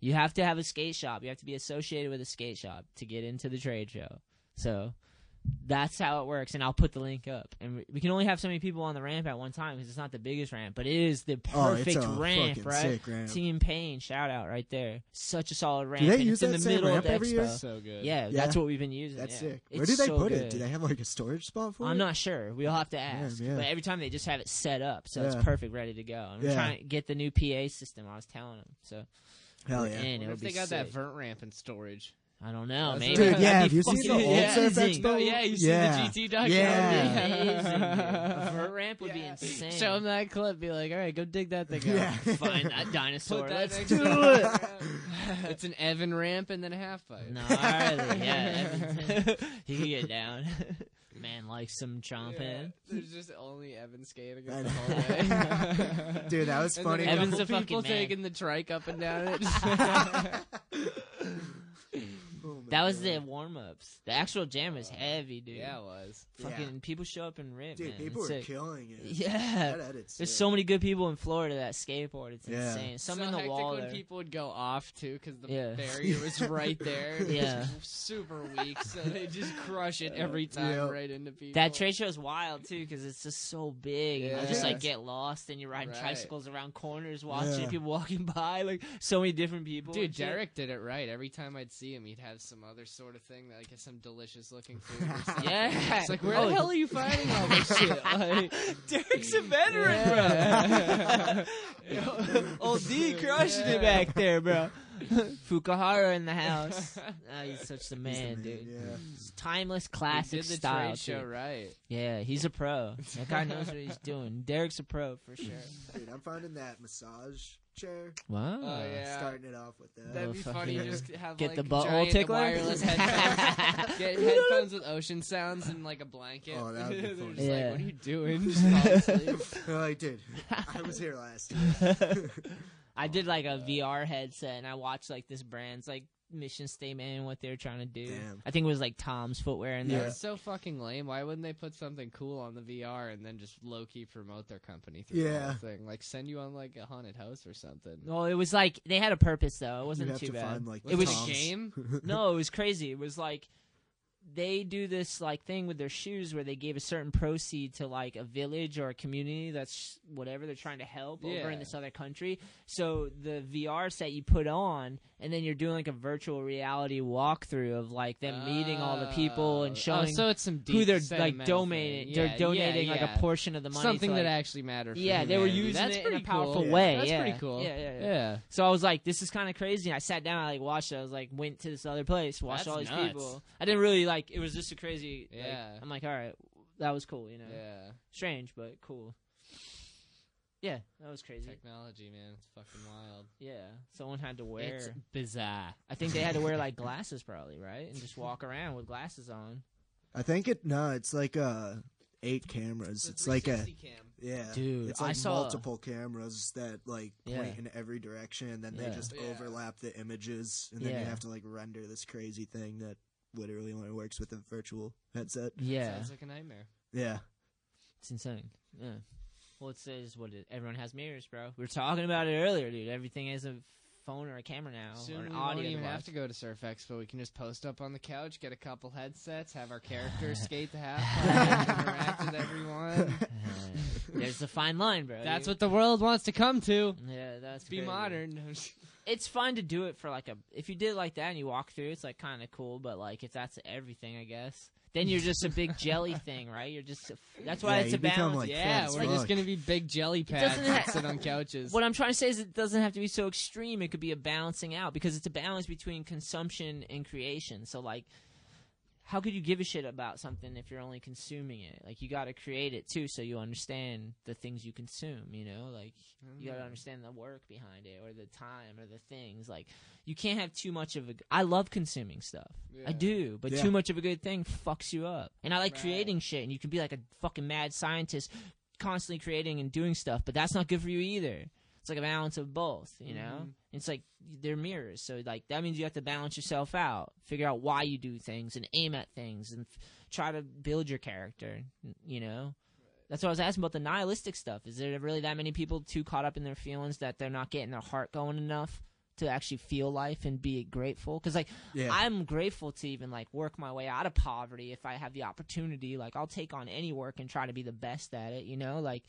Speaker 4: You have to have a skate shop. You have to be associated with a skate shop to get into the trade show. So that's how it works, and I'll put the link up. And we- we can only have so many people on the ramp at one time because it's not the biggest ramp, but it is the
Speaker 6: Oh, it's
Speaker 4: perfect
Speaker 6: a
Speaker 4: ramp,
Speaker 6: fucking
Speaker 4: right?
Speaker 6: sick ramp.
Speaker 4: Team Payne, shout out right there. Such a solid ramp.
Speaker 6: Do they
Speaker 4: and
Speaker 6: use
Speaker 4: it's in
Speaker 6: that
Speaker 4: the
Speaker 6: same
Speaker 4: middle
Speaker 6: ramp
Speaker 4: of the
Speaker 6: every
Speaker 4: expo.
Speaker 6: year?
Speaker 4: Yeah, that's what we've been using.
Speaker 6: That's
Speaker 4: yeah.
Speaker 6: sick. Where
Speaker 4: It's
Speaker 6: do they
Speaker 4: so
Speaker 6: put
Speaker 4: good.
Speaker 6: it? Do they have like a storage spot for it?
Speaker 4: I'm not sure. We'll have to ask.
Speaker 6: yeah.
Speaker 4: But every time they just have it set up, so
Speaker 6: Yeah.
Speaker 4: it's perfect, ready to go. And we're
Speaker 6: Yeah.
Speaker 4: trying to get the new PA system. I was telling them. So
Speaker 6: Hell
Speaker 4: we're
Speaker 6: yeah.
Speaker 7: What
Speaker 4: in. It'll
Speaker 7: if they
Speaker 4: be
Speaker 7: got that
Speaker 4: sick.
Speaker 7: vert ramp in storage?
Speaker 4: I don't know,
Speaker 7: That's
Speaker 4: maybe.
Speaker 7: what-
Speaker 6: Dude, yeah,
Speaker 4: That'd
Speaker 6: have
Speaker 4: be
Speaker 6: you seen the
Speaker 4: fucking
Speaker 6: old Surf
Speaker 4: amazing.
Speaker 6: Expo?
Speaker 7: Oh, yeah, you
Speaker 6: Yeah.
Speaker 7: see the GT documentary?
Speaker 6: Yeah.
Speaker 4: Amazing. A vert ramp would be insane.
Speaker 7: Show them that clip. Be like, all right, go dig that thing
Speaker 6: Yeah.
Speaker 7: up.
Speaker 4: Find that dinosaur.
Speaker 7: Put that
Speaker 4: Let's
Speaker 7: next
Speaker 4: do
Speaker 7: to
Speaker 4: it.
Speaker 7: it. it's an Evan ramp and then a half pipe.
Speaker 4: Gnarly, yeah. Evan- he could get down. Man likes some chomping.
Speaker 7: There's just only Evan skating
Speaker 6: I
Speaker 7: it
Speaker 6: know.
Speaker 7: the whole day.
Speaker 6: Dude, that was
Speaker 7: And then
Speaker 6: funny.
Speaker 7: couple
Speaker 4: Evan's a fucking
Speaker 7: people
Speaker 4: man.
Speaker 7: taking the trike up and down it.
Speaker 6: Oh
Speaker 4: That was the warm ups. The actual jam was heavy, dude.
Speaker 7: yeah, it was.
Speaker 4: Fucking people show up and rip.
Speaker 6: Dude,
Speaker 4: man.
Speaker 6: people
Speaker 4: It's
Speaker 6: were
Speaker 4: sick.
Speaker 6: killing it.
Speaker 4: Yeah.
Speaker 6: That edit's
Speaker 4: There's
Speaker 6: sick.
Speaker 4: so many good people in Florida that skateboard. It's
Speaker 6: Yeah.
Speaker 4: insane. Some
Speaker 7: so
Speaker 4: in the
Speaker 7: hectic
Speaker 4: wall.
Speaker 7: when
Speaker 4: there.
Speaker 7: people would go off too because the
Speaker 4: Yeah.
Speaker 7: barrier was right there. It was
Speaker 4: Yeah.
Speaker 7: super weak, so they just crush it every time
Speaker 6: Yep.
Speaker 7: right into people.
Speaker 4: That trade show is wild too because it's just so big. And you just like
Speaker 6: Yes.
Speaker 4: get lost and you're riding
Speaker 7: Right.
Speaker 4: tricycles around corners, watching
Speaker 6: Yeah.
Speaker 4: people walking by, like so many different people.
Speaker 7: Dude,
Speaker 4: and shit.
Speaker 7: Derek did it right. Every time I'd see him, he'd have some other sort of thing, like some delicious looking food. Or something. Oh,
Speaker 4: Yeah.
Speaker 7: It's like, where the hell are you finding all this shit? Like,
Speaker 4: Oh, Derek's a veteran,
Speaker 7: Yeah.
Speaker 4: bro. Old D crushing it back there, bro. Fukahara in the house. Ah, he's such the man, dude.
Speaker 6: Yeah.
Speaker 4: He's timeless
Speaker 7: he
Speaker 4: classic
Speaker 7: did the
Speaker 4: style.
Speaker 7: trade show
Speaker 4: dude.
Speaker 7: right.
Speaker 4: Yeah, he's a pro. That guy knows what he's doing. Derek's a pro for sure.
Speaker 6: Dude, I'm finding that massage chair.
Speaker 4: Wow.
Speaker 7: Oh, yeah.
Speaker 6: Starting it off with that.
Speaker 7: That'd be
Speaker 4: Oh, fuck
Speaker 7: funny.
Speaker 4: yeah.
Speaker 7: Just have
Speaker 4: Get
Speaker 7: like,
Speaker 4: the butthole
Speaker 7: giant
Speaker 4: tickler?
Speaker 7: wireless headphones. Get headphones with ocean sounds and like a blanket.
Speaker 6: Oh, that would be
Speaker 7: They're
Speaker 6: funny.
Speaker 7: just
Speaker 4: Yeah.
Speaker 7: like, what are you doing? Just fall asleep.
Speaker 6: Well, Oh, I did. I was here last year.
Speaker 4: I did like a VR headset and I watched like this brand's like mission statement and what they were trying to do.
Speaker 6: Damn.
Speaker 4: I think it was like Tom's footwear and
Speaker 7: That's
Speaker 4: there.
Speaker 7: so fucking lame. Why wouldn't they put something cool on the VR and then just low key promote their company through the
Speaker 6: Yeah.
Speaker 7: whole thing? Like send you on like a haunted house or something.
Speaker 4: Well, it was like they had a purpose though. It
Speaker 6: you
Speaker 4: wasn't
Speaker 6: have
Speaker 4: too
Speaker 6: to
Speaker 4: bad.
Speaker 6: find like
Speaker 4: it was
Speaker 6: Tom's.
Speaker 7: a game.
Speaker 4: no, it was crazy. It was like they do this like thing with their shoes where they gave a certain proceed to like a village or a community that's whatever they're trying to help over
Speaker 7: Yeah.
Speaker 4: in this other country. So the VR set you put on, and then you're doing like a virtual reality walkthrough of like them meeting all the people and
Speaker 7: Oh,
Speaker 4: showing
Speaker 7: so it's some deep
Speaker 4: who they're like
Speaker 7: sentimental
Speaker 4: donating.
Speaker 7: thing. Yeah,
Speaker 4: they're donating
Speaker 7: yeah,
Speaker 4: like
Speaker 7: yeah.
Speaker 4: a portion of the money.
Speaker 7: something
Speaker 4: to, like,
Speaker 7: that actually mattered. For
Speaker 4: yeah, they were
Speaker 7: humanity.
Speaker 4: using
Speaker 7: That's
Speaker 4: it in
Speaker 7: pretty
Speaker 4: a powerful
Speaker 7: cool.
Speaker 4: way.
Speaker 7: That's
Speaker 4: yeah.
Speaker 7: pretty cool.
Speaker 4: Yeah, yeah, yeah.
Speaker 7: yeah.
Speaker 4: So I was like, this is kind of crazy. And I sat down, I like watched it. I was like, went to this other place, watched
Speaker 7: That's
Speaker 4: all these
Speaker 7: nuts.
Speaker 4: people. I didn't really like. It was just a crazy. like,
Speaker 7: Yeah.
Speaker 4: I'm like, all right, that was cool. You know,
Speaker 7: Yeah.
Speaker 4: strange but cool. Yeah, that was crazy.
Speaker 7: Technology, man, it's fucking wild.
Speaker 4: Yeah, someone had to wear.
Speaker 7: bizarre.
Speaker 4: I think they had to wear like glasses, probably right, and just walk around with glasses on.
Speaker 6: I think it. No, it's like uh eight cameras. It's like a yeah,
Speaker 4: Dude,
Speaker 6: It's like
Speaker 4: I saw-
Speaker 6: multiple cameras that like point
Speaker 4: Yeah.
Speaker 6: in every direction, and then
Speaker 4: Yeah.
Speaker 6: they just
Speaker 7: Yeah.
Speaker 6: overlap the images, and then
Speaker 4: Yeah.
Speaker 6: you have to like render this crazy thing that literally only works with a virtual headset.
Speaker 4: Yeah,
Speaker 7: Sounds like a nightmare.
Speaker 6: Yeah,
Speaker 4: it's insane. Yeah. Well, it's, it's what it, everyone has mirrors, bro. We were talking about it earlier, dude. Everything is a phone or a camera now or
Speaker 7: Soon
Speaker 4: an
Speaker 7: we
Speaker 4: audio.
Speaker 7: won't even
Speaker 4: device.
Speaker 7: have to go to Surf Expo. We can just post up on the couch, get a couple headsets, have our characters skate the half pipe, interact with everyone.
Speaker 4: There's the fine line, bro.
Speaker 7: That's
Speaker 4: You-
Speaker 7: what the world wants to come to.
Speaker 4: Yeah, that's
Speaker 7: be
Speaker 4: crazy.
Speaker 7: modern.
Speaker 4: It's fun to do it for like a. If you did it like that and you walk through, it's like kind of cool. But like if that's everything, I guess then you're just a big jelly thing, right? You're just. A, that's why
Speaker 7: Yeah,
Speaker 4: it's
Speaker 7: you
Speaker 4: a
Speaker 7: become,
Speaker 4: balance.
Speaker 7: like,
Speaker 4: yeah,
Speaker 7: Fred
Speaker 4: we're just
Speaker 7: Smoke.
Speaker 4: gonna
Speaker 7: be big jelly
Speaker 4: pads
Speaker 7: that sit on couches.
Speaker 4: What I'm trying to say is it doesn't have to be so extreme. It could be a balancing out because it's a balance between consumption and creation. So like how could you give a shit about something if you're only consuming it? Like you got to create it too so you understand the things you consume, you know? Like you got to
Speaker 7: Mm.
Speaker 4: understand the work behind it or the time or the things. Like you can't have too much of a I love consuming stuff. I
Speaker 7: Yeah.
Speaker 4: do, but
Speaker 7: Yeah.
Speaker 4: too much of a good thing fucks you up. And I like
Speaker 7: Right.
Speaker 4: creating shit and you can be like a fucking mad scientist constantly creating and doing stuff, but that's not good for you either. It's like a balance of both, you know?
Speaker 7: Mhm.
Speaker 4: It's like they're mirrors. So like that means you have to balance yourself out, figure out why you do things, and aim at things, and f- try to build your character. n- You know, that's what I was asking about the nihilistic stuff. Is there really that many people too caught up in their feelings that they're not getting their heart going enough? To actually feel life and be grateful, because like
Speaker 7: Yeah.
Speaker 4: I'm grateful to even like work my way out of poverty if I have the opportunity. Like I'll take on any work and try to be the best at it. You know, like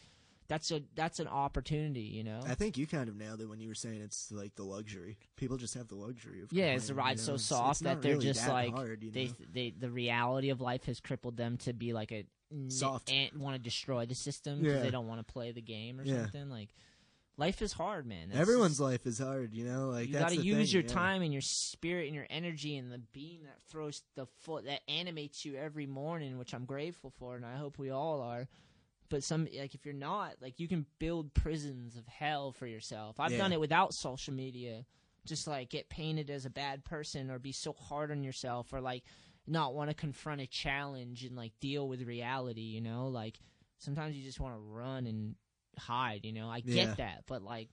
Speaker 4: that's a that's an opportunity. You know,
Speaker 6: I think you kind of nailed it when you were saying it's like the luxury. People just have the luxury of
Speaker 4: Yeah, it's the
Speaker 6: complaining,
Speaker 4: ride
Speaker 6: you know?
Speaker 4: so
Speaker 6: It's-
Speaker 4: soft
Speaker 6: it's
Speaker 4: that
Speaker 6: not
Speaker 4: they're
Speaker 6: really
Speaker 4: just
Speaker 6: that
Speaker 4: like
Speaker 6: hard, you
Speaker 4: they
Speaker 6: know?
Speaker 4: they the reality of life has crippled them to be like a
Speaker 6: Soft.
Speaker 4: ant want to destroy the system because
Speaker 6: Yeah.
Speaker 4: they don't want to play the game or
Speaker 6: Yeah.
Speaker 4: something. Like life is hard, man. That's-
Speaker 6: Everyone's life is hard, you know. Like
Speaker 4: you
Speaker 6: that's
Speaker 4: gotta
Speaker 6: the
Speaker 4: use
Speaker 6: thing,
Speaker 4: your
Speaker 6: yeah.
Speaker 4: time and your spirit and your energy and the beam that throws the foot that animates you every morning, which I'm grateful for, and I hope we all are. But some like if you're not, like you can build prisons of hell for yourself. I've
Speaker 7: Yeah.
Speaker 4: done it without social media. Just like get painted as a bad person or be so hard on yourself or like not want to confront a challenge and like deal with reality, you know? Like sometimes you just want to run and hide, you know? I get
Speaker 7: Yeah.
Speaker 4: that, but like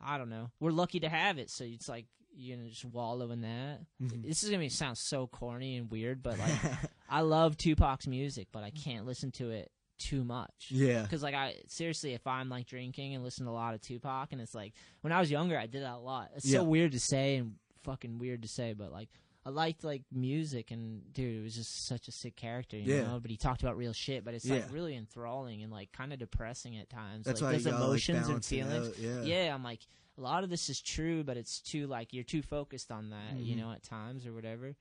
Speaker 4: I don't know. We're lucky to have it, so it's like you know just wallow in that.
Speaker 6: Mm.
Speaker 7: Mhm.
Speaker 4: This is gonna be, sound so corny and weird, but like I love Tupac's music, but I can't listen to it too much.
Speaker 6: Yeah.
Speaker 4: because like I seriously, if I'm like drinking and listen to a lot of Tupac, and it's like when I was younger, I did that a lot. It's
Speaker 7: Yeah.
Speaker 4: so weird to say and fucking weird to say, but like. I liked like music and dude, it was just such a sick character, you
Speaker 6: Yeah.
Speaker 4: know. But he talked about real shit, but it's
Speaker 6: Yeah.
Speaker 4: like really enthralling and like kind of depressing at times.
Speaker 6: That's
Speaker 4: like
Speaker 6: why
Speaker 4: there's
Speaker 6: you gotta, like,
Speaker 4: emotions and
Speaker 6: balance it
Speaker 4: feelings.
Speaker 6: out, yeah.
Speaker 4: I'm like a lot of this is true, but it's too like you're too focused on that, you
Speaker 6: Mhm.
Speaker 4: know, at times or whatever.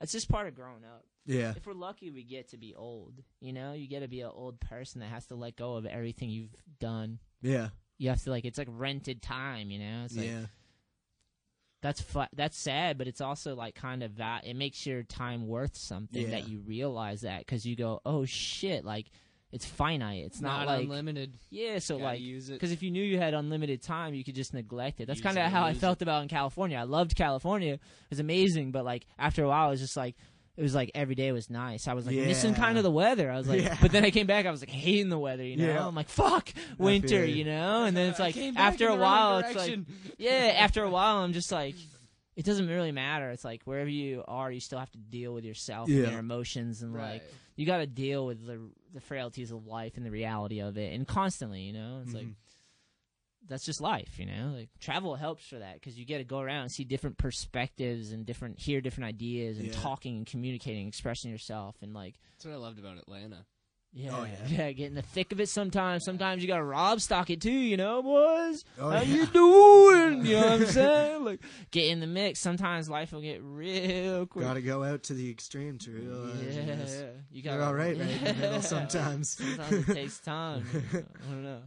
Speaker 4: It's just part of growing up.
Speaker 6: Yeah.
Speaker 4: If we're lucky, we get to be old. You know, you get to be an old person that has to let go of everything you've done.
Speaker 6: Yeah.
Speaker 4: You have to like it's like rented time. You know, it's like
Speaker 6: Yeah.
Speaker 4: that's fu- that's sad, but it's also like kind of va- it makes your time worth something
Speaker 7: Yeah.
Speaker 4: that you realize that because you go, oh shit, like it's finite. It's
Speaker 7: not,
Speaker 4: not, like
Speaker 7: unlimited.
Speaker 4: yeah, so
Speaker 7: Gotta
Speaker 4: like,
Speaker 7: use it.
Speaker 4: because if you knew you had unlimited time, you could just neglect it. That's
Speaker 7: Use
Speaker 4: kind
Speaker 7: it
Speaker 4: of
Speaker 7: or
Speaker 4: how I
Speaker 7: lose
Speaker 4: felt about in California. I loved California; it was amazing. But like after a while, it was just like it was like every day was nice. I was like missing
Speaker 7: Yeah.
Speaker 4: kind of the weather. I was like,
Speaker 7: Yeah.
Speaker 4: but then I came back, I was like hating the weather. You know,
Speaker 7: Yeah.
Speaker 4: I'm like fuck
Speaker 7: feel
Speaker 4: winter.
Speaker 7: you.
Speaker 4: You know, and then it's
Speaker 7: I
Speaker 4: like
Speaker 7: came back
Speaker 4: after
Speaker 7: in
Speaker 4: a
Speaker 7: the wrong
Speaker 4: while, it's like
Speaker 7: direction.
Speaker 4: yeah, after a while, I'm just like. It doesn't really matter. It's like wherever you are, you still have to deal with yourself and
Speaker 7: Yeah.
Speaker 4: your emotions, and like
Speaker 7: Right.
Speaker 4: you got to deal with the the frailties of life and the reality of it, and constantly, you know, it's like
Speaker 7: Mhm.
Speaker 6: Mm-hmm.
Speaker 4: that's just life, you know. Like travel helps for that because you get to go around and see different perspectives and different hear different ideas and
Speaker 7: Yeah.
Speaker 4: talking and communicating, expressing yourself, and like
Speaker 7: That's what I loved about Atlanta.
Speaker 4: yeah,
Speaker 7: Oh,
Speaker 4: yeah,
Speaker 7: yeah.
Speaker 4: get in the thick of it sometimes. Sometimes you got to rob stock it too, you know, boys.
Speaker 7: Oh,
Speaker 4: How
Speaker 7: yeah.
Speaker 4: you doing? You know what I'm saying? Like get in the mix. Sometimes life will get real quick.
Speaker 6: Gotta go out to the extreme to realize.
Speaker 4: Yeah,
Speaker 6: you know, it's-
Speaker 4: yeah. you
Speaker 6: they're
Speaker 4: got
Speaker 6: all right, right? In the middle
Speaker 4: Yeah.
Speaker 6: sometimes.
Speaker 4: Sometimes it takes time. I don't know.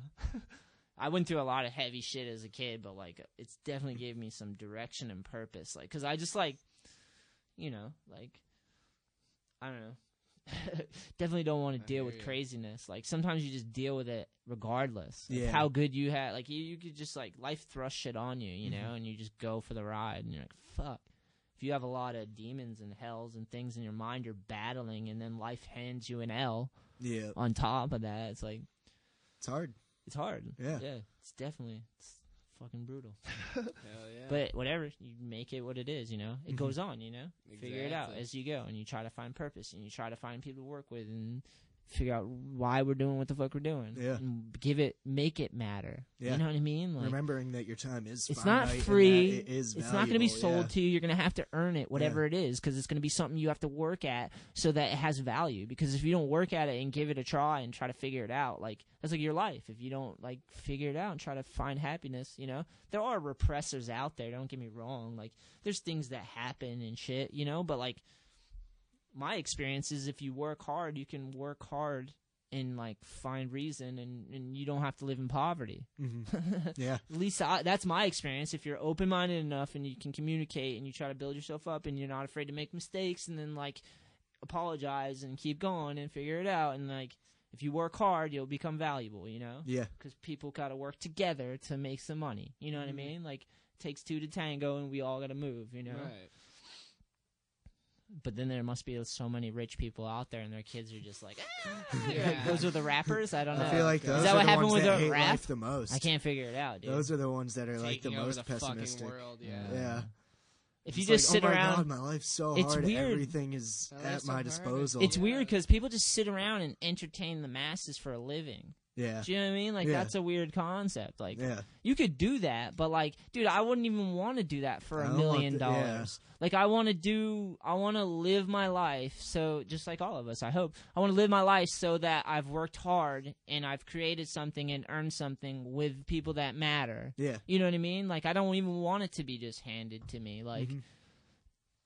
Speaker 4: I went through a lot of heavy shit as a kid, but like it's definitely gave me some direction and purpose. Like, cause I just like, you know, like I don't know. definitely don't want to deal with craziness. Like sometimes you just deal with it regardless. Like,
Speaker 7: Yeah.
Speaker 4: How good you had, like you, you could just like life thrust shit on you, you know,
Speaker 7: Mhm.
Speaker 4: and you just go for the ride, and you're like, fuck. If you have a lot of demons and hells and things in your mind, you're battling, and then life hands you an L.
Speaker 6: Yeah.
Speaker 4: On top of that, it's like
Speaker 6: it's hard.
Speaker 4: It's hard.
Speaker 6: Yeah.
Speaker 4: Yeah. It's definitely it's fucking brutal.
Speaker 7: yeah.
Speaker 4: But whatever, you make it what it is, you know. It
Speaker 7: Mhm.
Speaker 4: goes on, you know. Figure it out
Speaker 7: Exactly.
Speaker 4: as you go and you try to find purpose and you try to find people to work with and figure out why we're doing what the fuck we're doing.
Speaker 6: Yeah.
Speaker 4: And give it, make it matter.
Speaker 6: Yeah.
Speaker 4: You know what I mean? Like,
Speaker 6: Remembering that your time is
Speaker 4: it's not
Speaker 6: finite and that
Speaker 4: free.
Speaker 6: it is
Speaker 4: it's not going to be
Speaker 6: valuable,
Speaker 4: sold
Speaker 6: yeah.
Speaker 4: to you. You're going to have to earn it, whatever it is, because it's going to be something you have to work at so that it has value. Because if you don't work at it and give it a try and try to figure it out, like that's like your life. If you don't like figure it out and try to find happiness, you know, there are repressors out there. Don't get me wrong. Like there's things that happen and shit, you know, but like my experience is if you work hard, you can work hard and like find reason and, and you don't have to live in poverty.
Speaker 6: Mhm. Yeah.
Speaker 4: At least I, that's my experience. If you're open minded enough and you can communicate and you try to build yourself up and you're not afraid to make mistakes and then like apologize and keep going and figure it out and like if you work hard, you'll become valuable. You know.
Speaker 6: Yeah.
Speaker 4: Because people gotta work together to make some money. You know what
Speaker 6: Mm-hmm.
Speaker 7: Mhm.
Speaker 4: I mean? Like takes two to tango, and we all gotta move. You know.
Speaker 7: Right.
Speaker 4: But then there must be so many rich people out there, and their kids are just like, "Ah," like,
Speaker 7: Yeah.
Speaker 4: those are the rappers. I don't know.
Speaker 6: I feel like
Speaker 4: Uh, Is
Speaker 6: those
Speaker 4: that
Speaker 6: are
Speaker 4: what
Speaker 6: the
Speaker 4: happened
Speaker 6: ones
Speaker 4: with
Speaker 6: that
Speaker 4: the
Speaker 6: hate
Speaker 4: rap?
Speaker 6: life the most.
Speaker 4: I can't figure it out, dude.
Speaker 6: Those are the ones that are like the
Speaker 7: Taking over
Speaker 6: most
Speaker 7: the fucking
Speaker 6: pessimistic.
Speaker 7: world, yeah.
Speaker 6: yeah.
Speaker 4: If you
Speaker 6: It's
Speaker 4: just
Speaker 6: like,
Speaker 4: sit
Speaker 6: oh my
Speaker 4: around,
Speaker 6: God, my life's so
Speaker 4: it's
Speaker 6: hard.
Speaker 4: Weird.
Speaker 6: Everything is
Speaker 7: My
Speaker 6: at
Speaker 7: life's so
Speaker 6: my
Speaker 7: hard.
Speaker 6: disposal.
Speaker 4: It's weird because people just sit around and entertain the masses for a living.
Speaker 6: Yeah.
Speaker 4: Do you know what I mean? Like
Speaker 6: Yeah.
Speaker 4: that's a weird concept. Like
Speaker 6: Yeah.
Speaker 4: you could do that, but like, dude, I wouldn't even want to do that for
Speaker 6: I
Speaker 4: a
Speaker 6: don't want
Speaker 4: million
Speaker 6: to-
Speaker 4: dollars. Like I want to do, I want to live my life. So just like all of us, I hope I want to live my life so that I've worked hard and I've created something and earned something with people that matter.
Speaker 6: Yeah.
Speaker 4: You know what I mean? Like I don't even want it to be just handed to me. Like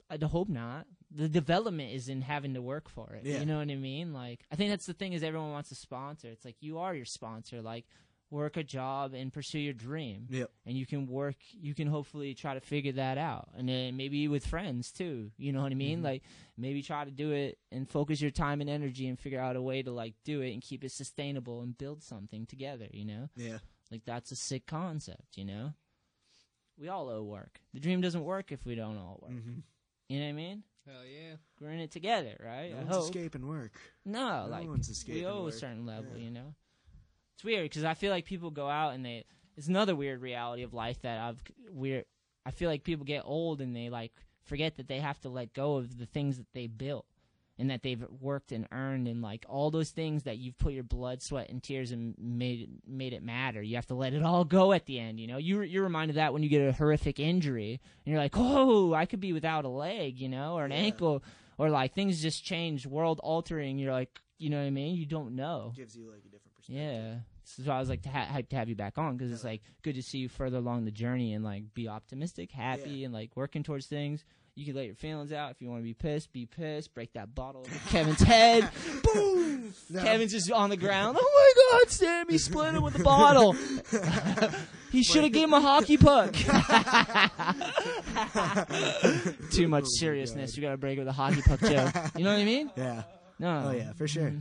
Speaker 4: I'd hope not. The development is in having to work for it.
Speaker 6: Yeah.
Speaker 4: You know what I mean? Like I think that's the thing is everyone wants a sponsor. It's like you are your sponsor. Like work a job and pursue your dream.
Speaker 6: Yep.
Speaker 4: And you can work you can hopefully try to figure that out. And then maybe with friends too. You know what I mean? Like maybe try to do it and focus your time and energy and figure out a way to like do it and keep it sustainable and build something together, you know?
Speaker 6: Yeah.
Speaker 4: Like that's a sick concept, you know? We all owe work. The dream doesn't work if we don't all work.
Speaker 6: Mm. Mm-hmm.
Speaker 4: You know what I mean?
Speaker 7: Hell yeah.
Speaker 4: We're in it together, right?
Speaker 6: No
Speaker 4: I
Speaker 6: one's
Speaker 4: hope.
Speaker 6: escaping work.
Speaker 4: No,
Speaker 6: No
Speaker 4: like
Speaker 6: one's escaping
Speaker 4: we owe
Speaker 6: work.
Speaker 4: a certain level, you know. It's weird because I feel like people go out and they. It's another weird reality of life that I've weird. I feel like people get old and they like forget that they have to let go of the things that they built and that they've worked and earned and like all those things that you've put your blood, sweat, and tears and made it, made it matter. You have to let it all go at the end. You know, you you're reminded of that when you get a horrific injury and you're like, oh, I could be without a leg, you know, or an ankle, or like things just change, world altering. You're like, you know what I mean? You don't know.
Speaker 6: Gives you like a different perspective.
Speaker 4: Yeah. So I was like to ha- hyped to have you back on because it's like good to see you further along the journey and like be optimistic, happy, and like working towards things. You can let your feelings out if you want to be pissed. Be pissed. Break that bottle over Kevin's head. Boom.
Speaker 6: No.
Speaker 4: Kevin's just on the ground. Oh my God, Sam! He split it with the bottle. he should have gave him a hockey puck. Too
Speaker 6: Oh
Speaker 4: much seriousness. You got to break it with a hockey puck joke. You know what I mean?
Speaker 6: Yeah.
Speaker 4: No.
Speaker 6: Oh yeah, for sure.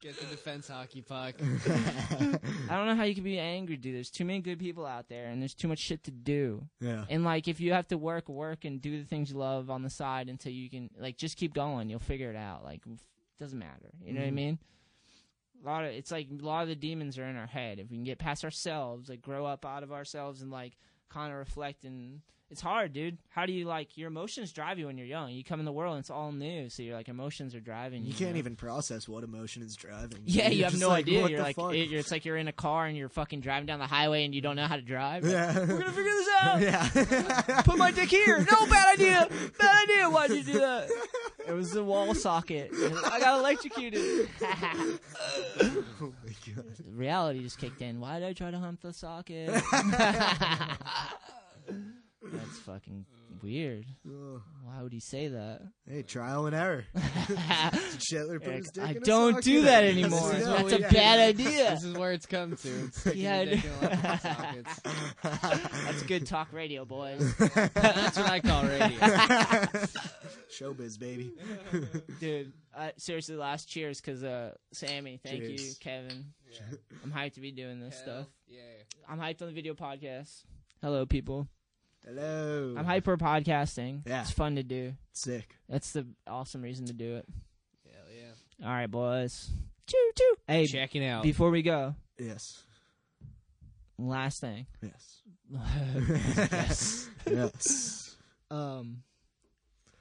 Speaker 7: Get the defense hockey puck.
Speaker 4: I don't know how you can be angry, dude. There's too many good people out there, and there's too much shit to do.
Speaker 6: Yeah.
Speaker 4: And like, if you have to work, work, and do the things you love on the side until you can, like, just keep going. You'll figure it out. Like, f- doesn't matter. You know what I
Speaker 6: Mm-hmm.
Speaker 7: Mhm.
Speaker 4: mean? A lot of it's like a lot of the demons are in our head. If we can get past ourselves, like, grow up out of ourselves, and like, kind of reflect and. It's hard, dude. How do you like your emotions drive you when you're young? You come in the world and it's all new, so you're like emotions are driving
Speaker 6: You
Speaker 4: you.
Speaker 6: can't
Speaker 4: know?
Speaker 6: even process what emotion is driving.
Speaker 4: Yeah,
Speaker 6: You're
Speaker 4: you have
Speaker 6: just
Speaker 4: no
Speaker 6: like,
Speaker 4: idea.
Speaker 6: What
Speaker 4: You're
Speaker 6: the
Speaker 4: like,
Speaker 6: fuck?
Speaker 4: it- you're, it's like you're in a car and you're fucking driving down the highway and you don't know how to drive. Like,
Speaker 6: Yeah.
Speaker 4: We're gonna figure this out.
Speaker 6: yeah.
Speaker 4: Put my dick here. No, bad idea. Bad idea. Why'd you do that? It was the wall socket. I got electrocuted.
Speaker 6: oh my god.
Speaker 4: Reality just kicked in. Why did I try to hump the socket? That's fucking weird.
Speaker 6: Ugh.
Speaker 4: Why would he say that?
Speaker 6: Oh. Hey, trial and error. Shetler put
Speaker 4: Eric,
Speaker 6: his dick
Speaker 4: I
Speaker 6: in a
Speaker 4: don't
Speaker 6: socket.
Speaker 4: do that
Speaker 6: Yes,
Speaker 4: anymore.
Speaker 6: no,
Speaker 4: That's a
Speaker 6: yeah.
Speaker 4: bad idea.
Speaker 7: This is where it's come to. It's sticking
Speaker 4: Yeah, I
Speaker 7: your dick
Speaker 4: do.
Speaker 7: in electric sockets.
Speaker 4: That's good talk radio, boys.
Speaker 7: That's what I call radio.
Speaker 6: Showbiz, baby.
Speaker 4: dude. Uh, seriously, last cheers, cause uh, Sammy, thank you,
Speaker 6: Cheers.
Speaker 4: Kevin. I'm hyped to be doing this stuff.
Speaker 7: Yeah.
Speaker 4: I'm hyped on the video podcast. Hello, people.
Speaker 6: Hello.
Speaker 4: I'm hyped for podcasting.
Speaker 6: Yeah.
Speaker 4: it's fun to do.
Speaker 6: Sick.
Speaker 4: That's the awesome reason to do it.
Speaker 7: Hell yeah.
Speaker 4: All right, boys. Choo choo. Hey,
Speaker 1: Checking out.
Speaker 4: before we go,
Speaker 6: Yes.
Speaker 4: last thing.
Speaker 6: Yes. yes.
Speaker 4: um,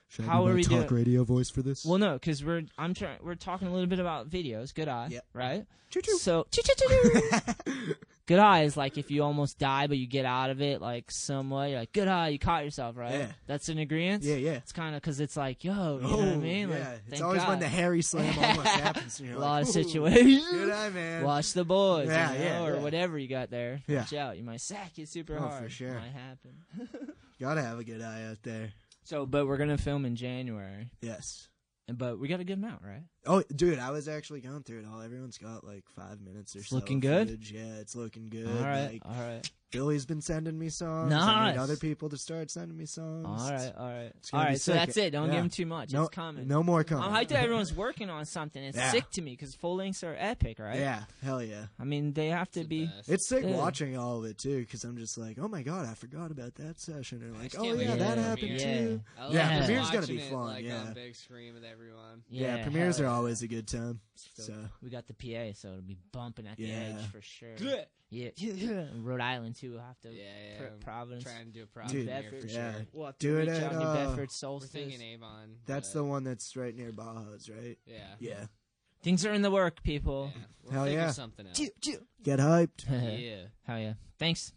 Speaker 6: Should I
Speaker 4: How
Speaker 6: do
Speaker 4: are
Speaker 6: my
Speaker 4: we doing?
Speaker 6: talk radio voice for this?
Speaker 4: Well, no, because we're I'm trying. We're talking a little bit about videos. Good eye, right? So choo-choo-choo-choo. good eye is like if you almost die but you get out of it like somewhat. You're like good eye, you caught yourself, right?
Speaker 6: Yeah.
Speaker 4: That's an agreement.
Speaker 6: Yeah, yeah.
Speaker 4: It's kind of because it's like yo, you know what I
Speaker 6: Oh,
Speaker 4: mean? Like,
Speaker 6: yeah. It's
Speaker 4: thank
Speaker 6: always when
Speaker 4: God.
Speaker 6: the Harry slam almost happens, and you're
Speaker 4: a lot
Speaker 6: like,
Speaker 4: of
Speaker 6: "Ooh,
Speaker 4: situations.
Speaker 6: good eye, man."
Speaker 4: Watch the boys, you
Speaker 6: Yeah,
Speaker 4: know,
Speaker 6: yeah,
Speaker 4: or
Speaker 6: yeah.
Speaker 4: whatever you got there.
Speaker 6: Yeah.
Speaker 4: Watch out, you might sack it super
Speaker 6: Oh, for
Speaker 4: hard.
Speaker 6: sure.
Speaker 4: might happen.
Speaker 6: Gotta have a good eye out there.
Speaker 4: So, but we're gonna film in January.
Speaker 6: Yes.
Speaker 4: But we got a good amount, right?
Speaker 6: Oh, dude, I was actually going through it all. Everyone's got like five minutes or
Speaker 4: It's
Speaker 6: so.
Speaker 4: looking
Speaker 6: of
Speaker 4: good?
Speaker 6: footage. Yeah, it's looking good.
Speaker 4: All right,
Speaker 6: Like,
Speaker 4: all right.
Speaker 6: Billy's been sending me songs. I
Speaker 4: Nice.
Speaker 6: need other people to start sending me songs.
Speaker 4: All
Speaker 6: It's-
Speaker 4: right, all right,
Speaker 6: it's
Speaker 4: all
Speaker 6: gonna be
Speaker 4: right. So
Speaker 6: sick.
Speaker 4: that's it. Don't
Speaker 6: Yeah.
Speaker 4: give him too much.
Speaker 6: No,
Speaker 4: it's coming. Oh,
Speaker 6: No more coming.
Speaker 4: I'm hyped that everyone's working on something. It's
Speaker 6: Yeah.
Speaker 4: sick to me because full lengths are epic, right?
Speaker 6: Yeah, hell yeah.
Speaker 4: I mean, they have to be.
Speaker 6: It's sick
Speaker 4: Yeah.
Speaker 6: watching all of it too, because I'm just like, oh my god, I forgot about that session, or like,
Speaker 7: just
Speaker 6: oh
Speaker 7: can't wait
Speaker 6: yeah,
Speaker 7: for
Speaker 6: that
Speaker 7: the
Speaker 6: happened
Speaker 7: premiere.
Speaker 6: too.
Speaker 7: I love
Speaker 6: yeah,
Speaker 7: just
Speaker 6: premiere's gonna
Speaker 7: watching
Speaker 6: be
Speaker 7: it,
Speaker 6: fun.
Speaker 7: like,
Speaker 6: yeah,
Speaker 7: on big screen with everyone.
Speaker 6: yeah,
Speaker 4: Yeah,
Speaker 6: premieres
Speaker 4: hell
Speaker 6: are
Speaker 4: yeah.
Speaker 6: always a good time.
Speaker 4: So,
Speaker 6: So
Speaker 4: we got the PA, so it'll be bumping at
Speaker 6: Yeah.
Speaker 4: the edge for sure.
Speaker 7: Yeah.
Speaker 4: Yeah, yeah. Rhode Island too. We'll have to.
Speaker 7: Yeah, yeah.
Speaker 4: Pro- Providence.
Speaker 7: Try and do a
Speaker 6: Dude,
Speaker 7: Providence here for
Speaker 6: yeah.
Speaker 7: sure.
Speaker 4: We'll have to
Speaker 6: Do it
Speaker 4: reach
Speaker 6: at,
Speaker 4: out New
Speaker 6: uh,
Speaker 4: Bedford
Speaker 7: We're
Speaker 4: Solstice.
Speaker 7: thinking Avon.
Speaker 6: that's
Speaker 7: but
Speaker 6: the one that's right near Baja's, right?
Speaker 7: Yeah.
Speaker 6: Yeah.
Speaker 4: Things are in the work, people.
Speaker 7: We'll
Speaker 6: Hell
Speaker 7: figure
Speaker 6: yeah.
Speaker 7: something out.
Speaker 6: Get hyped.
Speaker 7: yeah.
Speaker 4: Hell yeah! Thanks.